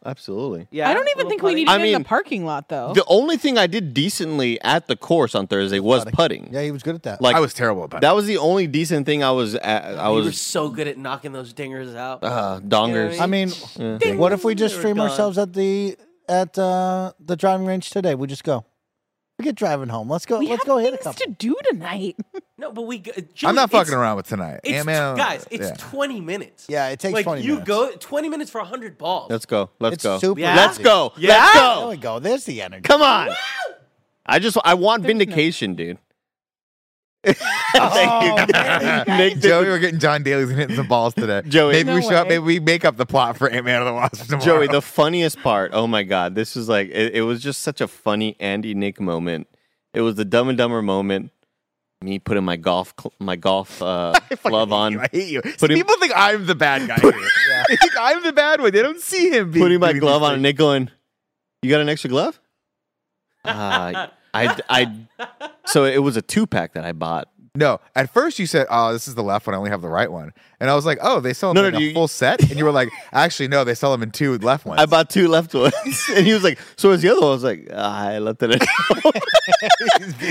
Speaker 3: Absolutely.
Speaker 5: Yeah.
Speaker 4: I don't even
Speaker 5: Little
Speaker 4: think we
Speaker 5: putty?
Speaker 4: need
Speaker 3: I
Speaker 4: it in
Speaker 3: mean,
Speaker 4: the parking lot though.
Speaker 3: The only thing I did decently at the course on Thursday was putting.
Speaker 2: Yeah, he was good at that.
Speaker 3: Like
Speaker 1: I was terrible about it.
Speaker 3: that was the only decent thing I was at, I
Speaker 5: You were
Speaker 3: was
Speaker 5: so good at knocking those dingers out.
Speaker 3: uh, dongers.
Speaker 2: I mean, what if we just
Speaker 5: They were
Speaker 2: stream
Speaker 5: gone.
Speaker 2: ourselves at the at uh, the driving range today? We just go. Forget driving home. Let's go.
Speaker 4: we
Speaker 2: let's
Speaker 4: have
Speaker 2: go hit a
Speaker 4: things
Speaker 2: couple.
Speaker 4: to do tonight.
Speaker 5: no, but we. g- Julie,
Speaker 1: I'm not fucking
Speaker 5: it's-
Speaker 1: around with tonight.
Speaker 5: It's,
Speaker 1: Yeah,
Speaker 5: tw-
Speaker 1: man,
Speaker 5: guys, it's
Speaker 1: yeah.
Speaker 5: 20 minutes.
Speaker 2: Yeah, it takes
Speaker 5: like,
Speaker 2: 20
Speaker 5: you
Speaker 2: minutes.
Speaker 5: go 20 minutes for 100 balls.
Speaker 3: Let's go. Let's
Speaker 2: It's
Speaker 3: go.
Speaker 2: super
Speaker 5: Yeah.
Speaker 3: Let's
Speaker 2: easy.
Speaker 3: go.
Speaker 5: Yeah.
Speaker 3: Let's
Speaker 2: There we
Speaker 3: go.
Speaker 2: go. There's the energy.
Speaker 3: Come on. I just I want
Speaker 4: There's no-
Speaker 3: vindication, dude. Thank you. Nick did
Speaker 1: Joey, we're getting John Daly's and hitting some balls today.
Speaker 3: Joey.
Speaker 1: maybe we
Speaker 4: No
Speaker 1: show up.
Speaker 4: way.
Speaker 1: Maybe we make up the plot for Ant Man and the Wasp tomorrow.
Speaker 3: Joey, the funniest part. Oh my god, this is like it, it was just such a funny Andy Nick moment. It was the Dumb and Dumber moment. Me putting my golf cl- my golf uh, glove on,
Speaker 1: I hate you. See,
Speaker 3: Putting-
Speaker 1: people think I'm the bad guy. here. They think I'm the bad one. They don't see him. being-
Speaker 3: putting my
Speaker 1: doing
Speaker 3: glove
Speaker 1: these
Speaker 3: on, and
Speaker 1: things.
Speaker 3: Nick going, "You got an extra glove?" Uh, I I so it was a two pack that I bought.
Speaker 1: No, at first you said, "Oh, this is the left one. I only have the right one." And I was like, "Oh, they sell them
Speaker 3: No,
Speaker 1: in
Speaker 3: no,
Speaker 1: a
Speaker 3: you-
Speaker 1: full set." And you were like, "Actually, no, they sell them in two left ones."
Speaker 3: I bought two left ones, and he was like, "So is the other one?" I was like, ah, "I left it." At home."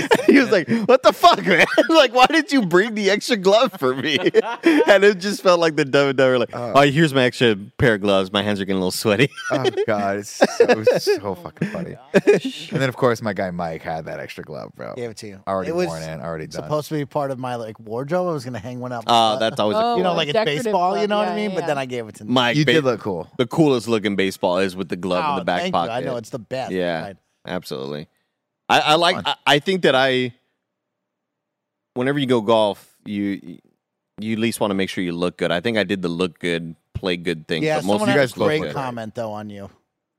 Speaker 3: he was like, "What the fuck, man? like, why did you bring the extra glove for me?" and it just felt like the dumb and dumber. Like, oh, here's my extra pair of gloves. My hands are getting a little sweaty.
Speaker 1: oh god, it's so,
Speaker 2: Oh,
Speaker 1: so fucking funny.
Speaker 3: Uh,
Speaker 1: and then of course my guy Mike had that extra glove, bro.
Speaker 2: Gave it to you.
Speaker 1: Already
Speaker 2: it was
Speaker 1: worn in, already done.
Speaker 2: supposed to be part of my like wardrobe. I was gonna hang one up.
Speaker 3: Oh, that's always
Speaker 4: Oh,
Speaker 3: a,
Speaker 2: you know,
Speaker 4: a
Speaker 2: like it's
Speaker 4: decorative
Speaker 2: baseball. you
Speaker 4: glove.
Speaker 2: know what
Speaker 4: Yeah,
Speaker 2: I mean?
Speaker 4: yeah,
Speaker 2: But
Speaker 4: yeah.
Speaker 2: then I gave it to Nick.
Speaker 3: my
Speaker 1: you
Speaker 3: ba-
Speaker 1: did look cool.
Speaker 3: the coolest looking baseball is with the glove in
Speaker 2: Oh,
Speaker 3: the back
Speaker 2: thank
Speaker 3: pocket.
Speaker 2: You. I know it's the best.
Speaker 3: Yeah.
Speaker 2: Right.
Speaker 3: Absolutely. I, I like. I, I think that I. Whenever you go golf, you you at least want to make sure you look good. I think I did the look good, play good thing.
Speaker 2: Yeah,
Speaker 3: but most
Speaker 2: someone
Speaker 3: of you
Speaker 2: had
Speaker 3: guys
Speaker 2: a
Speaker 3: look
Speaker 2: great
Speaker 3: good.
Speaker 2: comment though on you.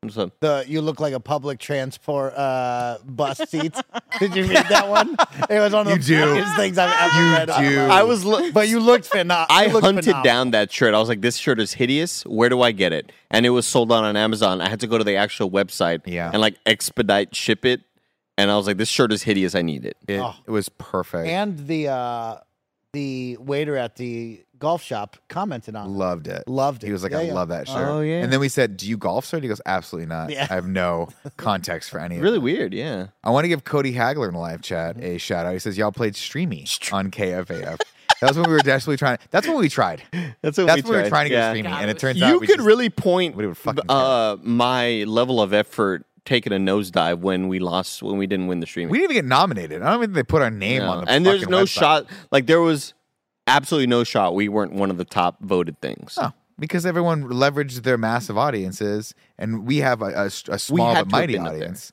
Speaker 3: So,
Speaker 2: The you look like a public transport uh, bus seat. Did you read that one? It was one of
Speaker 1: You
Speaker 2: the
Speaker 1: do.
Speaker 2: funniest things I've ever
Speaker 1: You
Speaker 2: read. on
Speaker 1: do.
Speaker 2: my-
Speaker 3: I was. Lo-
Speaker 2: but you looked phenomenal.
Speaker 3: I hunted down that shirt. I was like, "This shirt is hideous. Where do I get it?" And it was sold out on Amazon. I had to go to the actual website
Speaker 1: Yeah.
Speaker 3: and like expedite ship it. And I was like, "This shirt is hideous. I need it."
Speaker 1: It,
Speaker 2: Oh.
Speaker 1: it was perfect.
Speaker 2: And the uh, the waiter at the golf shop commented on. it.
Speaker 1: loved it.
Speaker 2: Loved it.
Speaker 1: He was like,
Speaker 2: Yeah,
Speaker 1: I
Speaker 2: yeah.
Speaker 1: love that shirt.
Speaker 3: Oh, yeah.
Speaker 1: And then we said, Do you golf, sir? And he goes, Absolutely not.
Speaker 2: Yeah.
Speaker 1: I have no context for any of
Speaker 3: Really Mm-hmm.
Speaker 1: that."
Speaker 3: weird. Yeah.
Speaker 1: I want to give Cody Hagler in the live chat a shout out. He says, Y'all played Streamy on KFAF. that was when we were desperately trying. That's when we tried.
Speaker 3: That's what
Speaker 1: That's
Speaker 3: we
Speaker 1: when we were
Speaker 3: tried.
Speaker 1: trying to get
Speaker 3: Yeah.
Speaker 1: Streamy. And it turns out
Speaker 3: you
Speaker 1: we
Speaker 3: could
Speaker 1: just-
Speaker 3: really point
Speaker 1: we would fucking
Speaker 3: uh, my level of effort taking a nosedive when we lost when we didn't win the streaming.
Speaker 1: We didn't even get nominated. I don't even think they put our name
Speaker 3: Yeah.
Speaker 1: on the
Speaker 3: and there's
Speaker 1: fucking
Speaker 3: no
Speaker 1: website.
Speaker 3: shot. Like there was absolutely no shot. We weren't one of the top voted things.
Speaker 1: No, because everyone leveraged their massive audiences, and we have a, a s- a small
Speaker 3: had
Speaker 1: but
Speaker 3: to have
Speaker 1: mighty
Speaker 3: been up there.
Speaker 1: audience,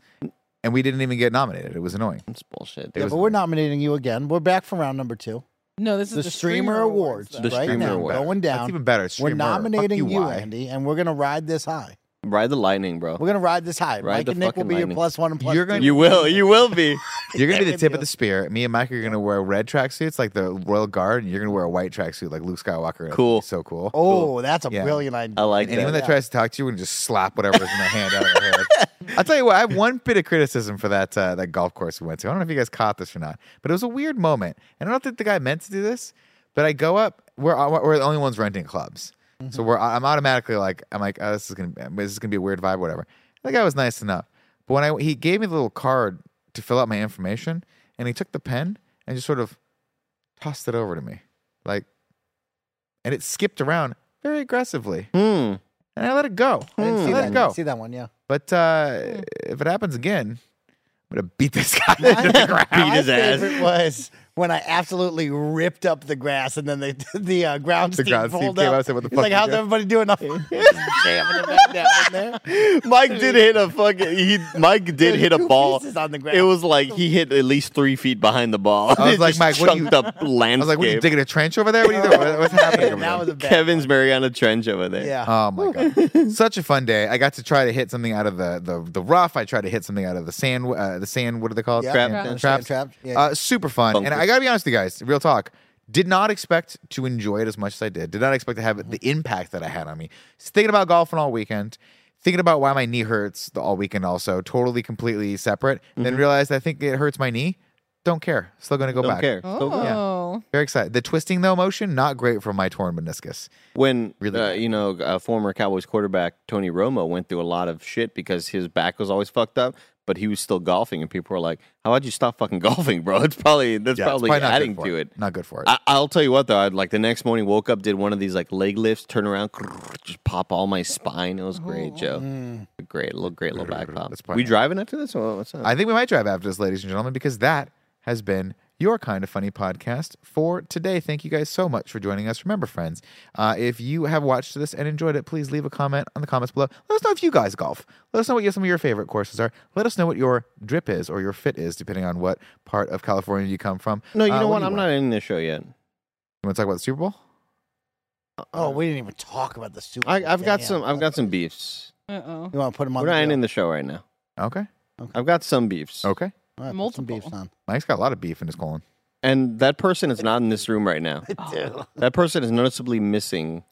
Speaker 1: and we didn't even get nominated. It was annoying.
Speaker 3: That's bullshit.
Speaker 1: It
Speaker 2: Yeah,
Speaker 1: was
Speaker 2: but we're nominating you again. We're back from round number two.
Speaker 4: No, this is
Speaker 2: the, streamer, awards,
Speaker 4: though.
Speaker 3: The
Speaker 2: right
Speaker 3: streamer
Speaker 2: now
Speaker 3: awards.
Speaker 2: going down.
Speaker 1: That's even better. It's
Speaker 2: We're
Speaker 1: streamer. Fuck
Speaker 2: nominating
Speaker 1: you,
Speaker 2: you,
Speaker 1: why?
Speaker 2: Andy, and we're gonna ride this high.
Speaker 3: Ride the lightning, bro.
Speaker 2: We're gonna ride this high.
Speaker 3: Ride
Speaker 2: Mike
Speaker 3: the
Speaker 2: and Nick will
Speaker 3: fucking
Speaker 2: be
Speaker 3: lightning.
Speaker 2: your plus one and plus
Speaker 1: You're
Speaker 2: two.
Speaker 1: gonna-
Speaker 3: you will. You will be.
Speaker 1: You're gonna be the tip of
Speaker 2: deal.
Speaker 1: the spear. Me and Mike are gonna wear red tracksuits like the royal guard, and you're gonna wear a white tracksuit like Luke Skywalker. It's
Speaker 3: Cool.
Speaker 1: so cool.
Speaker 2: Oh, that's a
Speaker 1: Yeah.
Speaker 2: brilliant idea.
Speaker 3: I like
Speaker 1: Anyone
Speaker 3: that.
Speaker 1: that tries to talk to you, we're gonna just slap whatever is in their hand out of their hair. I'll tell you what, I have one bit of criticism for that uh, that golf course we went to. I don't know if you guys caught this or not, but it was a weird moment. And I don't think the guy meant to do this, but I go up. We're uh, we're the only ones renting clubs, so we're I'm automatically like I'm like oh, this is gonna be, this is gonna be a weird vibe, whatever. The guy was nice enough, but when I he gave me the little card to fill out my information, and he took the pen and just sort of tossed it over to me, like, and it skipped around very aggressively
Speaker 3: Hmm.
Speaker 1: and I let it go.
Speaker 2: I
Speaker 1: I
Speaker 2: didn't see
Speaker 1: Hmm. let
Speaker 2: that.
Speaker 1: it
Speaker 2: I didn't
Speaker 1: go.
Speaker 2: See that one? Yeah.
Speaker 1: But uh, if it happens again, I'm gonna beat this guy to the ground.
Speaker 3: Beat his
Speaker 2: My
Speaker 3: ass.
Speaker 2: favorite was when I absolutely ripped up the grass, and then the the uh, ground
Speaker 1: The
Speaker 2: team
Speaker 1: ground team
Speaker 2: pulled
Speaker 1: came
Speaker 2: up.
Speaker 1: out and said, "What the
Speaker 2: It's
Speaker 1: fuck
Speaker 2: Like,
Speaker 1: you
Speaker 2: how's
Speaker 1: doing?"
Speaker 2: everybody doing? up?" Jamming it back down in there.
Speaker 3: Mike did hit a fucking. He Mike did
Speaker 2: There's
Speaker 3: hit a
Speaker 2: two
Speaker 3: ball.
Speaker 2: pieces on the ground.
Speaker 3: It was like he hit at least three feet behind the ball.
Speaker 1: I was
Speaker 3: It
Speaker 1: like,
Speaker 3: just
Speaker 1: Mike, what are you-
Speaker 3: chunked up
Speaker 1: I was like, "What are you
Speaker 3: landscape.
Speaker 1: digging a trench over there? What are you doing? What- What's happening?" Over
Speaker 2: that was
Speaker 1: there?
Speaker 2: a bad.
Speaker 3: Kevin's Mariana Trench over there.
Speaker 2: Yeah.
Speaker 1: Oh my god, such a fun day! I got to try to hit something out of the the, the rough. I tried to hit something out of the sand. Uh, the sand. What do they call it?
Speaker 2: Yeah.
Speaker 3: Trap.
Speaker 1: Sand
Speaker 3: Sand
Speaker 1: traps.
Speaker 2: trap. Yeah.
Speaker 1: Uh, super fun. And I
Speaker 3: Bunkers.
Speaker 1: gotta be honest, with you guys, real talk. Did not expect to enjoy it as much as I did. Did not expect to have the impact that I had on me. Just thinking about golfing all weekend, thinking about why my knee hurts the- all weekend. Also, totally completely separate. And Then realized I think it hurts my knee. Don't care. Still gonna go
Speaker 3: Mm-hmm. Don't
Speaker 1: back.
Speaker 3: care.
Speaker 4: Oh.
Speaker 1: Very excited. The twisting though motion, not great for my torn meniscus.
Speaker 3: when
Speaker 1: Really
Speaker 3: uh,
Speaker 1: bad.
Speaker 3: you know uh, former Cowboys quarterback Tony Romo went through a lot of shit because his back was always fucked up, but he was still golfing, and people were like, "How about you stop fucking golfing, bro? It's probably that's
Speaker 1: Yeah, it's
Speaker 3: probably,
Speaker 1: not good
Speaker 3: adding
Speaker 1: for
Speaker 3: to it."
Speaker 1: Not good for it.
Speaker 3: I, I'll tell you what though, I like the next morning woke up, did one of these like leg lifts, turn around, just pop all my spine. It was great, Joe. Great little, great little back pop.
Speaker 1: That's probably
Speaker 3: We
Speaker 1: not-
Speaker 3: driving after this? Or what's up?
Speaker 1: I think we might drive after this, ladies and gentlemen, because that has been your kind of funny podcast for today. Thank you guys so much for joining us. Remember, friends, uh, if you have watched this and enjoyed it, please leave a comment on the comments below. Let us know if you guys golf. Let us know what your, some of your favorite courses are. Let us know what your drip is or your fit is, depending on what part of California you come from.
Speaker 3: No, you
Speaker 1: Uh,
Speaker 3: know what?
Speaker 1: do
Speaker 3: I'm
Speaker 1: want?
Speaker 3: not in this show yet.
Speaker 1: You want to talk about the Super Bowl?
Speaker 2: Oh, we didn't even talk about the Super.
Speaker 3: Uh, I,
Speaker 2: Bowl.
Speaker 3: I've got
Speaker 2: Damn.
Speaker 3: some. I've got some beefs.
Speaker 4: Uh
Speaker 2: You want to put them Uh, on?
Speaker 3: We're
Speaker 2: the
Speaker 3: not
Speaker 2: grill?
Speaker 3: in the show right now.
Speaker 1: Okay.
Speaker 3: I've got some beefs,
Speaker 1: Okay.
Speaker 2: All right, put some
Speaker 4: Multiple.
Speaker 2: beefs on.
Speaker 1: Mike's got a lot of beef in his colon.
Speaker 3: and that person is not in this room right now.
Speaker 2: Dude.
Speaker 3: That person is noticeably missing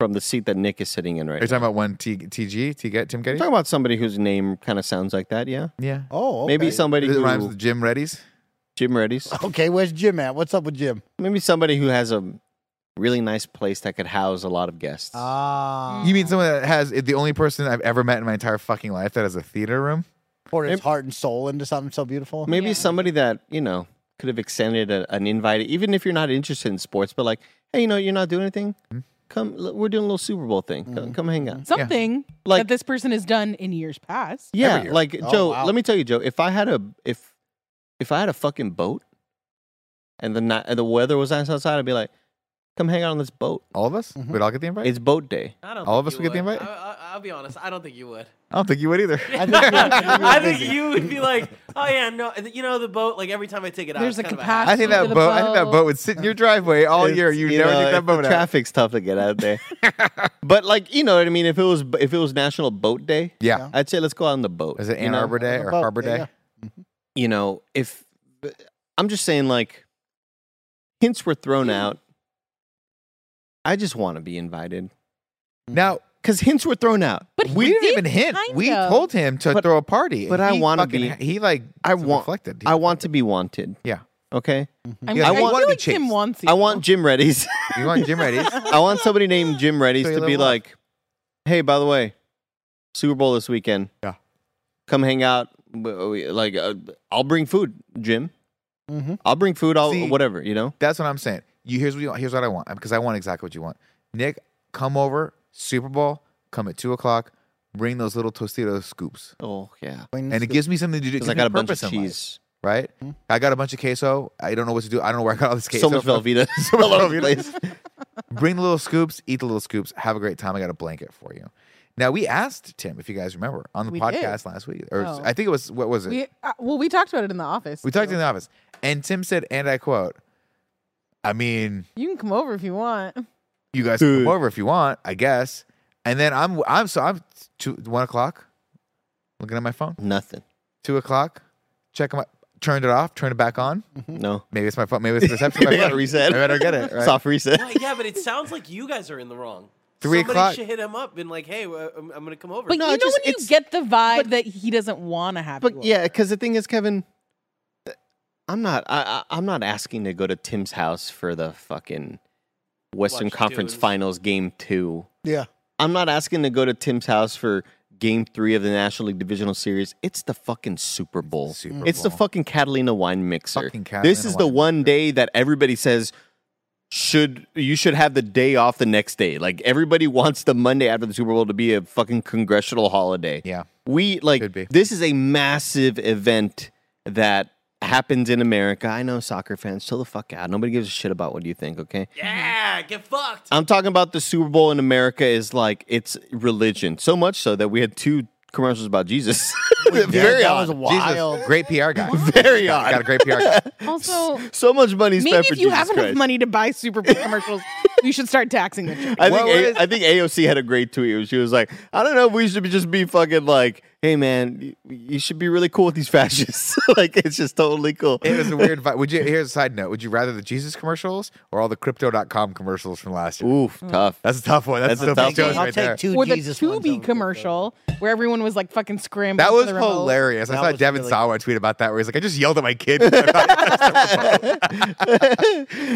Speaker 3: from the seat that Nick is sitting in right
Speaker 1: Are you
Speaker 3: now.
Speaker 1: talking about one T- TG, T- Get Tim
Speaker 3: I'm
Speaker 1: Getty?
Speaker 3: talking about somebody whose name kind of sounds like that. Yeah,
Speaker 1: Yeah.
Speaker 2: Oh, okay.
Speaker 3: maybe somebody
Speaker 1: It
Speaker 3: who
Speaker 1: rhymes with Jim Reddy's.
Speaker 3: Jim Reddy's.
Speaker 2: Okay, where's Jim at? What's up with Jim?
Speaker 3: Maybe somebody who has a really nice place that could house a lot of guests.
Speaker 2: Ah,
Speaker 1: You mean someone that has the only person I've ever met in my entire fucking life that has a theater room?
Speaker 2: poured his
Speaker 3: maybe-
Speaker 2: heart and soul into something so beautiful.
Speaker 3: Maybe
Speaker 4: Yeah.
Speaker 3: somebody that you know could have extended a, an invite, even if you're not interested in sports, but like, hey, you know, you're not doing anything. Come, l- we're doing a little Super Bowl thing. Come, come hang out.
Speaker 4: Something
Speaker 3: Like-
Speaker 4: that this person has done in years past.
Speaker 3: Yeah, like
Speaker 2: Oh,
Speaker 3: Joe.
Speaker 2: wow.
Speaker 3: Let me tell you, Joe. If I had a if if I had a fucking boat, and the night and the weather was nice outside, I'd be like, come hang out on this boat.
Speaker 1: All of us?
Speaker 4: Mm-hmm.
Speaker 1: We'd all get the invite?
Speaker 3: It's boat day.
Speaker 5: I don't
Speaker 1: All of
Speaker 5: think
Speaker 1: us
Speaker 5: you
Speaker 1: would get the
Speaker 5: would.
Speaker 1: invite?
Speaker 5: I, I, I'll be honest. I don't think you would.
Speaker 1: I don't think you would either.
Speaker 2: I think you're- you're
Speaker 5: I think
Speaker 2: busy.
Speaker 5: you would be like, oh yeah, no, you know the boat. Like every time I take it out,
Speaker 4: There's
Speaker 5: it's
Speaker 4: a
Speaker 5: kind
Speaker 4: capacity.
Speaker 1: I think that boat,
Speaker 4: The
Speaker 1: I think that boat would sit in your driveway all
Speaker 3: It's,
Speaker 1: year. Oh, You, never
Speaker 3: know,
Speaker 1: take
Speaker 3: if
Speaker 1: that boat
Speaker 3: the
Speaker 1: out.
Speaker 3: Traffic's tough to get out there. but like you know what I mean. If it was if it was National Boat Day,
Speaker 1: Yeah.
Speaker 3: I'd say let's go out on the boat.
Speaker 1: Is it
Speaker 3: you
Speaker 1: Ann
Speaker 3: know?
Speaker 1: Arbor Day or
Speaker 2: About-
Speaker 1: Harbor
Speaker 2: yeah,
Speaker 1: Day?
Speaker 2: yeah.
Speaker 3: you know, if I'm just saying, like, hints were thrown out. I just want to be invited
Speaker 1: Now,
Speaker 3: because hints were thrown out.
Speaker 4: But he
Speaker 1: we didn't
Speaker 4: did
Speaker 1: even hint.
Speaker 4: kind
Speaker 1: We
Speaker 4: of.
Speaker 1: told him to
Speaker 3: But-
Speaker 1: throw a party.
Speaker 3: but
Speaker 1: and
Speaker 3: I
Speaker 1: he
Speaker 3: wanna
Speaker 1: fucking
Speaker 3: be-
Speaker 1: ha- He like
Speaker 3: I want-
Speaker 1: reflected. He-
Speaker 3: I want to be wanted.
Speaker 1: Yeah.
Speaker 3: Okay.
Speaker 4: I,
Speaker 1: Yeah,
Speaker 4: I,
Speaker 1: you
Speaker 4: feel
Speaker 1: wanna be
Speaker 4: like Tim
Speaker 1: chased.
Speaker 4: wants you.
Speaker 3: I want Jim Reddy's.
Speaker 1: You want Jim Reddy's?
Speaker 3: I want somebody named Jim Reddy's
Speaker 1: So you
Speaker 3: to be
Speaker 1: live off.
Speaker 3: like, hey, by the way, Super Bowl this weekend.
Speaker 1: Yeah.
Speaker 3: Come hang out. W- we- Like, uh, I'll bring food, Jim.
Speaker 2: Mhm.
Speaker 3: I'll bring food. I'll
Speaker 1: Mm-hmm. See-
Speaker 3: whatever. You know.
Speaker 1: That's what I'm saying. You here's what you, here's what I want because I want exactly what you want. Nick, come over Super Bowl. Come at two o'clock. Bring those little Tostitos scoops,
Speaker 3: Oh yeah.
Speaker 2: Bring the
Speaker 1: and it
Speaker 2: scoop.
Speaker 1: gives me something to do. it
Speaker 3: Because I
Speaker 1: gives me
Speaker 3: got a bunch of
Speaker 1: purpose in life, Hmm?
Speaker 3: cheese.
Speaker 1: right? I got a bunch of queso. I don't know what to do. I don't know where I got all this queso.
Speaker 3: so much
Speaker 1: from.
Speaker 3: Velveeta.
Speaker 1: So much
Speaker 3: all over the
Speaker 1: Velveeta.
Speaker 3: place.
Speaker 1: Bring the little scoops. Eat the little scoops. Have a great time. I got a blanket for you. Now we asked Tim if you guys remember on the
Speaker 4: We did.
Speaker 1: podcast last week, or
Speaker 4: Oh.
Speaker 1: I think it was what was it?
Speaker 4: We, uh, well, we talked about it in the office.
Speaker 1: We talked in the office, and Tim said, and I quote, I mean,
Speaker 4: You can come over if you want.
Speaker 1: you guys can come over if you want, I guess. And then I'm, I'm, so I'm two, one o'clock, looking at my phone,
Speaker 3: Nothing.
Speaker 1: two o'clock, checking my, turned it off, turned it back on.
Speaker 3: No.
Speaker 1: Maybe it's my phone, maybe it's the reception.
Speaker 3: They
Speaker 1: of my
Speaker 3: gotta
Speaker 1: phone.
Speaker 3: reset.
Speaker 1: I better get it. Right?
Speaker 3: Soft reset.
Speaker 5: of. Well, yeah, but it sounds like you guys are in the wrong.
Speaker 1: Three
Speaker 5: Somebody
Speaker 1: o'clock.
Speaker 5: should hit him up and like, hey, uh, I'm, I'm gonna come over.
Speaker 4: But
Speaker 3: No,
Speaker 4: you know
Speaker 3: just-
Speaker 4: when
Speaker 3: it's-
Speaker 4: you get the vibe that he doesn't want to have you
Speaker 3: But
Speaker 4: over.
Speaker 3: yeah, because the thing is, Kevin, th- I'm not. I, I, I'm not asking to go to Tim's house for the fucking Western
Speaker 5: Watch
Speaker 3: Conference
Speaker 5: dudes.
Speaker 3: Finals Game Two.
Speaker 2: Yeah.
Speaker 3: I'm not asking to go to Tim's house for Game Three of the National League Divisional Series. It's the fucking Super Bowl.
Speaker 1: Super
Speaker 3: it's the
Speaker 1: Bowl.
Speaker 3: fucking Catalina wine mixer.
Speaker 1: Fucking Catalina
Speaker 3: this is the
Speaker 1: wine
Speaker 3: one day that everybody says should you should have the day off the next day. Like everybody wants the Monday after the Super Bowl to be a fucking congressional holiday.
Speaker 1: Yeah.
Speaker 3: We
Speaker 1: Could be.
Speaker 3: like this is a massive event that happens in America. I know soccer fans, chill the fuck out. Nobody gives a shit about what you think, okay?
Speaker 5: yeah, get fucked.
Speaker 3: I'm talking about the Super Bowl in America is like it's religion. So much so that we had two commercials about Jesus. Very
Speaker 2: that
Speaker 3: odd.
Speaker 2: was wild.
Speaker 1: Jesus, great PR guy.
Speaker 3: Very odd.
Speaker 1: Got a great PR guy.
Speaker 4: Also,
Speaker 3: so much money spent
Speaker 4: maybe if
Speaker 3: for
Speaker 4: you
Speaker 3: Jesus
Speaker 4: have enough
Speaker 3: Christ.
Speaker 4: money to buy Super Bowl commercials, you should start taxing the chicken.
Speaker 3: I
Speaker 1: What
Speaker 3: think
Speaker 1: was-
Speaker 3: A- I think AOC had a great tweet. where She was like, "I don't know if we should be just be fucking like, hey man, you, you should be really cool with these fascists. like it's just totally cool."
Speaker 1: It was a weird vibe. Would you, here's a side note. Would you rather the Jesus commercials or all the crypto.com commercials from last year?
Speaker 3: Oof, tough.
Speaker 1: That's a tough one. That's,
Speaker 3: That's a
Speaker 1: the
Speaker 3: tough
Speaker 1: joke
Speaker 3: one.
Speaker 2: I'll
Speaker 1: right
Speaker 2: take
Speaker 1: there.
Speaker 2: two
Speaker 4: Or the
Speaker 2: Jesus ones over
Speaker 4: Tubi
Speaker 2: the-
Speaker 4: commercial where everyone was like fucking scrambling.
Speaker 1: That
Speaker 4: for
Speaker 1: was
Speaker 4: the remote.
Speaker 1: hilarious. I
Speaker 2: That
Speaker 1: saw
Speaker 2: was
Speaker 1: Devin
Speaker 2: really-
Speaker 1: Sawa tweet about that where he's like, I just yelled at my kid.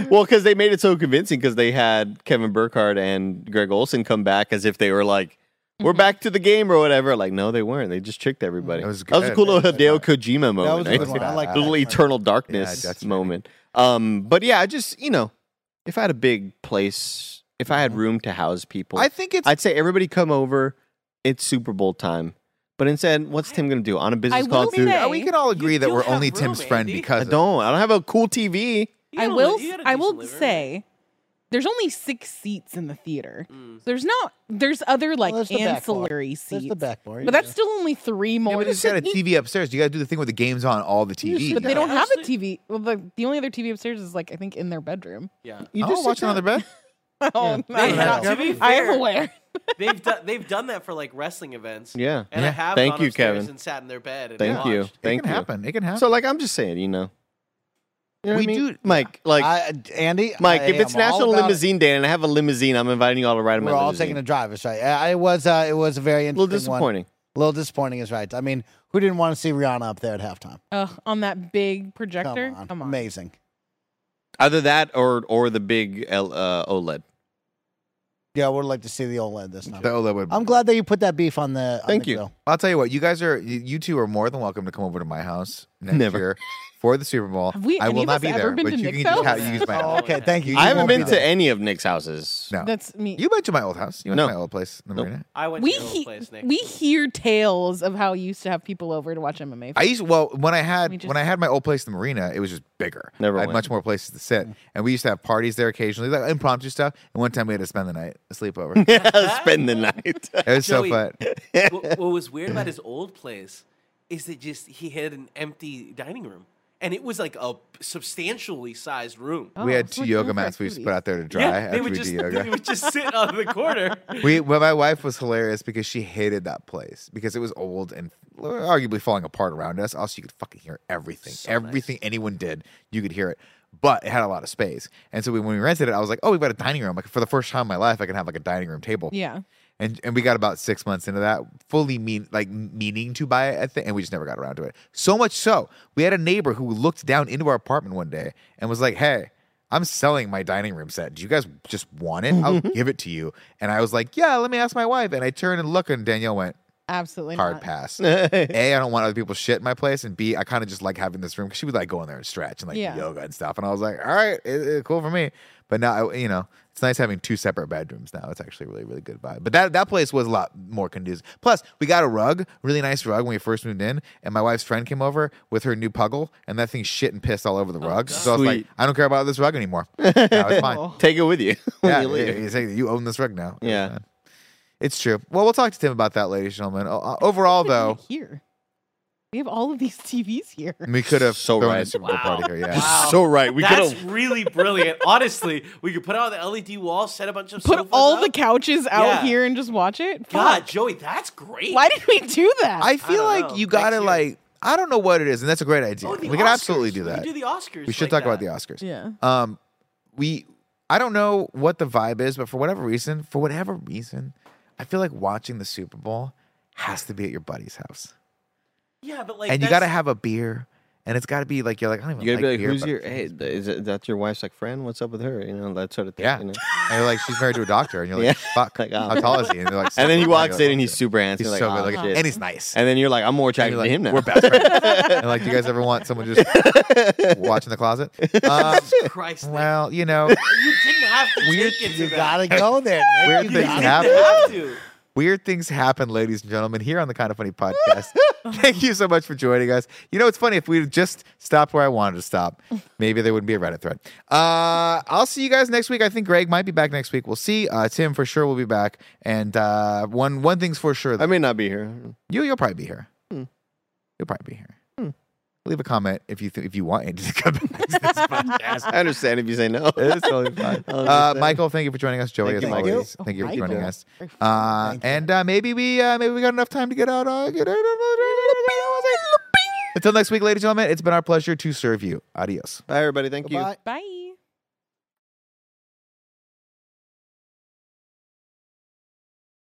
Speaker 3: well, because they made it so convincing because they had Kevin Burkhardt and Greg Olson come back as if they were like, "We're
Speaker 4: Mm-hmm.
Speaker 3: back to the game" or whatever. Like, no, they weren't. They just tricked everybody.
Speaker 1: That was
Speaker 3: that was a
Speaker 1: good.
Speaker 3: cool little Hideo Kojima moment.
Speaker 2: was a
Speaker 3: I
Speaker 2: good one. I like
Speaker 3: little
Speaker 2: that.
Speaker 3: Eternal
Speaker 1: Yeah,
Speaker 3: Darkness
Speaker 1: that's right.
Speaker 3: moment. Um, but yeah, I just you know, if I had a big place, if I had room to house people,
Speaker 1: "Oh." I think it's
Speaker 3: I'd say everybody come over. It's Super Bowl time. But instead, what's Tim gonna do on a business
Speaker 4: I
Speaker 3: call?
Speaker 4: will
Speaker 3: through-
Speaker 4: say-
Speaker 3: I
Speaker 4: Okay.
Speaker 1: we can all agree
Speaker 5: You
Speaker 1: that
Speaker 5: do
Speaker 1: we're
Speaker 5: have
Speaker 1: only
Speaker 5: room,
Speaker 1: Tim's friend
Speaker 5: Andy.
Speaker 1: because of it.
Speaker 3: don't. I don't have a cool TV.
Speaker 5: You
Speaker 4: I
Speaker 5: got a
Speaker 4: will.
Speaker 5: li- you got a
Speaker 4: I will
Speaker 5: decent living.
Speaker 4: say, there's only six seats in the theater.
Speaker 5: Mm.
Speaker 4: So there's not. There's other like
Speaker 2: there's the back
Speaker 4: ancillary
Speaker 2: bar.
Speaker 4: seats.
Speaker 2: There's the back bar,
Speaker 4: but that's
Speaker 2: yeah.
Speaker 4: still only three more.
Speaker 1: Yeah, but it's got a TV upstairs. You got to do the thing where the game's on all the TV.
Speaker 4: but they don't have a
Speaker 5: Honestly-
Speaker 4: TV. Well, the, the only other TV upstairs is like I think in their bedroom.
Speaker 5: Yeah.
Speaker 3: You
Speaker 1: oh, watch another bed.
Speaker 4: Oh,
Speaker 5: They
Speaker 4: I'm
Speaker 5: have,
Speaker 4: not-
Speaker 5: to be
Speaker 4: I am
Speaker 5: fair,
Speaker 4: aware.
Speaker 5: they've done they've done that for like wrestling events.
Speaker 3: Yeah.
Speaker 5: And I
Speaker 1: Yeah.
Speaker 5: have
Speaker 3: Thank
Speaker 5: gone
Speaker 3: you,
Speaker 5: upstairs
Speaker 3: Kevin.
Speaker 5: and sat in their bed and
Speaker 3: Thank you.
Speaker 5: watched.
Speaker 3: Thank
Speaker 1: it can
Speaker 3: you.
Speaker 1: happen. It can happen.
Speaker 3: So like I'm just saying, you know. You know what
Speaker 1: We
Speaker 3: I mean?
Speaker 1: do-
Speaker 3: Mike. Like
Speaker 2: I, Andy,
Speaker 3: Mike,
Speaker 2: I
Speaker 3: if it's
Speaker 2: am all
Speaker 3: National
Speaker 2: about it.
Speaker 3: Limousine Day and I have a limousine, I'm inviting you all to ride in my
Speaker 2: we're all
Speaker 3: limousine.
Speaker 2: taking a drive. That's right. Uh, it was uh, it was a very
Speaker 3: a little
Speaker 2: interesting one.
Speaker 3: disappointing.
Speaker 2: A little disappointing is right. I mean, who didn't want to see Rihanna up there at halftime?
Speaker 4: Ugh, on that big
Speaker 2: Come
Speaker 4: projector.
Speaker 2: on. Amazing.
Speaker 3: Either that or or the big L, uh, OLED.
Speaker 2: Yeah, I would like to see the OLED this time.
Speaker 1: The OLED would-
Speaker 2: I'm glad that you put that beef on the. on
Speaker 3: Thank
Speaker 2: the
Speaker 3: you.
Speaker 2: grill.
Speaker 1: I'll tell you what. You guys are. You you two are more than welcome to come over to my house next
Speaker 3: Never.
Speaker 1: year for the Super Bowl.
Speaker 4: Have we-
Speaker 1: I
Speaker 4: any
Speaker 1: will
Speaker 4: of
Speaker 1: not
Speaker 4: us
Speaker 1: be
Speaker 4: ever
Speaker 1: there,
Speaker 4: been
Speaker 1: but
Speaker 4: to
Speaker 1: you
Speaker 4: Nick's
Speaker 1: can just
Speaker 4: house?
Speaker 1: ha- you can use my.
Speaker 2: Oh,
Speaker 1: house.
Speaker 2: okay, thank you.
Speaker 1: You
Speaker 2: You
Speaker 3: I haven't
Speaker 2: won't be
Speaker 3: been to
Speaker 2: there.
Speaker 3: any of Nick's houses.
Speaker 1: No,
Speaker 4: That's me.
Speaker 1: you went to my old house. You went
Speaker 3: No.
Speaker 1: to my old place, in the
Speaker 3: Nope.
Speaker 1: marina.
Speaker 5: I went
Speaker 4: we
Speaker 5: to your
Speaker 4: he-
Speaker 5: old place, Nick.
Speaker 4: we hear tales of how you used to have people over to watch MMA.
Speaker 1: I used well when I had
Speaker 4: We just-
Speaker 1: when I had my old place in the marina, it was just bigger.
Speaker 3: Never
Speaker 1: I had
Speaker 3: went.
Speaker 1: much more places to sit,
Speaker 5: Mm.
Speaker 1: and we used to have parties there occasionally, like impromptu stuff. And one time we had to spend the night, a sleepover. it
Speaker 3: Spend the night.
Speaker 1: was so
Speaker 5: Joey.
Speaker 1: fun.
Speaker 5: what, what was weird about his old place is that just he had an empty dining room, and it was like a substantially sized room.
Speaker 4: Oh,
Speaker 1: we had
Speaker 4: it's
Speaker 1: two
Speaker 4: like
Speaker 1: yoga
Speaker 4: room for
Speaker 1: mats we
Speaker 4: activities.
Speaker 1: put out there to dry
Speaker 5: yeah, they
Speaker 1: after
Speaker 5: would
Speaker 1: we
Speaker 5: just
Speaker 1: did
Speaker 5: they
Speaker 1: yoga.
Speaker 5: would just sit on the corner.
Speaker 1: we, well, my wife was hilarious because she hated that place because it was old and arguably falling apart around us. Also, you could fucking hear everything, everything anyone did, you could hear it. But it had a lot of space, and so we, when we rented it, I was like, "Oh, we've got a dining room. Like for the first time in my life, I can have like a dining room table."
Speaker 4: yeah.
Speaker 1: and and we got about six months into that, fully mean like meaning to buy it, I think, and we just never got around to it. So much so, we had a neighbor who looked down into our apartment one day and was like, "Hey, I'm selling my dining room set. Do you guys just want it? I'll give it to you." And I was like, "Yeah, let me ask my wife." And I turned and looked, and Danielle went,
Speaker 4: Absolutely.
Speaker 1: "Hard
Speaker 4: not.
Speaker 1: pass." a, I don't want other people shit in my place, and B, I kind of just like having this room because she would like go in there and stretch and like
Speaker 4: Yeah.
Speaker 1: yoga and stuff. And I was like, "All right, it, it- cool for me." But now, I- you know, it's nice having two separate bedrooms now. It's actually a really, really good vibe. But that that place was a lot more conducive. Plus, we got a rug, really nice rug when we first moved in, and my wife's friend came over with her new puggle, and that thing shit and pissed all over
Speaker 4: Oh,
Speaker 1: the rug. so I was like,
Speaker 3: Sweet.
Speaker 1: "I don't care about this rug anymore. No, it's fine."
Speaker 3: Take it with you when
Speaker 1: yeah,
Speaker 3: you leave.
Speaker 1: yeah, you say you own this rug now. It's
Speaker 3: Yeah.
Speaker 1: fine. It's true. Well, we'll talk to Tim about that, ladies and gentlemen. O- o- Overall,
Speaker 4: Look at
Speaker 1: though,
Speaker 4: here we have all of these TVs here.
Speaker 1: we could have
Speaker 3: So
Speaker 1: thrown a
Speaker 3: right.
Speaker 1: Super Bowl
Speaker 5: Wow.
Speaker 1: party here. Yeah.
Speaker 5: Wow.
Speaker 3: So right. We could
Speaker 5: That's
Speaker 3: have
Speaker 5: really brilliant. Honestly, we could put out the LED wall, set a bunch of
Speaker 4: Put
Speaker 5: sofas
Speaker 4: all the
Speaker 5: up.
Speaker 4: couches out
Speaker 5: Yeah.
Speaker 4: here and just watch it.
Speaker 5: God,
Speaker 4: Fuck.
Speaker 5: Joey, that's great.
Speaker 4: Why did we do that?
Speaker 1: I feel
Speaker 5: don't
Speaker 1: like
Speaker 5: know.
Speaker 1: you gotta
Speaker 5: Next year.
Speaker 1: like I don't know what it is, and that's a great idea.
Speaker 5: Oh, the
Speaker 1: we could absolutely
Speaker 5: Oscars.
Speaker 1: do
Speaker 5: We could
Speaker 1: that.
Speaker 5: do the Oscars.
Speaker 1: We should
Speaker 5: like
Speaker 1: talk about
Speaker 5: that.
Speaker 1: the Oscars.
Speaker 4: yeah.
Speaker 1: Um, we I don't know what the vibe is, but for whatever reason, for whatever reason, I feel like watching the Super Bowl has to be at your buddy's house,
Speaker 5: Yeah, but like
Speaker 1: and you
Speaker 5: that's-
Speaker 1: gotta have a beer, and it's gotta be like you're like I don't even.
Speaker 3: You gotta be like,
Speaker 1: beer,
Speaker 3: who's
Speaker 1: but-
Speaker 3: your? Hey, is it, that's your wife's like friend? What's up with her? You know that sort of thing.
Speaker 1: Yeah,
Speaker 3: you know?
Speaker 1: and you're like she's married to a doctor, and you're like, fuck,
Speaker 3: Like, oh.
Speaker 1: how tall is he? And they're like,
Speaker 3: And then he
Speaker 1: "Super."
Speaker 3: walks
Speaker 1: you're
Speaker 3: in and
Speaker 1: like,
Speaker 3: he's super handsome.
Speaker 1: He's
Speaker 3: You're like,
Speaker 1: so
Speaker 3: "Oh,
Speaker 1: good looking,
Speaker 3: shit."
Speaker 1: and he's nice.
Speaker 3: And then you're like, I'm more
Speaker 1: And
Speaker 3: attracted
Speaker 1: you're like,
Speaker 3: to him now.
Speaker 1: We're best friends. and like, do you guys ever want someone just watch in the closet? Um,
Speaker 5: Christ. Nick.
Speaker 1: well, you know,
Speaker 5: you didn't have to
Speaker 1: Weird
Speaker 5: take it to
Speaker 2: You
Speaker 5: that.
Speaker 2: gotta go there. Nick.
Speaker 1: weird
Speaker 2: You
Speaker 1: things
Speaker 2: gotta-
Speaker 5: You
Speaker 1: happen.
Speaker 5: didn't have to.
Speaker 1: Weird things happen, ladies and gentlemen, here on the Kind of Funny podcast. Thank you so much for joining us. You know, it's funny if we had just stopped where I wanted to stop, maybe there wouldn't be a Reddit thread. Uh, I'll see you guys next week. I think Greg might be back next week. We'll see. Uh, Tim for sure will be back, and uh, one one thing's for sure.
Speaker 3: I may not be here.
Speaker 1: You you'll probably be here. You'll probably be here. Leave a comment if you th- if you want Andy to come back. to this podcast.
Speaker 3: I understand if you say no.
Speaker 1: It's totally fine. Uh, Michael, thank you for joining us. Joey,
Speaker 3: Thank
Speaker 1: as
Speaker 3: you,
Speaker 2: Michael.
Speaker 1: always, thank you for
Speaker 4: Thank
Speaker 1: joining
Speaker 4: you.
Speaker 1: us. Uh, and uh, maybe we uh, maybe we got enough time to get out. Uh, get out Until next week, ladies and gentlemen, it's been our pleasure to serve you. Adios.
Speaker 3: Bye, everybody. Thank you.
Speaker 2: Bye.
Speaker 4: Bye.